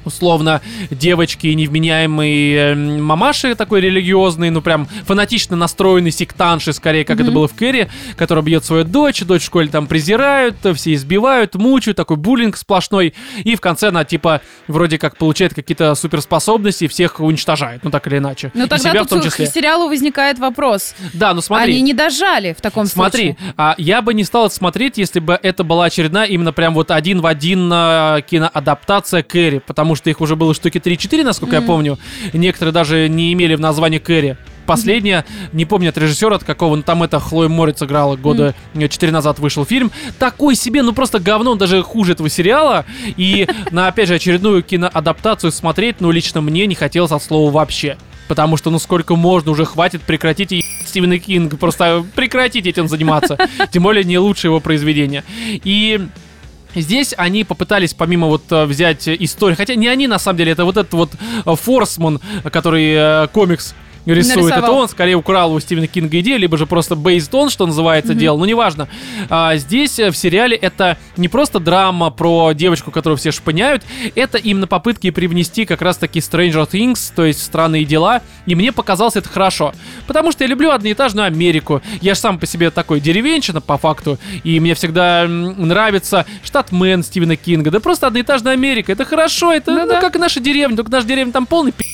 S1: условно девочки невменяемые э, м, мамаши такой религиозный, ну прям фанатично настроенный сектанши, скорее, как это
S3: Мгм.
S1: было в Кэрри, которая бьет свою дочь, дочь в школе там презирают, э, все избивают, мучают, такой буллинг сплошной, и в конце она типа вроде как получает какие-то суперспособности и всех уничтожает, ну так или иначе.
S3: Ну
S1: И
S3: тогда
S1: себя
S3: тут
S1: в том числе.
S3: к сериалу возникает вопрос.
S1: Да, ну смотри.
S3: Они не дожали в таком
S1: Смотри,
S3: случае.
S1: а я бы не стал это смотреть, если бы это была очередная именно прям вот один в один э, киноадаптация Кэрри, потому что их уже было штуки 3-4, насколько я
S3: Мгм.
S1: помню. Некоторые даже не имели в названии Кэрри. Последняя, не помню от режиссера, от какого, но там это Хлоя Морец играла года э, четыре назад вышел фильм. Такой себе, ну просто говно, он даже хуже этого сериала. И на, опять же, очередную киноадаптацию смотреть, ну лично мне не хотелось от слова вообще. Потому что, ну сколько можно, уже хватит, прекратите ебать Стивена Кинга, просто прекратите этим заниматься. Тем более не лучшее его произведение. И Здесь они попытались, помимо вот э, взять э, историю, хотя не они на самом деле, это вот этот вот э, Форсман, который э, комикс рисует, это
S3: Нарисовал.
S1: он скорее украл у Стивена Кинга идею, либо же просто based on, что называется,
S3: Мгм.
S1: делал, ну неважно. А, здесь э, в сериале это не просто драма про девочку, которую все шпыняют, это именно попытки привнести как раз-таки Stranger Things, то есть странные дела, и мне показалось это хорошо. Потому что я люблю одноэтажную Америку. Я же сам по себе такой деревенщина, по факту. И мне всегда м, нравится штат Мэн Стивена Кинга. Да просто одноэтажная Америка. Это хорошо, это
S3: Ну
S1: ну,
S3: да.
S1: как и наша деревня. Только наша деревня там полный пи***,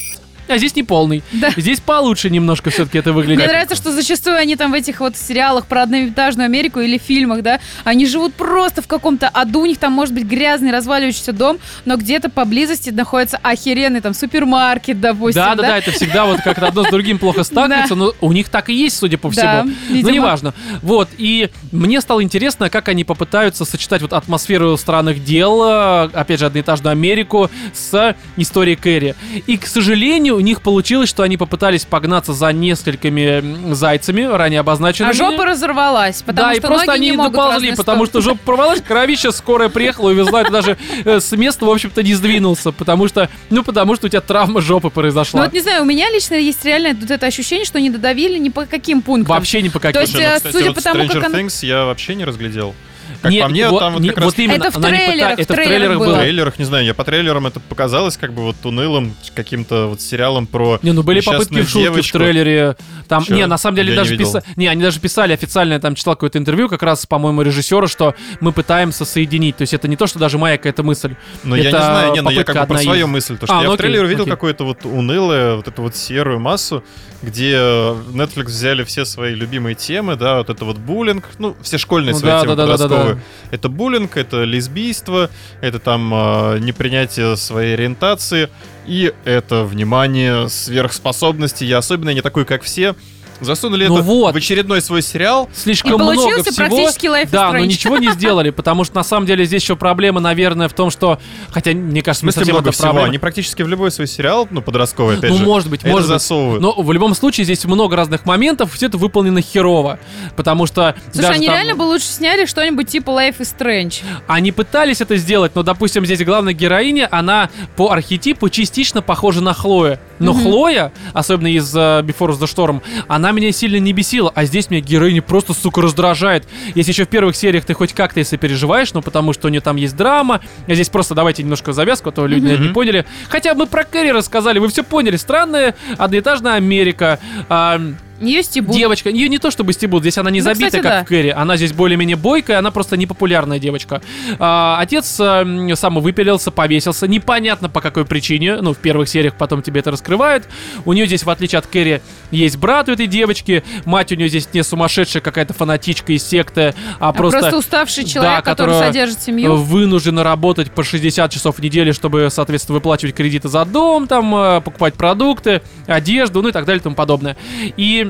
S1: а здесь не полный.
S3: Да.
S1: Здесь получше немножко все-таки это выглядит.
S3: Мне нравится, что зачастую они там в этих вот сериалах про одноэтажную Америку или фильмах, да, они живут просто в каком-то аду, у них там может быть грязный разваливающийся дом, но где-то поблизости находится охеренный там супермаркет, допустим, А
S1: да, да, да, это всегда вот как-то одно с другим
S3: <laughs>
S1: плохо стакается, но у них так и есть, судя по
S3: Да,
S1: всему. Ну,
S3: видимо.
S1: неважно. Вот, и мне стало интересно, как они попытаются сочетать вот атмосферу странных дел, э, опять же, одноэтажную Америку, с историей Кэрри. И, к сожалению, у них получилось, что они попытались погнаться за несколькими м, зайцами, ранее обозначенными.
S3: А жопа разорвалась, потому
S1: да,
S3: что
S1: и просто
S3: ноги
S1: они
S3: не могут в
S1: доползли,
S3: разные
S1: потому
S3: стороны.
S1: что жопа порвалась, кровища скорая приехала, увезла, это даже э, с места, в общем-то, не сдвинулся, потому что, ну, потому что у тебя травма жопы
S3: Ну
S1: произошла.
S3: вот не знаю, у меня лично есть реально вот это ощущение, что не додавили ни по каким пунктам.
S1: Вообще ни по
S3: То
S1: каким.
S3: есть, э, судя
S2: ну, вот
S3: по тому,
S2: Stranger
S3: как она-
S2: Things я вообще не разглядел. Как
S1: Не,
S2: по мне, там вот
S1: не-
S2: как раз
S1: именно,
S3: Это в
S1: она не пыта-
S3: трейлерах,
S1: это
S3: в
S1: в трейлерах
S3: трейлерах
S2: в
S1: было.
S3: было.
S2: трейлерах, не знаю, я по трейлерам это показалось как бы вот унылым, каким-то вот сериалом про
S1: Не, ну были
S2: несчастную
S1: попытки в шутке
S2: девочку.
S1: в трейлере. Там,
S2: Чё?
S1: не, на самом деле
S2: Я
S1: даже
S2: не видел.
S1: писали, не, они даже писали официально, я там читал какое-то интервью как раз, по-моему, режиссера, что мы пытаемся соединить. То есть это не то, что даже моя какая-то мысль.
S2: Ну, я не
S1: Это
S2: знаю, не, ну я
S1: попытка
S2: как бы про
S1: одна
S2: свою
S1: из.
S2: мысль. То, что
S1: А,
S2: я
S1: ну
S2: в трейлере
S1: окей,
S2: увидел
S1: окей.
S2: какую-то вот унылое, вот эту вот серую массу, где э, Netflix взяли все свои любимые темы, да, вот это вот буллинг, ну, все школьные
S1: Ну
S2: свои
S1: да,
S2: темы
S1: да, да, да, да,
S2: подростковые. Это буллинг, это лесбийство, это там э, непринятие своей ориентации, и это, внимание, сверхспособности. Я особенно не такой, как все. Засунули
S1: Ну
S2: это
S1: вот.
S2: в очередной свой сериал.
S1: Слишком
S3: И
S1: много
S3: получился
S1: всего.
S3: практически Life is
S1: да, но
S3: Strange.
S1: ничего не сделали, потому что на самом деле здесь еще проблема, наверное, в том, что, хотя мне
S2: В
S1: кажется, не
S2: смысле
S1: совсем
S2: много
S1: это
S2: всего.
S1: проблема.
S2: Они практически в любой свой сериал, ну, подростковый, опять
S1: ну,
S2: же,
S1: может быть,
S2: это
S1: может быть.
S2: засовывают.
S1: Но в любом случае здесь много разных моментов, все это выполнено херово, потому что
S3: Слушай,
S1: даже
S3: они
S1: там-
S3: реально бы лучше сняли что-нибудь типа Life is Strange.
S1: Они пытались это сделать, но, допустим, здесь главная героиня, она по архетипу частично похожа на Хлоя. Но
S3: Мгм.
S1: Хлоя, особенно из э, Before the Storm, она меня сильно не бесила, а здесь меня героиня просто, сука, раздражает. Если еще в первых сериях ты хоть как-то и сопереживаешь, ну потому что у нее там есть драма, а здесь просто давайте немножко завязку, а то люди
S3: Мгм.
S1: наверное, не
S2: Мгм.
S1: поняли. Хотя мы про Кэрри рассказали, вы все поняли. Странная одноэтажная Америка. а,
S3: Ее стебут.
S1: Девочка, ее не то чтобы стебут, здесь она не
S3: Ну,
S1: забита,
S3: кстати,
S1: как
S3: да.
S1: в Кэрри, она здесь более-менее бойкая, она просто непопулярная девочка. А, отец а, м, самовыпилился, повесился, непонятно по какой причине, ну, в первых сериях потом тебе это раскрывают. У нее здесь, в отличие от Кэрри, есть брат у этой девочки, мать у нее здесь не сумасшедшая какая-то фанатичка из секты, а,
S3: А просто,
S1: просто
S3: уставший
S1: Да,
S3: человек, который
S1: которого-
S3: содержит
S1: э,
S3: семью.
S1: вынуждена работать по 60 часов в неделю, чтобы, соответственно, выплачивать кредиты за дом, там, э, покупать продукты, одежду, ну и так далее и тому подобное. И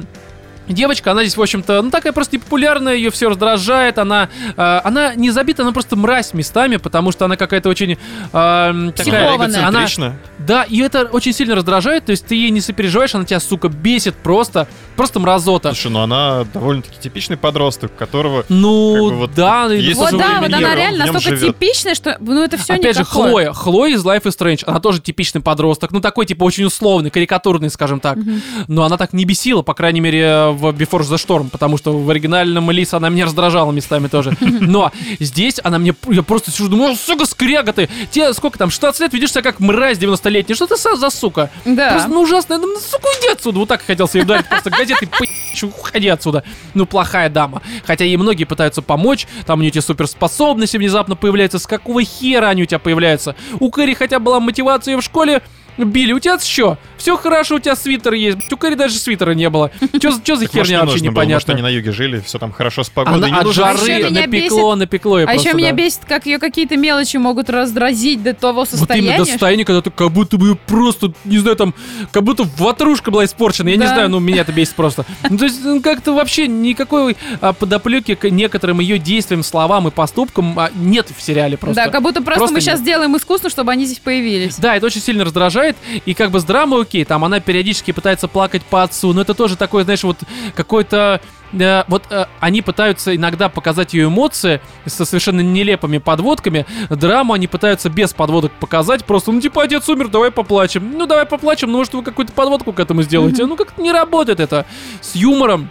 S1: Девочка, она здесь, в общем-то, ну такая просто непопулярная, ее все раздражает, она, э, она не забита, она просто мразь местами, потому что она какая-то очень э, такая-
S3: Психованная.
S1: Она,
S2: Эгоцентрична.
S1: да, и это очень сильно раздражает, то есть ты ей не сопереживаешь, она тебя, сука, бесит просто, просто мразота.
S2: Слушай, ну она довольно-таки типичный подросток, которого...
S1: Ну,
S2: Как бы вот
S1: да, и-
S2: есть
S3: Вот
S2: Если
S3: да,
S2: вы
S3: вот
S2: меня
S3: она
S2: в
S3: реально
S2: нем
S3: настолько
S2: живет.
S3: типичная, что ну это все
S1: Опять же,
S3: никакое.
S1: Хлоя. Хлоя из Life is Strange. Она тоже типичный подросток. Ну, такой, типа, очень условный, карикатурный, скажем так.
S3: Мгм.
S1: Но она так не бесила, по крайней мере, в Before the Storm, потому что в оригинальном Элис она меня раздражала местами
S3: <laughs>
S1: тоже. Но здесь она мне... Я просто сижу, думаю, «О, сука, скряга ты! Тебе сколько там, 16 лет, ведешь себя как мразь 90-летний. Что ты са- за сука?
S3: Да.
S1: Просто, ну, ужасно. Я думаю, «Ну, сука, уйди отсюда. Вот так и хотел себе ударить. Просто газеты, <laughs> пи***чу, уходи отсюда. Ну, плохая дама. Хотя ей многие пытаются помочь. Там у нее эти суперспособности внезапно появляются. С какого хера они у тебя появляются? У Кэрри хотя была мотивация её в школе. Билли, у тебя что? Все хорошо, у тебя свитер есть. блядь, У Кэрри даже свитера не было. Что за чё за
S2: Так, может, не
S1: херня вообще
S2: нужно было, Может, они
S1: непонятно?
S2: на юге жили, все там хорошо с
S1: Она
S2: погодой. не
S1: от
S2: нужен
S3: А ещё
S1: жары
S3: меня
S1: напекло, напекло. я
S3: А еще
S1: просто,
S3: меня
S1: да.
S3: бесит, как ее какие-то мелочи могут раздразить до того
S1: Вот именно
S3: состояния.
S1: до состояния, когда ты как будто бы просто, не знаю, там, как будто ватрушка была испорчена. Я не
S3: Да.
S1: знаю, ну меня это бесит просто. Ну, то есть, ну, как-то вообще никакой а, подоплеки к некоторым ее действиям, словам и поступкам а, нет в сериале просто.
S3: Да, как будто просто,
S1: Просто
S3: мы
S1: нет.
S3: сейчас делаем искусно, чтобы они здесь появились.
S1: Да, это очень сильно раздражает. И как бы с драмой, окей, там она периодически пытается плакать по отцу, но это тоже такое, знаешь, вот какой-то... э, вот э, они пытаются иногда показать ее эмоции со совершенно нелепыми подводками. Драму они пытаются без подводок показать. Просто, ну типа, отец умер, давай поплачем. Ну давай поплачем, ну может вы какую-то подводку к этому сделаете. Ну как-то не работает это. С юмором.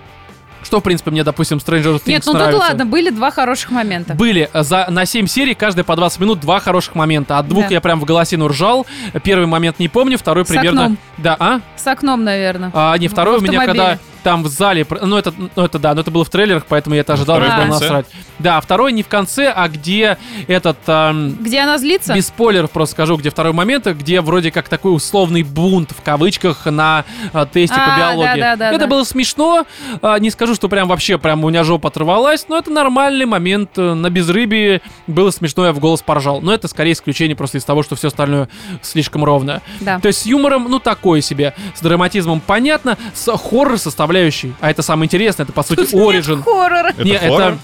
S1: Что, в принципе, мне, допустим, Stranger Things
S3: Нет, ну тут
S1: нравится.
S3: ладно, были два хороших момента.
S1: Были э, за, на 7 серий, каждая по 20 минут, два хороших момента. От двух
S3: Да.
S1: я прям в голосину ржал. Первый момент не помню, второй
S3: С
S1: примерно...
S3: окном.
S1: Да, а?
S3: С окном, наверное.
S1: а не, второй
S3: В
S1: у меня когда
S3: автомобиле.
S1: там в зале... пр- Ну это, ну, это да, но это было в трейлерах, поэтому я это ожидал,
S2: второй
S1: что
S3: в
S1: было
S2: конце?
S1: насрать. Да, второй не в конце, а где этот... ам,
S3: Где она злится?
S1: без спойлеров просто скажу, где второй момент, где вроде как такой условный бунт в кавычках на э, тесте по
S3: А,
S1: биологии.
S3: да-да-да-да.
S1: это было смешно. а, не скажу, что прям вообще прям у меня жопа оторвалась, но это нормальный момент. э, На безрыбье было смешно, я в голос поржал. Но это скорее исключение просто из того, что все остальное слишком ровно.
S3: Да.
S1: То есть с юмором, ну, такое себе. С драматизмом понятно, с хоррор составляющей. А это самое интересное, это, по сути, оригин.
S3: Хоррор.
S2: Это
S1: Не,
S2: хоррор?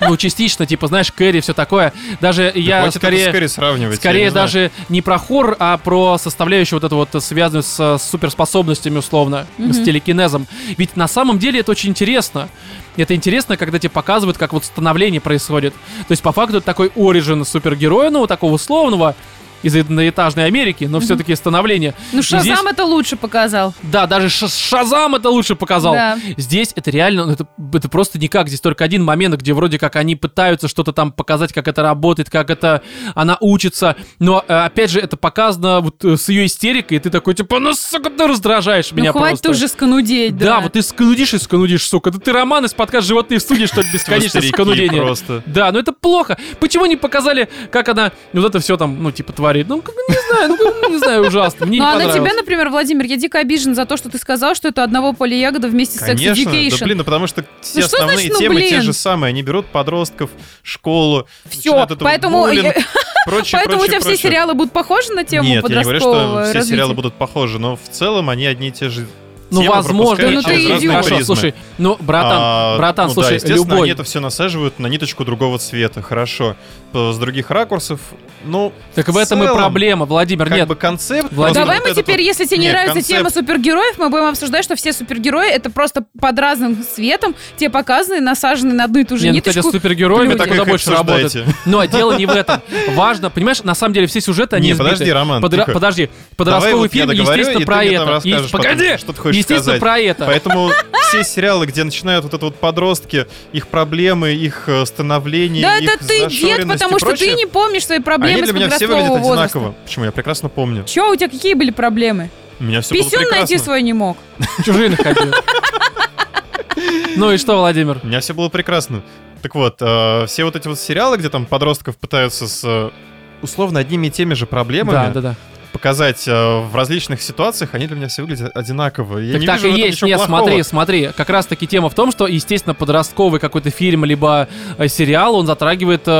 S1: ну, частично, типа, знаешь, Кэрри, все такое. Даже
S2: Да
S1: я
S2: хватит это
S1: скорее...
S2: с Кэрри сравнивать. я
S1: Скорее
S2: не знаю.
S1: даже не про хор, а про составляющую вот эту вот э, связанную с э, суперспособностями, условно, с телекинезом. Ведь на самом деле это очень интересно. Это интересно, когда тебе показывают, как вот становление происходит. То есть, по факту, это такой оригин супергероя, ну, такого условного, из одноэтажной Америки, но все-таки становление.
S3: Ну,
S1: И здесь-
S3: Шазам это лучше показал.
S1: да, даже Ш- Шазам это лучше показал.
S3: Да.
S1: Здесь это реально, ну, это, это просто никак. Здесь только один момент, где вроде как они пытаются что-то там показать, как это работает, как это она учится. Но э, опять же, это показано вот э, с ее истерикой, и ты такой типа, ну сука, ты раздражаешь меня
S3: ну, хватит
S1: просто.
S3: уже сканудеть,
S1: да.
S3: да.
S1: вот ты сканудишь и сканудишь, сука. Да ты роман из подкаст «Животные в студии», что ли, бесконечно
S2: Старики
S1: сканудение.
S2: просто.
S1: Да, но это плохо. Почему не показали, как она вот это все там, ну, типа, творит? Ну, как- не знаю, ну, не знаю, ужасно. Мне
S3: Ну,
S1: не
S3: а на
S1: понравилось.
S3: тебя, например, Владимир, я дико обижен за то, что ты сказал, что это одного поля ягода вместе с Sex
S2: Конечно,
S3: Education.
S2: да блин, ну потому что все
S3: Ну что
S2: основные
S3: значит, ну,
S2: темы те
S3: блин?
S2: же самые. Они берут подростков, школу,
S3: Всё,
S2: начинают этого
S3: поэтому
S2: буллинг,
S3: я-
S2: <laughs> прочее,
S3: Поэтому у
S2: прочее,
S3: тебя
S2: прочее.
S3: все сериалы будут похожи на тему
S2: Нет, я не
S3: подросткового
S2: говорю, что все
S3: развития?
S2: сериалы будут похожи, но в целом они одни и те же
S1: Ну,
S2: темы
S1: возможно,
S2: пропускают
S3: ну,
S2: через
S3: ты
S2: разные
S3: идиот.
S1: Хорошо,
S2: призмы.
S1: слушай, ну, братан,
S2: А,
S1: братан,
S2: ну да,
S1: слушай,
S2: естественно,
S1: любой.
S2: они это все насаживают на ниточку другого цвета, хорошо. П- С других ракурсов, ну,
S1: Так в
S2: в
S1: этом и
S2: целом,
S1: проблема, Владимир.
S2: как
S1: Нет,
S2: бы концепт...
S1: Владимир.
S2: просто
S3: Давай
S2: вот
S3: мы
S2: этот
S3: теперь,
S2: вот-
S3: если тебе не
S2: Нет,
S3: нравится
S2: концепт-
S3: тема супергероев, мы будем обсуждать, что все супергерои это просто под разным цветом тебе показаны, насажены на одну и ту же
S1: не, ну, кстати, с
S3: ниточку.
S1: супергероями
S2: Вы так
S1: куда
S2: их
S1: больше
S2: обсуждаете.
S1: работает. Но дело не в
S2: <laughs>
S1: этом. Важно, понимаешь, на самом деле все сюжеты, они
S2: Не,
S1: избиты.
S2: подожди, Роман,
S1: Подра-
S2: тихо.
S1: Подожди,
S2: Давай
S1: подростковый
S2: вот я
S1: фильм,
S2: договорю,
S1: естественно,
S2: и ты
S1: про
S2: мне там
S1: это.
S2: расскажешь
S1: Есть-
S2: потом,
S1: Погоди!
S2: что ты хочешь
S1: Естественно,
S2: сказать.
S1: про это.
S2: Поэтому все сериалы, где начинают вот это вот подростки, их проблемы, их э, становление,
S3: Да,
S2: их
S3: это ты дед,
S2: зашоренность и
S3: потому что ты
S2: прочее,
S3: не помнишь свои
S2: Они
S3: проблемы
S2: для
S3: с
S2: меня все выглядят
S3: подросткового возраста.
S2: одинаково. Почему? Я прекрасно помню.
S3: Че, у тебя какие были проблемы?
S2: У меня все было
S3: Писюн
S2: прекрасно.
S3: найти свой не мог.
S1: Чужие
S2: <laughs>
S1: находили. Ну и что, Владимир?
S2: У меня все было прекрасно. Так вот, э, все вот эти вот сериалы, где там подростков пытаются с э, условно одними и теми же проблемами
S1: Да, да, да.
S2: показать э, в различных ситуациях, они для меня все выглядят одинаково. Я
S1: Так
S2: не
S1: так
S2: вижу
S1: и
S2: в этом
S1: есть.
S2: ничего
S1: Нет,
S2: плохого.
S1: смотри, смотри. Как раз таки тема в том, что, естественно, подростковый какой-то фильм либо э, сериал, он затрагивает э,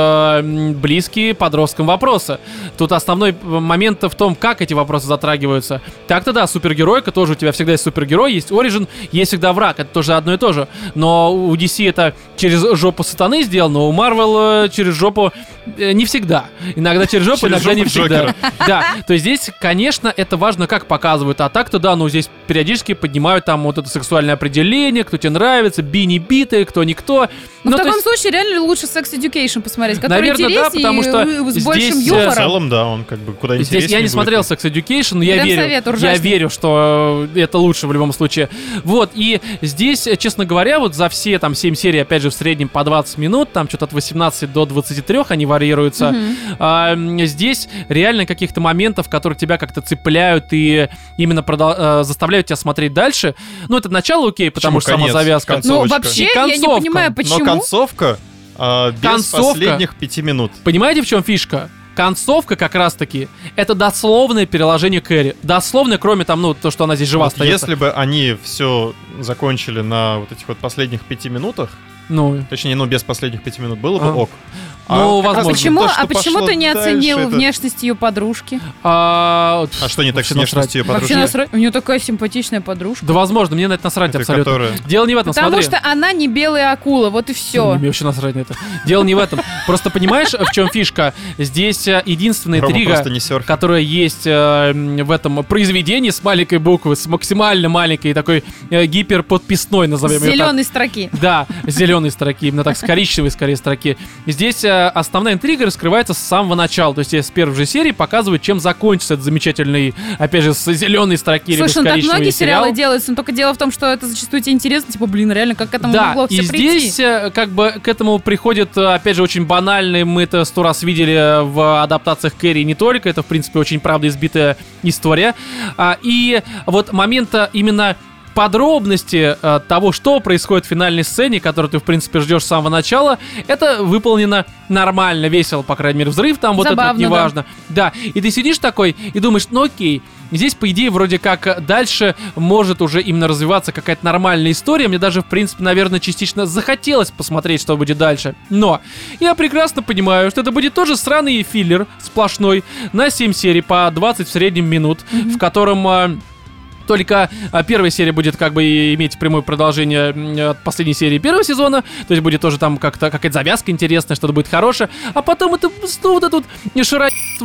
S1: м, близкие подросткам вопросы. Тут основной э, момент в том, как эти вопросы затрагиваются. Так-то да, супергеройка тоже у тебя всегда есть супергерой, есть Origin, есть всегда враг. Это тоже одно и то же. Но у DC это через жопу сатаны сделано, у Marvel э, через жопу э, не всегда. Иногда через жопу,
S2: Через
S1: иногда не
S2: жопу
S1: всегда.
S2: Джокера.
S1: <laughs> Да, то есть здесь есть, конечно, это важно, как показывают. А так-то, да, ну здесь периодически поднимают там вот это сексуальное определение, кто тебе нравится, би не битый, кто никто. Ну,
S3: Ну, в
S1: то
S3: таком
S1: есть,
S3: случае реально лучше Sex Education посмотреть, который
S1: Наверное, да,
S3: интереснее
S1: потому
S3: и,
S1: что
S3: э, с
S1: здесь,
S3: большим
S1: э,
S2: В
S3: юмором.
S2: целом, да, он как бы куда интереснее
S1: Здесь я не
S2: будет.
S1: смотрел Sex Education, но я
S3: Прям
S1: верю,
S3: совет,
S1: я
S3: ужасный.
S1: верю, что э, это лучше в любом случае. Вот, и здесь, э, честно говоря, вот за все там 7 серий, опять же, в среднем по 20 минут, там что-то от 18 до 23 они варьируются.
S3: Мгм.
S1: А, м, здесь реально каких-то моментов, которые тебя как-то цепляют и именно продол- э, заставляют тебя смотреть дальше. Ну, это начало окей, потому
S2: Почему
S1: что сама
S2: конец?
S1: завязка.
S2: Концов-
S3: Ну,
S2: Совочка.
S1: И
S3: вообще, я не
S1: концовка.
S3: понимаю,
S1: Но
S3: почему.
S2: Но концовка а, без
S1: Концовка.
S2: последних пяти минут.
S3: Ну,
S1: Понимаете, в чем фишка? Концовка как раз-таки это дословное переложение Кэрри. Дословное, кроме там, ну, то, что она здесь жива
S2: Вот
S1: остается.
S2: если бы они все закончили на вот этих вот последних пяти минутах,
S1: Ну,
S2: точнее, ну, без последних пяти минут, было бы
S1: А.
S2: ок.
S1: Ну,
S2: как раз
S1: возможно.
S2: таки
S3: Почему,
S2: то, что
S3: а почему
S2: пошло
S3: ты не
S2: дальше,
S3: оценил
S2: это-
S3: внешность ее подружки?
S1: а,
S2: А что не так с
S1: вообще насрать.
S2: внешностью ее
S3: Вообще
S2: подружки?
S3: насрать. У нее такая симпатичная подружка.
S1: Да возможно, мне на это насрать
S2: Это
S1: абсолютно.
S2: которая-
S1: Дело не в этом,
S3: Потому
S1: Ну, смотри.
S3: что она не белая акула, вот и все.
S1: Ну, Мне вообще насрать на это. Дело не в этом. Просто понимаешь, в чем фишка? Здесь э, единственная
S2: Рома
S1: интрига,
S2: просто не серфит.
S1: которая есть э, м, в этом произведении с маленькой буквы, с максимально маленькой такой э, гиперподписной, назовем ее так.
S3: Зеленой строки.
S1: Да, зеленой строки, именно так, с коричневой скорее строки. Здесь э, основная интрига раскрывается с самого начала, то есть э, с первой же серии показывают, чем закончится этот замечательный, опять же, с зеленой строки либо с
S3: Слушай, ну так
S1: коричневой
S3: многие
S1: сериал.
S3: сериалы делают, но только дело в том, что это зачастую тебе интересно, типа, блин, реально, как к этому
S1: да,
S3: могло
S1: и
S3: все прийти?
S1: здесь э, как бы к этому приходит, э, опять же, очень банальный, мы это сто раз видели э, в адаптациях Кэрри и не только, это, в принципе, очень, правда, избитая история. А, И вот момента именно подробности э, того, что происходит в финальной сцене, которую ты, в принципе, ждешь с самого начала, это выполнено нормально, весело, по крайней мере, взрыв там, вот это вот
S3: Забавно, да.
S1: неважно. Да. и ты сидишь такой и думаешь, ну окей, здесь, по идее, вроде как э, дальше может уже именно развиваться какая-то нормальная история. Мне даже, в принципе, наверное, частично захотелось посмотреть, что будет дальше. Но я прекрасно понимаю, что это будет тоже сраный филлер сплошной на 7 серий по 20 в среднем минут, в котором... э, только а, первая серия будет как бы и иметь прямое продолжение м, от последней серии первого сезона, то есть будет тоже там как-то какая-то завязка интересная, что-то будет хорошее, а потом это снова вот это тут не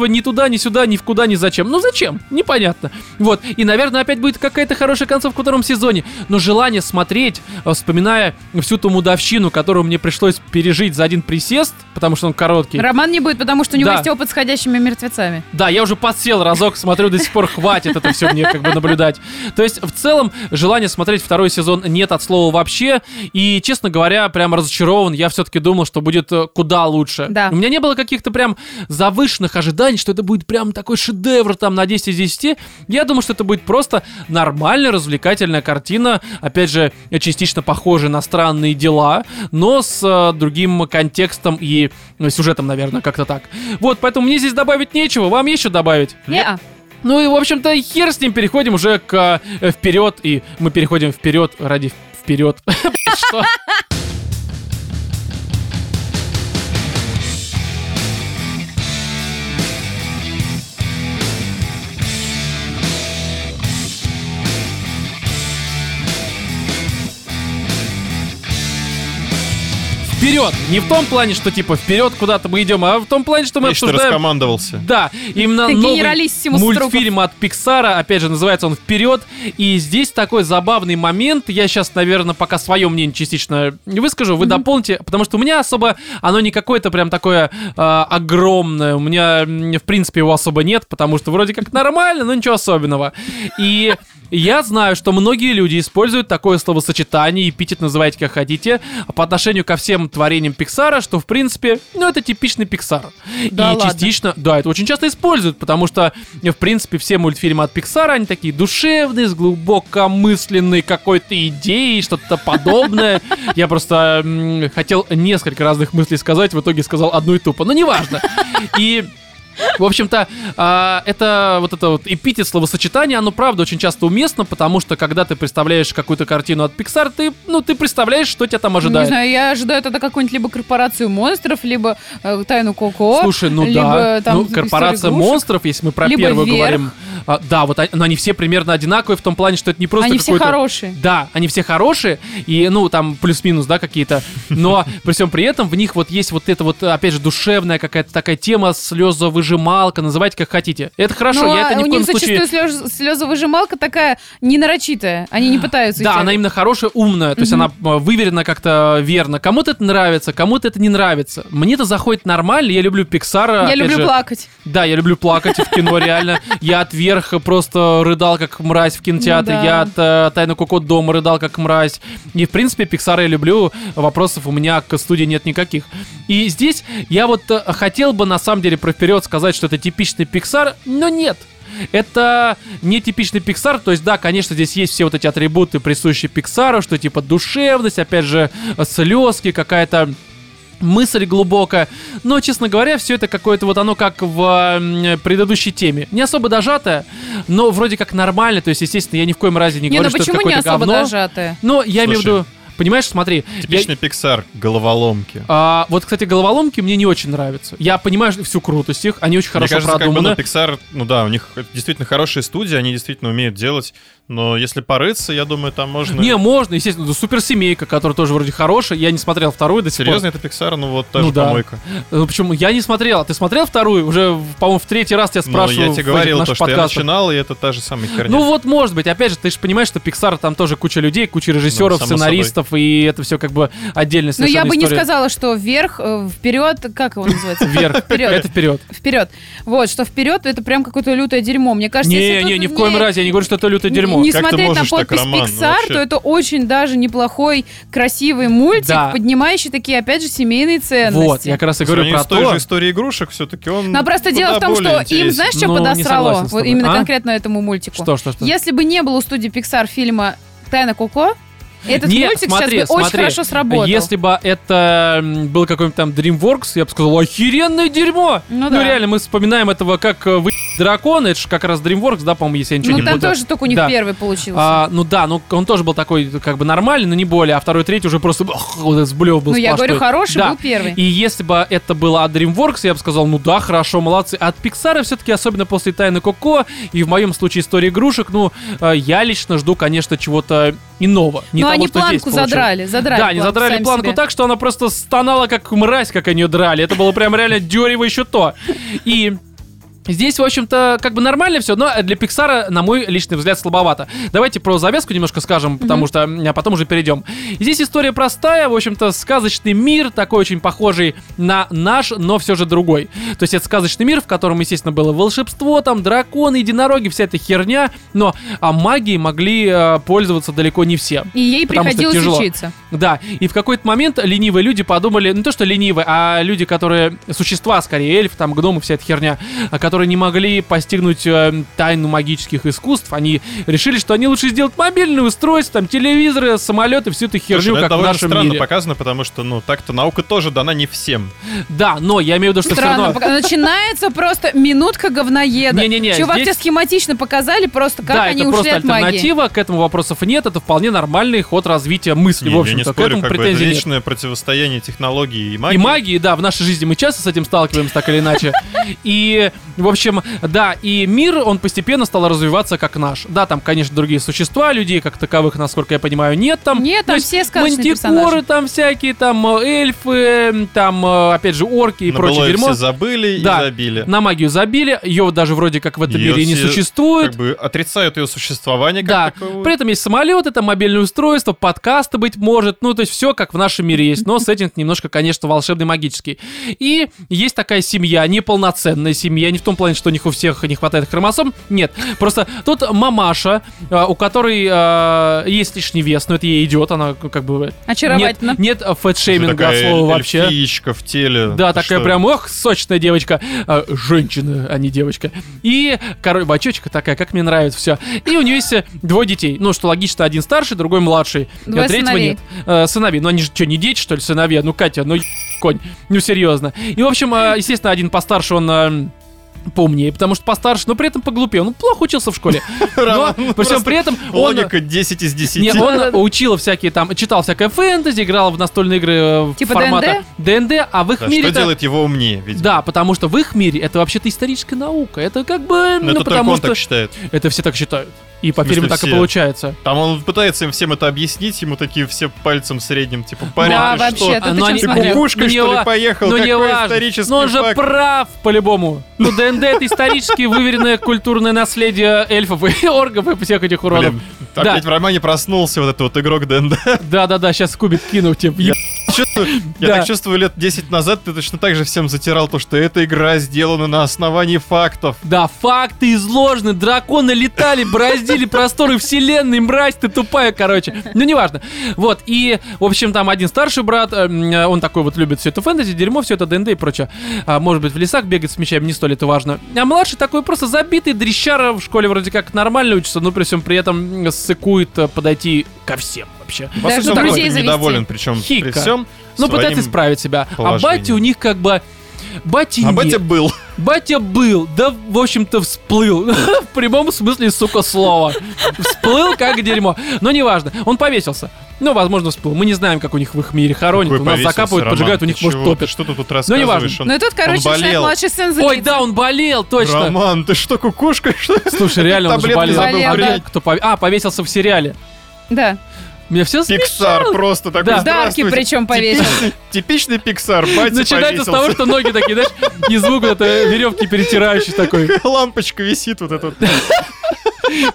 S1: ни туда, ни сюда, ни в куда, ни зачем. Ну зачем? Непонятно. Вот. И, наверное, опять будет какая-то хорошая концовка во втором сезоне. Но желание смотреть, э, вспоминая всю ту мудовщину, которую мне пришлось пережить за один присест, потому что он короткий.
S3: Роман не будет, потому что у него
S1: Да.
S3: есть опыт с ходящими мертвецами.
S1: Да, я уже подсел разок, смотрю, до сих пор хватит это все мне как бы наблюдать. То есть, в целом, желания смотреть второй сезон нет от слова вообще. И, честно говоря, прям разочарован. Я все-таки думал, что будет э, куда лучше.
S3: Да.
S1: У меня не было каких-то прям завышенных ожиданий, что это будет прям такой шедевр там на 10 из 10. Я думал, что это будет просто нормальная, развлекательная картина. Опять же, частично похожая на странные дела, но с э, другим контекстом и ну, сюжетом, наверное, как-то так. Вот, поэтому мне здесь добавить нечего, вам есть что добавить?
S3: Неа.
S1: Ну и, в общем-то, хер с ним, переходим уже к э, вперед, и мы переходим вперед ради в- <laughs> вперед. Что? Вперед! Не в том плане, что типа вперед куда-то мы идем, а в том плане, что мы
S2: Видишь, ты
S1: обсуждаем
S2: раскомандовался.
S1: да, именно новый
S3: Генералиссимус
S1: мультфильм от Пиксара, опять же, называется он «Вперед», и здесь такой забавный момент, я сейчас, наверное, пока свое мнение частично не выскажу, вы дополните, потому что у меня особо, оно не какое-то прям такое э, огромное, у меня, м, в принципе, его особо нет, потому что вроде как нормально, но ничего особенного. И я знаю, что многие люди используют такое словосочетание, эпитет называйте как хотите, по отношению ко всем творениям Пиксара, что, в принципе, ну, это типичный Пиксар.
S3: Да
S1: и
S3: ладно?
S1: частично, да, это очень часто используют, потому что, э, в принципе, все мультфильмы от Пиксара, они такие душевные, с глубокомысленной какой-то идеей, что-то подобное. Я просто м, хотел несколько разных мыслей сказать, в итоге сказал одну и тупо, но неважно. И... В общем-то, а, это вот это вот эпитет словосочетание, оно правда очень часто уместно, потому что когда ты представляешь какую-то картину от Pixar, ты, ну, ты представляешь, что тебя там
S3: Не
S1: ожидает.
S3: знаю, я ожидаю тогда какую-нибудь либо корпорацию монстров, либо э, тайну Коко.
S1: Слушай, ну
S3: либо
S1: да,
S3: там
S1: ну
S3: историю
S1: корпорация
S3: игрушек.
S1: монстров, если мы про
S3: либо
S1: первую
S3: «Вверх».
S1: говорим, а, да, вот они, но они все примерно одинаковые в том плане, что это не просто
S3: Они все
S1: какой-то-
S3: хорошие.
S1: Да, они все хорошие, и, ну, там, плюс-минус, да, какие-то, но при всем при этом в них вот есть вот эта вот, опять же, душевная какая-то такая тема, слезовыжималка, называйте как хотите. Это хорошо,
S3: Ну,
S1: я это
S3: а
S1: ни
S3: у
S1: в коем
S3: них
S1: случае...
S3: зачастую слез- слезовыжималка такая ненарочитая. Они не пытаются
S1: Да,
S3: идти.
S1: она именно хорошая, умная, то есть она э, выверена как-то верно. Кому-то это нравится, кому-то это не нравится. Мне это заходит нормально, я люблю Пиксара.
S3: Я
S1: опять
S3: люблю
S1: же.
S3: плакать.
S1: Да, я люблю плакать в кино, реально. Я от верха просто рыдал, как мразь в кинотеатре.
S3: Ну да.
S1: Я от э, Тайны Коко дома рыдал, как мразь. И, в принципе, Пиксара я люблю. Вопросов у меня к студии нет никаких. И здесь я вот э, хотел бы, на самом деле, про вперед сказать, что это типичный Пиксар, но нет. Это не типичный Pixar, то есть да, конечно, здесь есть все вот эти атрибуты, присущие Пиксару, что типа душевность, опять же, э, слезки, какая-то мысль глубокая. Но, честно говоря, все это какое-то вот оно как в м, предыдущей теме. Не особо дожатое, но вроде как нормально. То есть, естественно, я ни в коем разе не
S3: не, ну
S1: говорю, что это
S3: почему не
S1: какое-то
S3: особо
S1: говно.
S3: дожатая?
S1: Но я имею в
S2: Слушай.
S1: виду... Понимаешь, смотри, я-
S2: Типичный Pixar, головоломки.
S1: а, вот, кстати, головоломки мне не очень нравятся. Я понимаю всю крутость их, они очень
S2: Мне
S1: хорошо
S2: кажется, как бы, ну,
S1: продуманы.
S2: Pixar, ну да, у них действительно хорошие студии, они действительно умеют делать, но если порыться, я думаю, там можно...
S1: Не, можно, естественно, да, суперсемейка, которая тоже вроде хорошая. Я не смотрел вторую до сих пор.
S2: Серьезно, это Pixar, ну вот та
S1: Ну
S2: же
S1: да.
S2: помойка.
S1: Ну, почему? Я не смотрел. А Ты смотрел вторую? Уже, в- по-моему, в третий раз я
S2: Но
S1: спрашиваю
S2: Ну, я
S1: в
S2: тебе
S1: этих
S2: говорил, то,
S1: наших
S2: что я
S1: подкастах.
S2: начинал, и это та же самая херня.
S1: Ну вот, может быть. Опять же, ты же понимаешь, что Pixar там тоже куча людей, куча режиссеров,
S2: Ну, само
S1: сценаристов, и это все как бы отдельная
S3: Ну, я
S1: совершенно
S3: бы не
S1: история.
S3: сказала, что вверх, э, вперед, как его называется?
S1: Вверх.
S3: Вперед.
S1: Это вперед.
S3: Вперед. Вот, что вперед, это прям какое-то лютое дерьмо. Мне кажется,
S1: не,
S3: если
S1: не,
S3: тут
S1: ни в коем
S3: не-
S1: разе. Я не говорю, что это лютое
S3: не-
S1: дерьмо.
S3: Не
S2: Как ты
S3: смотреть на
S2: можешь так,
S3: подпись
S2: Роман, ну,
S3: Pixar,
S2: вообще?
S3: то это очень даже неплохой, красивый мультик,
S1: Да.
S3: поднимающий такие, опять же, семейные ценности.
S1: Вот, я как раз и
S2: По
S1: говорю
S2: сравнению
S1: про
S2: с той
S1: то.
S2: же историей игрушек, все-таки он
S3: Но просто
S2: куда
S3: дело в том, что
S2: более
S3: им,
S2: интересен.
S3: знаешь, что
S1: Ну, не
S3: подосрало?
S1: согласен с
S3: Вот
S1: тобой.
S3: именно
S1: А?
S3: конкретно этому мультику.
S1: Что, что, что?
S3: Если бы не было у студии Pixar фильма «Тайна Коко», этот
S1: Не,
S3: мультик
S1: смотри,
S3: сейчас бы очень
S1: смотри.
S3: хорошо сработал.
S1: Если бы это м, был какой-нибудь там DreamWorks, я бы сказал, охеренное дерьмо!
S3: Ну да.
S1: реально, мы вспоминаем этого как э, вы дракон, это же как раз DreamWorks, да, по-моему, если я ничего
S3: ну,
S1: не
S3: там
S1: буду.
S3: тоже только у них
S1: Да.
S3: первый получился.
S1: А, ну да, ну он тоже был такой как бы нормальный, но не более, а второй, третий уже просто ох, вот этот сблев был
S3: ну, я
S1: сплошной.
S3: говорю, хороший
S1: Да.
S3: был первый.
S1: И если бы это было от DreamWorks, я бы сказал, ну да, хорошо, молодцы. А От Pixar все-таки, особенно после Тайны Коко, и в моем случае истории игрушек, ну, э, я лично жду, конечно, чего-то иного. Не
S3: Но
S1: того,
S3: Ну, они
S1: что здесь
S3: планку
S1: получилось.
S3: задрали, задрали.
S1: Да, они
S3: планку
S1: задрали
S3: сами
S1: планку
S3: себе.
S1: так, что она просто стонала, как мразь, как они ее драли. Это было прям реально дерево еще то. И Здесь, в общем-то, как бы нормально все, но для Пиксара, на мой личный взгляд, слабовато. Давайте про завязку немножко скажем, потому что м, а потом уже перейдем. Здесь история простая, в общем-то, сказочный мир, такой очень похожий на наш, но все же другой. То есть это сказочный мир, в котором, естественно, было волшебство, там драконы, единороги, вся эта херня, но а магией могли э, пользоваться далеко не все.
S3: И ей
S1: Потому что
S3: приходилось
S1: тяжело.
S3: учиться.
S1: Да, и в какой-то момент ленивые люди подумали, ну, не то что ленивые, а люди, которые, существа скорее, эльф, там, гномы, вся эта херня, а которые не могли постигнуть э, тайну магических искусств, они решили, что они лучше сделают мобильные устройства, там, телевизоры, самолеты, всю эту
S2: Слушай,
S1: херню,
S2: ну, это
S1: как в
S2: довольно
S1: нашем
S2: странно
S1: мире.
S2: показано, потому что, ну, так-то наука тоже дана не всем.
S1: Да, но я имею в виду, что все
S3: Странно,
S1: равно...
S3: пока- начинается просто минутка говноеда.
S1: Не-не-не,
S3: Чувак,
S1: здесь-
S3: тебе схематично показали просто, как
S1: да,
S3: они
S1: это
S3: ушли
S1: просто
S3: от магии.
S1: альтернатива, к этому вопросов нет, это вполне нормальный ход развития мысли,
S2: Не,
S1: в
S2: я не
S1: общем-то, к
S2: спорю,
S1: этому
S2: как бы это
S1: претензий нет.
S2: вечное противостояние технологии и магии.
S1: И магии, да, в нашей жизни мы часто с этим сталкиваемся, так или иначе. И, в общем, да, и мир, он постепенно стал развиваться как наш. Да, там, конечно, другие существа, людей как таковых, насколько я понимаю, нет там.
S3: Нет,
S1: То
S3: там
S1: есть
S3: все сказочные
S1: Мантикоры
S3: персонажи.
S1: там всякие, там э, эльфы, там, э, опять же, орки и
S2: На
S1: прочее
S2: былое
S1: дерьмо.
S2: все забыли
S1: Да.
S2: и забили.
S1: На магию забили, ее даже вроде как в этом
S2: Её
S1: мире и не
S2: все
S1: существует.
S2: Как бы отрицают ее существование как
S1: Да,
S2: таковое.
S1: при этом есть самолеты, там мобильное устройство, подкасты быть может, ну то есть все как в нашем мире есть, но сеттинг немножко, конечно, волшебный, магический. И есть такая семья, неполноценная семья, не в том плане, что у них у всех не хватает хромосом, нет, просто тут мамаша, э, у которой э, есть лишний вес, но это ей идет, она как бы...
S3: Очаровательно.
S1: Нет, нет
S2: Слушай,
S1: фэтшейминга от
S2: такая
S1: слова вообще.
S2: эльфиечка в теле.
S1: Да,
S2: Ты
S1: такая
S2: что?
S1: прям, ох, сочная девочка. Э, женщина, а не девочка. И король бачочка такая, как мне нравится все. И у нее есть э, двое детей. Ну, что логично, один старший, другой младший.
S3: Двое
S1: а третьего
S3: сыновей.
S1: нет. Э, сыновей. Ну, они же что, не дети, что ли, сыновья? Ну, Катя, ну, е- конь. Ну, серьезно. И, в общем, э, естественно, один постарше, он... э, поумнее, потому что постарше, но при этом поглупее. Он плохо учился в школе. Но
S2: <laughs> Роман, ну,
S1: при всем
S2: просто
S1: при этом он...
S2: Логика 10 из 10.
S1: Не, он учил всякие там, читал всякое фэнтези, играл в настольные игры э,
S3: Типа
S1: формата ДНД, а в их
S2: Да,
S1: мире...
S2: что делает его умнее, видимо?
S1: Да, потому что в их мире это вообще-то историческая наука. Это как бы,
S2: Но
S1: ну,
S2: это только
S1: потому
S2: он
S1: что...
S2: так считает.
S1: Это все так считают. И по
S2: В смысле
S1: фильму так и
S2: все?
S1: получается.
S2: Там он пытается им всем это объяснить, ему такие все пальцем средним, типа, парень,
S3: Да,
S2: ты что,
S3: вообще, а ты
S1: но
S3: чем
S1: они-
S2: ты
S3: смотрел?
S2: кукушкой,
S1: Ну, не
S2: что ли,
S1: ва-
S2: поехал?
S1: Ну,
S2: Какой
S1: не важно.
S2: исторический
S1: Но он же
S2: факт?
S1: прав, по-любому. Ну, ДНД — это исторически выверенное культурное наследие эльфов и <laughs> оргов и всех этих уродов.
S2: Блин,
S1: Да.
S2: опять в романе проснулся вот этот вот игрок ДНД.
S1: Да-да-да, сейчас кубик кину, типа,
S2: Я- Чувствую- Я
S1: Да.
S2: так чувствую, лет 10 назад ты точно так же всем затирал то, что эта игра сделана на основании фактов.
S1: Да, факты изложены, драконы летали, бороздили просторы вселенной, мразь, ты тупая, короче. Ну, неважно. Вот, и, в общем, там один старший брат, эм, э, он такой вот любит все это фэнтези, дерьмо, все это ДНД и прочее. А, может быть, в лесах бегать с мечами, не столь это важно. А младший такой просто забитый, дрищара, в школе вроде как нормально учится, но при всем при этом м, сыкует э, подойти ко всем вообще.
S2: По
S3: Даже
S2: сути,
S1: друзей
S2: он просто
S3: завести.
S2: недоволен, причем при
S1: Хика. Ну,
S2: всем.
S1: Но
S2: своим-
S1: пытается исправить себя. А
S2: положением.
S1: батя у них как бы... Батя
S2: А
S1: нет.
S2: батя был.
S1: Батя был, да, в общем-то, всплыл. <laughs> В прямом смысле, сука, слова. Всплыл как дерьмо. Но неважно, он повесился. Ну, возможно, всплыл. Мы не знаем, как у них в их мире хоронят.
S2: Какой
S1: У нас
S2: повесился,
S1: закапывают,
S2: Роман,
S1: поджигают, у
S2: ты
S1: них, может,
S2: чего? Ты
S1: топят.
S2: Что ты тут
S1: Ну, неважно.
S2: рассказываешь? Он-
S3: Ну и тут, короче,
S2: он
S3: начинает
S2: болел.
S3: младший сын
S1: Ой,
S3: злиться.
S1: да, он болел, точно.
S2: Роман, ты что, кукушка? Что?
S1: Слушай, реально, он же
S2: Таблетки
S1: болел.
S3: забыл
S1: А да,
S3: принять.
S1: кто пове- А, повесился в сериале.
S3: Да.
S1: Меня все
S2: Пиксар просто такой,
S1: Да.
S3: Дарки
S2: «Здравствуйте».
S3: причем повесил.
S2: Типичный- Типичный Пиксар, батя
S1: Начинается с того,
S2: повесился.
S1: что ноги такие, знаешь, и звук вот этой веревки перетирающий такой.
S2: <laughs> Лампочка висит вот эта. вот.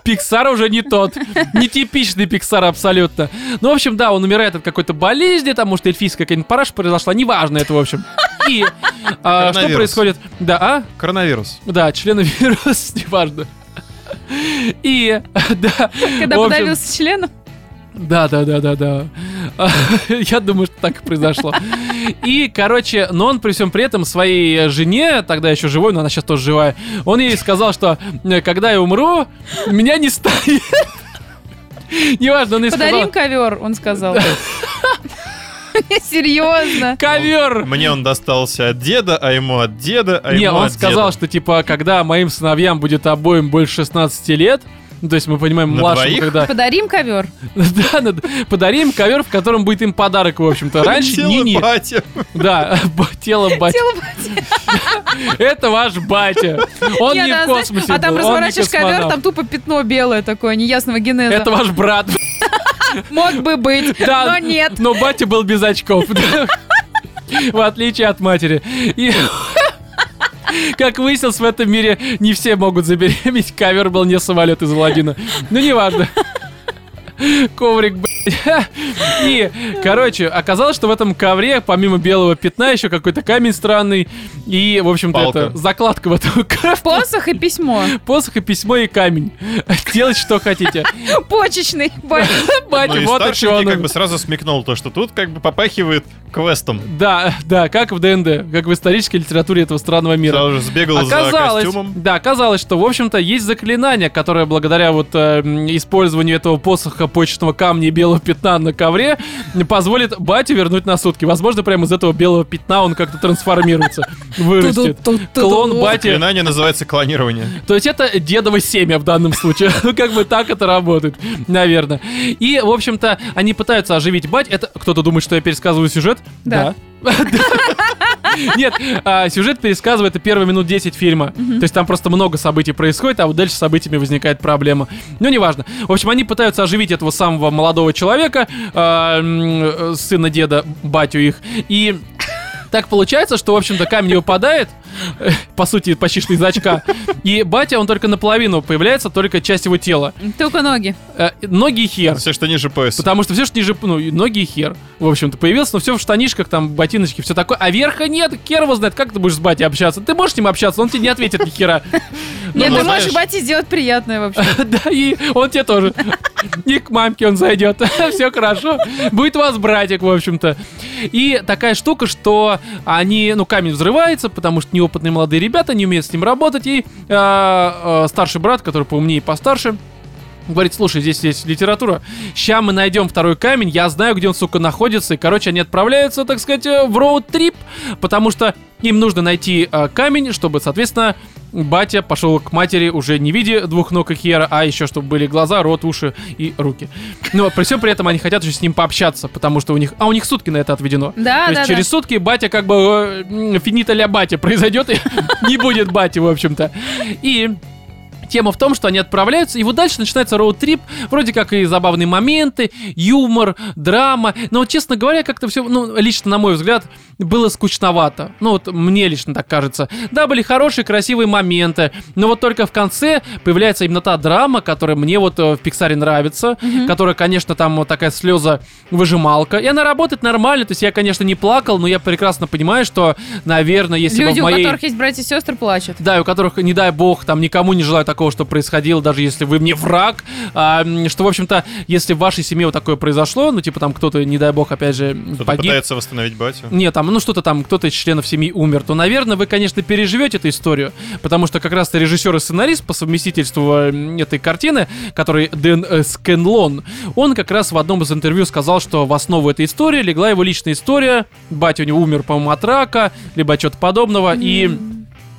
S1: Пиксар уже не тот. Нетипичный Пиксар абсолютно. Ну, в общем, да, он умирает от какой-то болезни, там, может, эльфийская какая-нибудь параша произошла, неважно это, в общем. И а, что
S2: Коронавирус.
S1: происходит? Да, а?
S2: Коронавирус.
S1: Да, члены <laughs> вирус, неважно. И, да,
S3: Когда
S1: в общем,
S3: подавился членом.
S1: да, да, да, да, да. <laughs> Я думаю, что так и произошло. И, короче, но он при всем при этом своей э, жене, тогда еще живой, но она сейчас тоже живая, он ей сказал, что э, когда я умру, меня не станет. <laughs> Неважно, он ей
S3: Подарим
S1: сказал...
S3: ковер, он сказал. <laughs> Не, Серьезно.
S1: Ковер!
S2: Мне он достался от деда, а ему от деда, а
S1: Не,
S2: ему
S1: он
S2: от
S1: сказал,
S2: деда.
S1: что типа, когда моим сыновьям будет обоим больше 16 лет, ну, то есть мы понимаем,
S2: На
S1: младшему,
S2: двоих?
S3: <laughs>
S1: когда... <laughs>
S3: Подарим ковер.
S1: Да, надо- подарим ковер, в котором будет им подарок, в общем-то. Раньше
S2: Тело
S1: Нини.
S2: батя.
S1: Да, <laughs> тело бать.
S3: Тело батя.
S1: Это ваш батя. Он
S3: Не,
S1: не
S3: да,
S1: в
S3: знаешь,
S1: космосе
S3: А там
S1: был, он не
S3: разворачиваешь ковер,
S1: космонавт.
S3: там тупо пятно белое такое, неясного генеза.
S1: Это ваш брат.
S3: Мог бы быть,
S1: Да,
S3: но нет.
S1: Но батя был без очков. да. В отличие от матери. И... Как выяснилось, в этом мире не все могут забеременеть. Ковер был не самолет из Владина. Ну, неважно. Коврик, блядь. И, короче, оказалось, что в этом ковре, помимо белого пятна, еще какой-то камень странный. И, в общем-то,
S2: Палка.
S1: это закладка в этом ковре.
S3: Посох и письмо.
S1: Посох и письмо и камень. <laughs> Делать, что хотите.
S3: Почечный. батя.
S2: Ну
S1: Батя,
S2: и
S1: вот и чё
S2: старшенький
S1: он.
S2: как бы сразу смекнул то, что тут как бы попахивает квестом.
S1: Да, да, как в ДНД, как в исторической литературе этого странного мира.
S2: Сразу же сбегал за
S1: Оказалось,
S2: костюмом.
S1: да, оказалось, что, в общем-то, есть заклинание, которое благодаря вот э, м, использованию этого посоха почечного камня и белого пятна на ковре позволит батю вернуть на сутки. Возможно, прямо из этого белого пятна он как-то трансформируется,
S3: <laughs>
S1: вырастет.
S3: Ту-ду-ту-ту-ду.
S1: Клон батя.
S2: Заклинание называется клонирование.
S1: То есть это дедово семя в данном случае. <laughs> Ну, как бы так это работает, наверное. И, в общем-то, они пытаются оживить бать. Это кто-то думает, что я пересказываю сюжет?
S3: Да.
S1: Да. <laughs> Нет, а, сюжет пересказывает и первые минут 10 фильма. То есть там просто много событий происходит, а вот дальше с событиями возникает проблема. Ну, неважно. В общем, они пытаются оживить этого самого молодого человека, а, м, э, сына деда, батю их, и так получается, что, в общем-то, камень выпадает, э, <laughs> по сути, почти что из очка, и батя, он только наполовину появляется, только часть его тела.
S3: Только ноги.
S1: Э, Ноги и хер.
S2: Все, что ниже пояса.
S1: Потому что все, что ниже, ну, и ноги и хер, в общем-то, появился, но все в штанишках, там, ботиночки, все такое. А верха нет, хер его знает, как ты будешь с батей общаться. Ты можешь с ним общаться, он тебе не ответит ни хера.
S3: Нет,
S2: ну,
S3: ты
S2: знаешь-
S3: можешь бате сделать
S1: <laughs>
S3: приятное вообще.
S1: Да, и он тебе тоже. И к мамке он зайдет. <laughs> Все хорошо. Будет у вас братик, в общем-то. И такая штука, что они, ну, камень взрывается, потому что неопытные молодые ребята не умеют с ним работать. И а, а, старший брат, который поумнее и постарше, Говорит, слушай, здесь есть литература. Ща мы найдем второй камень, я знаю, где он, сука, находится. И, короче, они отправляются, так сказать, э, в роуд-трип, потому что им нужно найти э, камень, чтобы, соответственно, Батя пошел к матери уже не в виде двух ног и хера, а еще чтобы были глаза, рот, уши и руки. Но при всем при этом они хотят еще с ним пообщаться, потому что у них... А у них сутки на это отведено.
S3: Да,
S1: То
S3: да,
S1: есть через сутки батя как бы э, м, финита ля батя произойдет, и <laughs> не будет бати, в общем-то. И Тема в том, что они отправляются, и вот дальше начинается роуд-трип, вроде как и забавные моменты, юмор, драма, но, вот, честно говоря, как-то все, ну, лично, на мой взгляд, было скучновато. Ну, вот мне лично так кажется. Да, были хорошие, красивые моменты, но вот только в конце появляется именно та драма, которая мне вот э, в Пиксаре нравится, которая, конечно, там вот такая слеза выжималка, и она работает нормально, то есть я, конечно, не плакал, но я прекрасно понимаю, что, наверное, если бы
S3: Люди,
S1: в
S3: у
S1: моей...
S3: которых есть братья и сестры, плачут.
S1: Да, и у которых, не дай бог, там никому не желаю такого, чтобы происходило, даже если вы мне враг. А, м, что, в общем-то, если в вашей семье вот такое произошло, ну, типа там кто-то, не дай бог, опять же,
S2: Кто-то
S1: погиб.
S2: пытается восстановить батю.
S1: Не, там, ну что-то там, кто-то из членов семьи умер, то, наверное, вы, конечно, переживете эту историю, потому что как раз-то режиссер и сценарист по совместительству э, этой картины, который Дэн э, Скенлон, он как раз в одном из интервью сказал, что в основу этой истории легла его личная история, батя у него умер, по-моему, от рака, либо от чего-то подобного, и...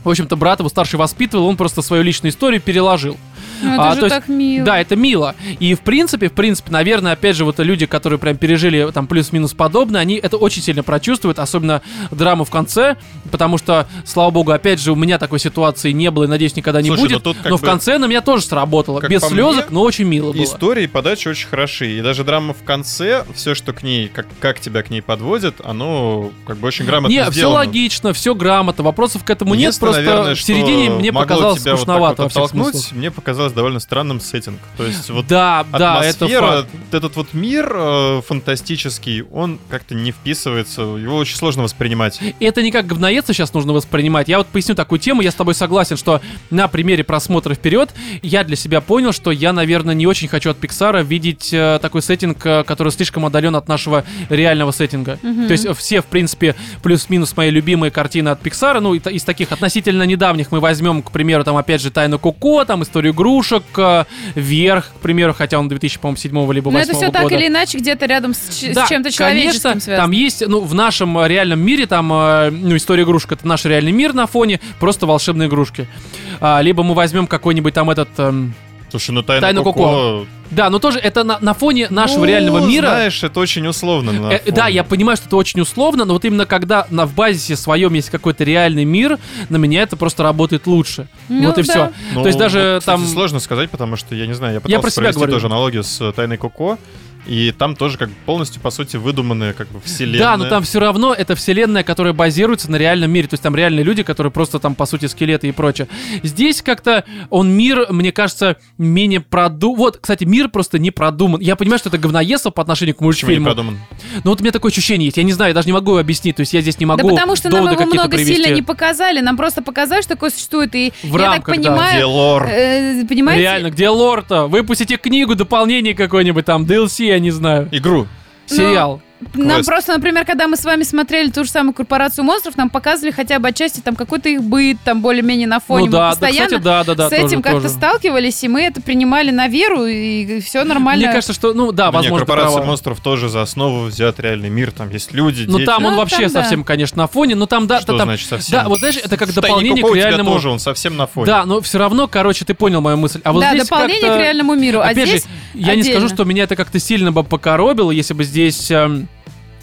S1: В общем-то, брат его старший воспитывал, он просто свою личную историю переложил.
S3: Ну, это
S1: А, то
S3: же
S1: есть-
S3: так мило.
S1: Да, это мило. И в принципе, в принципе, наверное, опять же, вот люди, которые прям пережили там плюс-минус подобное, они это очень сильно прочувствуют, особенно драму в конце, потому что, слава богу, опять же, у меня такой ситуации не было и, надеюсь, никогда не
S2: Слушай, ну
S1: будет.
S2: тут как
S1: но в
S2: бы-
S1: конце на меня тоже сработало.
S2: Как
S1: Без
S2: по мне,
S1: слезок, но очень мило было.
S2: Истории и подачи очень хороши. И даже драма в конце, все, что к ней, как, как тебя к ней подводит, оно как бы очень грамотно
S1: Не, все
S2: сделано.
S1: логично, все грамотно, вопросов к этому нет,
S2: Единственное,
S1: просто
S2: наверное,
S1: в
S2: что
S1: середине мне
S2: могло
S1: показалось
S2: тебя вот так
S1: скучновато
S2: вот
S1: во всех
S2: оттолкнуть,
S1: смыслах.
S2: Мне показалось довольно странным сеттинг. То есть вот
S1: Да, да, это
S2: атмосфера,
S1: факт.
S2: этот вот мир э, фантастический, он как-то не вписывается, его очень сложно воспринимать.
S1: И это не как говноедство сейчас нужно воспринимать. Я вот поясню такую тему, я с тобой согласен, что на примере просмотра вперед я для себя понял, что я, наверное, не очень хочу от Пиксара видеть э, такой сеттинг, э, который слишком отдален от нашего реального сеттинга.
S3: Мгм.
S1: То есть э, все, в принципе, плюс-минус мои любимые картины от Пиксара, ну, и та- из таких относительно недавних мы возьмем, к примеру, там, опять же, «Тайну Коко», там, «Историю игрушек», э, «Вверх», к примеру, хотя он 2007 либо
S3: Но
S1: 2008
S3: Ну, это все
S1: года.
S3: так или иначе где-то рядом с, ч- с
S1: Да,
S3: чем-то
S1: конечно,
S3: человеческим связано.
S1: Там есть, ну, в нашем э, реальном мире, там, э, ну, история игрушек это наш реальный мир на фоне, просто волшебные игрушки. А, либо мы возьмем какой-нибудь там этот. эм,
S2: Слушай, ну тайна,
S1: «Тайна
S2: Коко...
S1: да, но тоже это на, на фоне нашего
S2: Ну,
S1: реального мира.
S2: знаешь, это очень условно. на
S1: Э,
S2: фоне.
S1: да, я понимаю, что это очень условно, но вот именно когда на, в базисе своем есть какой-то реальный мир, на меня это просто работает лучше.
S3: Ну
S1: вот и
S3: да.
S1: все.
S2: Ну,
S1: То есть даже
S2: вот, кстати,
S1: там-
S2: сложно сказать, потому что я не знаю, я пытался
S1: про себя
S2: провести
S1: говорю.
S2: тоже аналогию с э, тайной Коко, и там тоже как бы полностью, по сути, выдуманная как бы вселенная.
S1: Да, но там все равно это вселенная, которая базируется на реальном мире. То есть там реальные люди, которые просто там, по сути, скелеты и прочее. Здесь как-то он мир, мне кажется, менее продуман. Вот, кстати, мир просто не продуман. Я понимаю, что это говноество по отношению к
S2: Почему не
S1: мультфильму.
S2: продуман?
S1: Но вот у меня такое ощущение есть. Я не знаю, я даже не могу объяснить. То есть я здесь не могу
S3: да потому что нам
S1: доводы
S3: его
S1: какие-то
S3: много
S1: привести.
S3: сильно не показали, нам просто показали, что такое существует, и
S1: В
S3: я
S1: рамках,
S3: так
S1: да.
S2: Где
S3: понимаю,
S2: лор?
S3: э, понимаете,
S1: Реально, где лорд-то? Выпустите книгу, дополнение какое-нибудь там, DLC, я не знаю.
S2: Игру.
S3: Ну,
S1: Сериал.
S3: Нам
S2: Квест.
S3: просто, например, когда мы с вами смотрели ту же самую корпорацию монстров, нам показывали хотя бы отчасти там какой-то их быт, там более-менее на
S1: Ну
S3: фоне. Мы
S1: да, да,
S3: постоянно
S1: кстати, да, да, да.
S3: с
S1: тоже,
S3: этим как-то
S1: тоже.
S3: сталкивались, и мы это принимали на веру, и все нормально.
S1: Мне кажется, что, ну да,
S2: Да не,
S1: возможно, ты
S2: корпорация
S1: права.
S2: монстров тоже за основу взят реальный мир. Там есть люди,
S1: Ну
S2: дети.
S1: там он
S3: Ну,
S1: вообще
S3: там да.
S1: совсем, конечно, на фоне, но там да,
S2: Что
S1: там,
S2: значит совсем?
S1: да, вот знаешь, это как
S2: В «Тайне
S1: дополнение
S2: Коко»
S1: к
S2: у тебя
S1: реальному.
S2: тоже он совсем на фоне.
S1: Да, но все равно, короче, ты понял мою мысль. А вот
S3: да,
S1: здесь
S3: дополнение
S1: как-то-
S3: к реальному миру. А
S1: Опять
S3: здесь
S1: же, я не скажу,
S3: отдельно.
S1: что меня это как-то сильно бы покоробило, если бы здесь.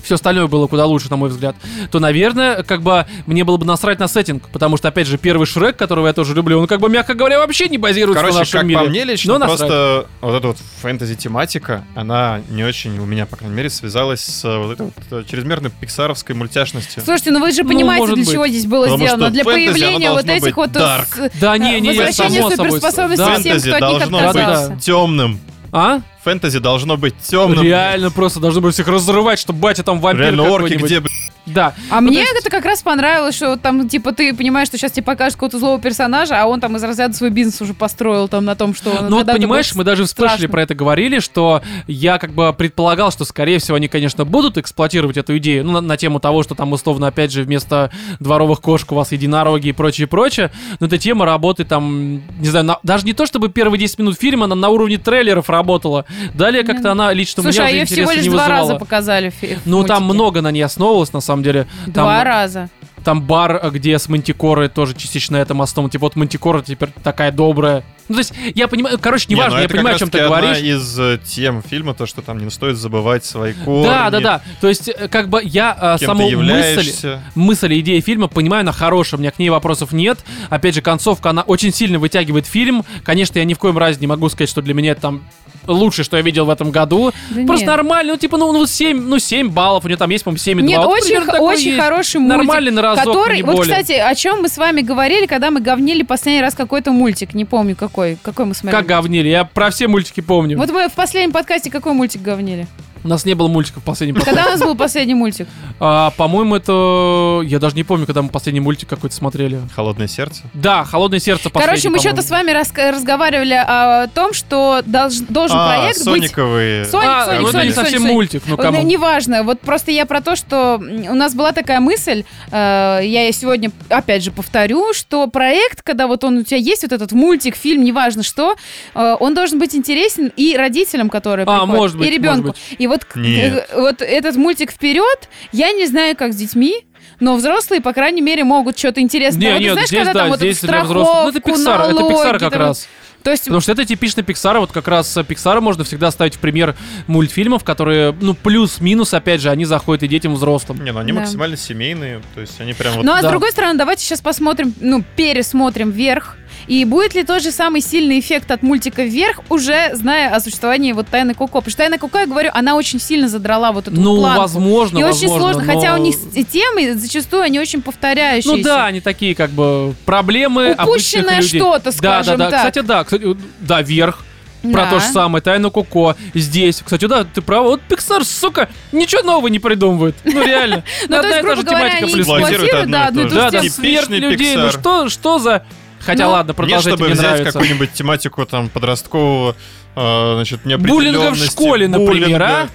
S1: все остальное было куда лучше, на мой взгляд, то, наверное, как бы мне было бы насрать на сеттинг, потому что, опять же, первый Шрек, которого я тоже люблю, он как бы, мягко говоря, вообще не базируется
S2: Короче,
S1: на нашем
S2: как
S1: мире.
S2: по мне лично,
S1: но насрать.
S2: просто вот эта вот фэнтези-тематика, она не очень, у меня, по крайней мере, связалась с э, вот этой вот э, чрезмерной пиксаровской мультяшностью.
S3: Слушайте, ну вы же
S1: Ну,
S3: понимаете,
S1: может
S3: для
S1: быть.
S3: чего здесь было
S2: Потому
S3: сделано.
S2: что
S3: Для
S2: фэнтези, оно
S3: появления вот
S2: должно
S3: этих
S2: быть
S3: вот... э,
S2: dark.
S3: с-
S1: Да, не, не,
S3: возвращение
S1: само собой.
S3: суперспособностей
S1: Да.
S3: всем,
S2: Фэнтези
S3: кто от них
S2: должно
S1: отказался.
S2: быть темным.
S1: А?
S2: Фэнтези должно быть темным.
S1: Реально просто должны были всех разрывать, чтобы батя там вампир
S2: Реально орки
S1: какой-нибудь.
S2: где, блядь?
S1: Да.
S3: А
S1: Ну, то
S3: мне
S1: есть-
S3: это как раз понравилось, что там, типа, ты понимаешь, что сейчас тебе покажут какого-то злого персонажа, а он там из разряда свой бизнес уже построил там на том, что он...
S1: Ну вот
S3: когда-то был
S1: понимаешь, мы даже в вспышли
S3: страшным.
S1: про это говорили, что я как бы предполагал, что скорее всего они, конечно, будут эксплуатировать эту идею, ну на, на тему того, что там условно опять же вместо дворовых кошек у вас единороги и прочее, прочее, но эта тема работает там, не знаю, на- даже не то чтобы первые 10 минут фильма, она на уровне трейлеров работала, далее как-то она лично у
S3: Слушай,
S1: меня
S3: а
S1: уже
S3: ее всего
S1: интереса
S3: лишь
S1: не
S3: два
S1: вызывала.
S3: раза показали в фи- в
S1: Ну там
S3: мультике.
S1: много на ней основывалось на самом деле. Там-
S3: Два раза.
S1: Там, там бар, э, где с Мантикорой тоже частично это мостом. Типа вот Мантикора теперь такая добрая. Ну, то есть, я понимаю, короче,
S2: Не,
S1: неважно,
S2: ну
S1: я
S2: это как
S1: понимаю, о чем ты
S2: раз-таки одна
S1: говоришь.
S2: из э, тем фильма, то, что там не стоит забывать свои корни.
S1: Да, да, да. То есть, э, как бы я э,
S2: Кем
S1: саму
S2: ты
S1: мысль,
S2: являешься.
S1: мысль и идея фильма понимаю, она хорошая, у меня к ней вопросов нет. Опять же, концовка, она очень сильно вытягивает фильм. Конечно, я ни в коем разе не могу сказать, что для меня это там лучшее, что я видел в этом году.
S3: Да
S1: Просто
S3: нет.
S1: нормально, ну типа, ну, ну 7, ну 7 баллов, у нее там есть, по-моему, 7,2.
S3: Нет,
S1: Вот
S3: очень,
S1: примерно
S3: х-
S1: такой
S3: очень
S1: есть.
S3: хороший мультик.
S1: Нормальный на разок, а
S3: который,
S1: не
S3: вот,
S1: более.
S3: кстати, о чем мы с вами говорили, когда мы говнили последний раз какой-то мультик. Не помню какой. Какой мы смотрели.
S1: Как говнили, я про все мультики помню.
S3: Вот мы в последнем подкасте какой мультик говнили?
S1: У нас не было мультиков в последнем подкасте.
S3: Когда у нас был последний мультик?
S1: А, по-моему, это... Я даже не помню, когда мы последний мультик какой-то смотрели.
S2: Холодное сердце.
S1: Да, «Холодное сердце» последний,
S3: Короче, мы
S1: по-моему.
S3: что-то с вами раска- разговаривали о том, что долж- должен
S2: а,
S3: проект быть...
S2: Сониковые.
S3: Соник,
S1: А,
S3: Соник,
S1: ну это
S3: Соник,
S1: не совсем
S3: Соник.
S1: мультик, ну
S3: Ну,
S1: кому?
S3: Неважно, вот просто я про то, что м, у нас была такая мысль, э, я её сегодня опять же повторю, что проект, когда вот он у тебя есть, вот этот мультик, фильм, неважно что, э, он должен быть интересен и родителям, которые
S1: А,
S3: приходят,
S1: может быть,
S3: и ребенку.
S1: может
S3: И вот, к-
S2: Нет.
S3: э, вот этот мультик вперед, я не знаю, как с детьми, но взрослые, по крайней мере, могут что-то интересное.
S1: Не,
S3: Вот ты
S1: нет,
S3: знаешь,
S1: здесь,
S3: когда
S1: да,
S3: там вот
S1: здесь
S3: эту
S1: для взрослых. Ну, это
S3: страховку,
S1: Pixar, это Pixar
S3: налоги,
S1: как
S3: там, типа
S1: раз.
S3: То есть
S1: Потому что это типично Pixar, вот как раз э, Pixar можно всегда ставить в пример мультфильмов, которые, ну, плюс-минус, опять же, они заходят и детям, и взрослым.
S2: Не, ну они
S3: Да.
S2: максимально семейные, то есть они прям вот...
S3: Ну а
S1: да.
S3: с другой стороны, давайте сейчас посмотрим, ну, пересмотрим вверх. И будет ли тот же самый сильный эффект от мультика вверх, уже зная о существовании вот Тайны Коко? Потому что Тайна Коко, я говорю, она очень сильно задрала вот эту
S1: Ну,
S3: планку.
S1: возможно,
S3: и
S1: возможно.
S3: очень сложно,
S1: но-
S3: хотя у них с- темы зачастую они очень повторяющиеся.
S1: Ну да, они такие как бы проблемы обычных
S3: Упущенное
S1: людей.
S3: что-то,
S1: Да, да,
S3: скажем
S1: да.
S3: так.
S1: Кстати, да, кстати, да, вверх. Про
S3: Да.
S1: то же самое, Тайну Коко здесь. Кстати, да, ты прав. Вот Pixar, сука, ничего нового не придумывает. Ну
S3: <laughs>
S1: реально.
S3: Ну, то
S1: Одна
S3: есть,
S1: и та
S3: грубо
S1: же
S3: говоря,
S1: тематика
S3: они
S2: плюс-минус.
S1: плюс-минус.
S3: эксплуатируют, да, одну
S2: Эксплуатируют
S3: и ту же
S1: Да, ну, да,
S3: тему.
S1: смерть
S2: Типичный
S1: людей. Ну
S2: Pixar.
S1: что, что за... Хотя
S3: Ну,
S1: ладно,
S2: Мне,
S1: продолжайте,
S2: чтобы
S1: мне
S2: взять
S1: нравится.
S2: какую-нибудь тематику там подросткового, э, значит, неопределенности.
S1: Буллинга в школе, например, а?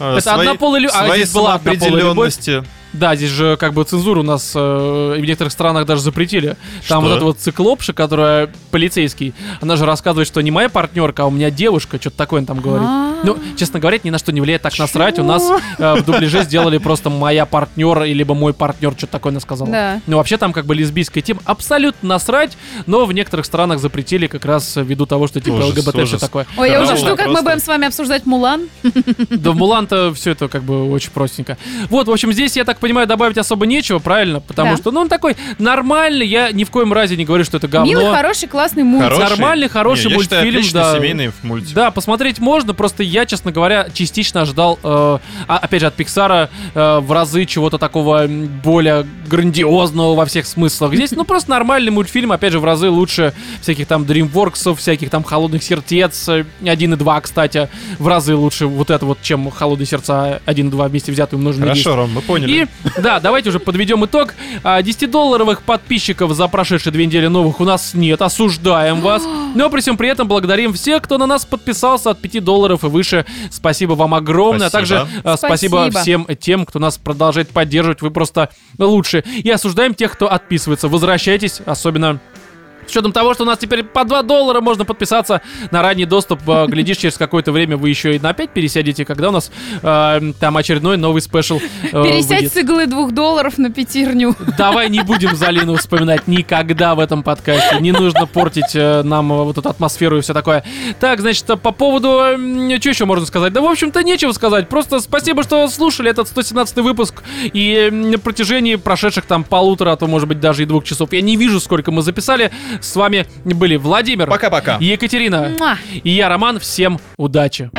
S2: э,
S1: Это однополая лю- а,
S2: своей
S1: здесь была однополая любовь.
S2: самоопределенности.
S1: Да, здесь же как бы цензуру у нас э, в некоторых странах даже запретили.
S2: Что?
S1: Там вот эта вот циклопша, которая полицейский, она же рассказывает, что не моя партнерка, а у меня девушка, что-то такое он там говорит.
S3: А.
S1: Ну, честно говоря, это ни на что не влияет, так насрать. У нас э, в дубляже сделали просто моя партнер, либо мой партнер, что-то такое она сказала.
S3: Да.
S1: Ну, вообще там как бы лесбийская тема абсолютно насрать, но в некоторых странах запретили как раз ввиду того, что типа
S2: Ужас,
S1: ЛГБТ,
S2: ужас.
S1: что такое.
S3: Ой, я уже
S1: Караул,
S3: жду, как мы
S2: просто.
S3: будем с вами обсуждать Мулан.
S1: Да в Мулан-то все это как бы очень простенько. Вот, в общем, здесь, я так понимаю, добавить особо нечего, правильно? Потому
S3: Да.
S1: что, ну, он такой нормальный, я ни в коем разе не говорю, что это говно.
S3: Милый, хороший, классный мультик.
S2: Хороший.
S1: Нормальный, хороший
S2: Не, я считаю,
S1: мультфильм,
S2: отличный
S1: да.
S2: семейный мультик.
S1: Да, посмотреть можно, просто я, честно говоря, частично ожидал, э, а- опять же, от Пиксара э, в разы чего-то такого м, более грандиозного во всех смыслах. Здесь, ну, просто нормальный мультфильм, опять же, в разы лучше всяких там DreamWorks, всяких там «Холодных сердец», э, 1 и 2, кстати, в разы лучше вот это вот, чем «Холодные сердца» 1 и 2 вместе взятые умножены на 10.
S2: Хорошо, Ром, мы поняли.
S1: И, да, давайте уже подведем итог. А, 10-долларовых подписчиков за прошедшие две недели новых у нас нет. Осуждаем вас. Но при всем при этом благодарим всех, кто на нас подписался от 5 долларов и выше. Спасибо вам огромное.
S2: Спасибо.
S1: А также а, спасибо.
S3: Спасибо.
S1: всем тем, кто нас продолжает поддерживать. Вы просто лучше. И осуждаем тех, кто отписывается. Возвращайтесь, особенно с учетом того, что у нас теперь по 2 доллара можно подписаться на ранний доступ, э, глядишь, через какое-то время вы еще и на 5 пересядете, когда у нас э, там очередной новый спешл э,
S3: Пересядь
S1: выйдет.
S3: с иглы двух долларов на пятерню.
S1: Давай не будем Залину вспоминать никогда в этом подкасте. Не нужно портить э, нам э, вот эту атмосферу и все такое. Так, значит, э, по поводу... Что еще можно сказать? Да, в общем-то, нечего сказать. Просто спасибо, что слушали этот 117 выпуск. И э, на протяжении прошедших там полутора, а то, может быть, даже и двух часов. Я не вижу, сколько мы записали. С вами были Владимир.
S2: Пока-пока.
S1: Екатерина.
S3: Муа.
S1: И я, Роман. Всем удачи.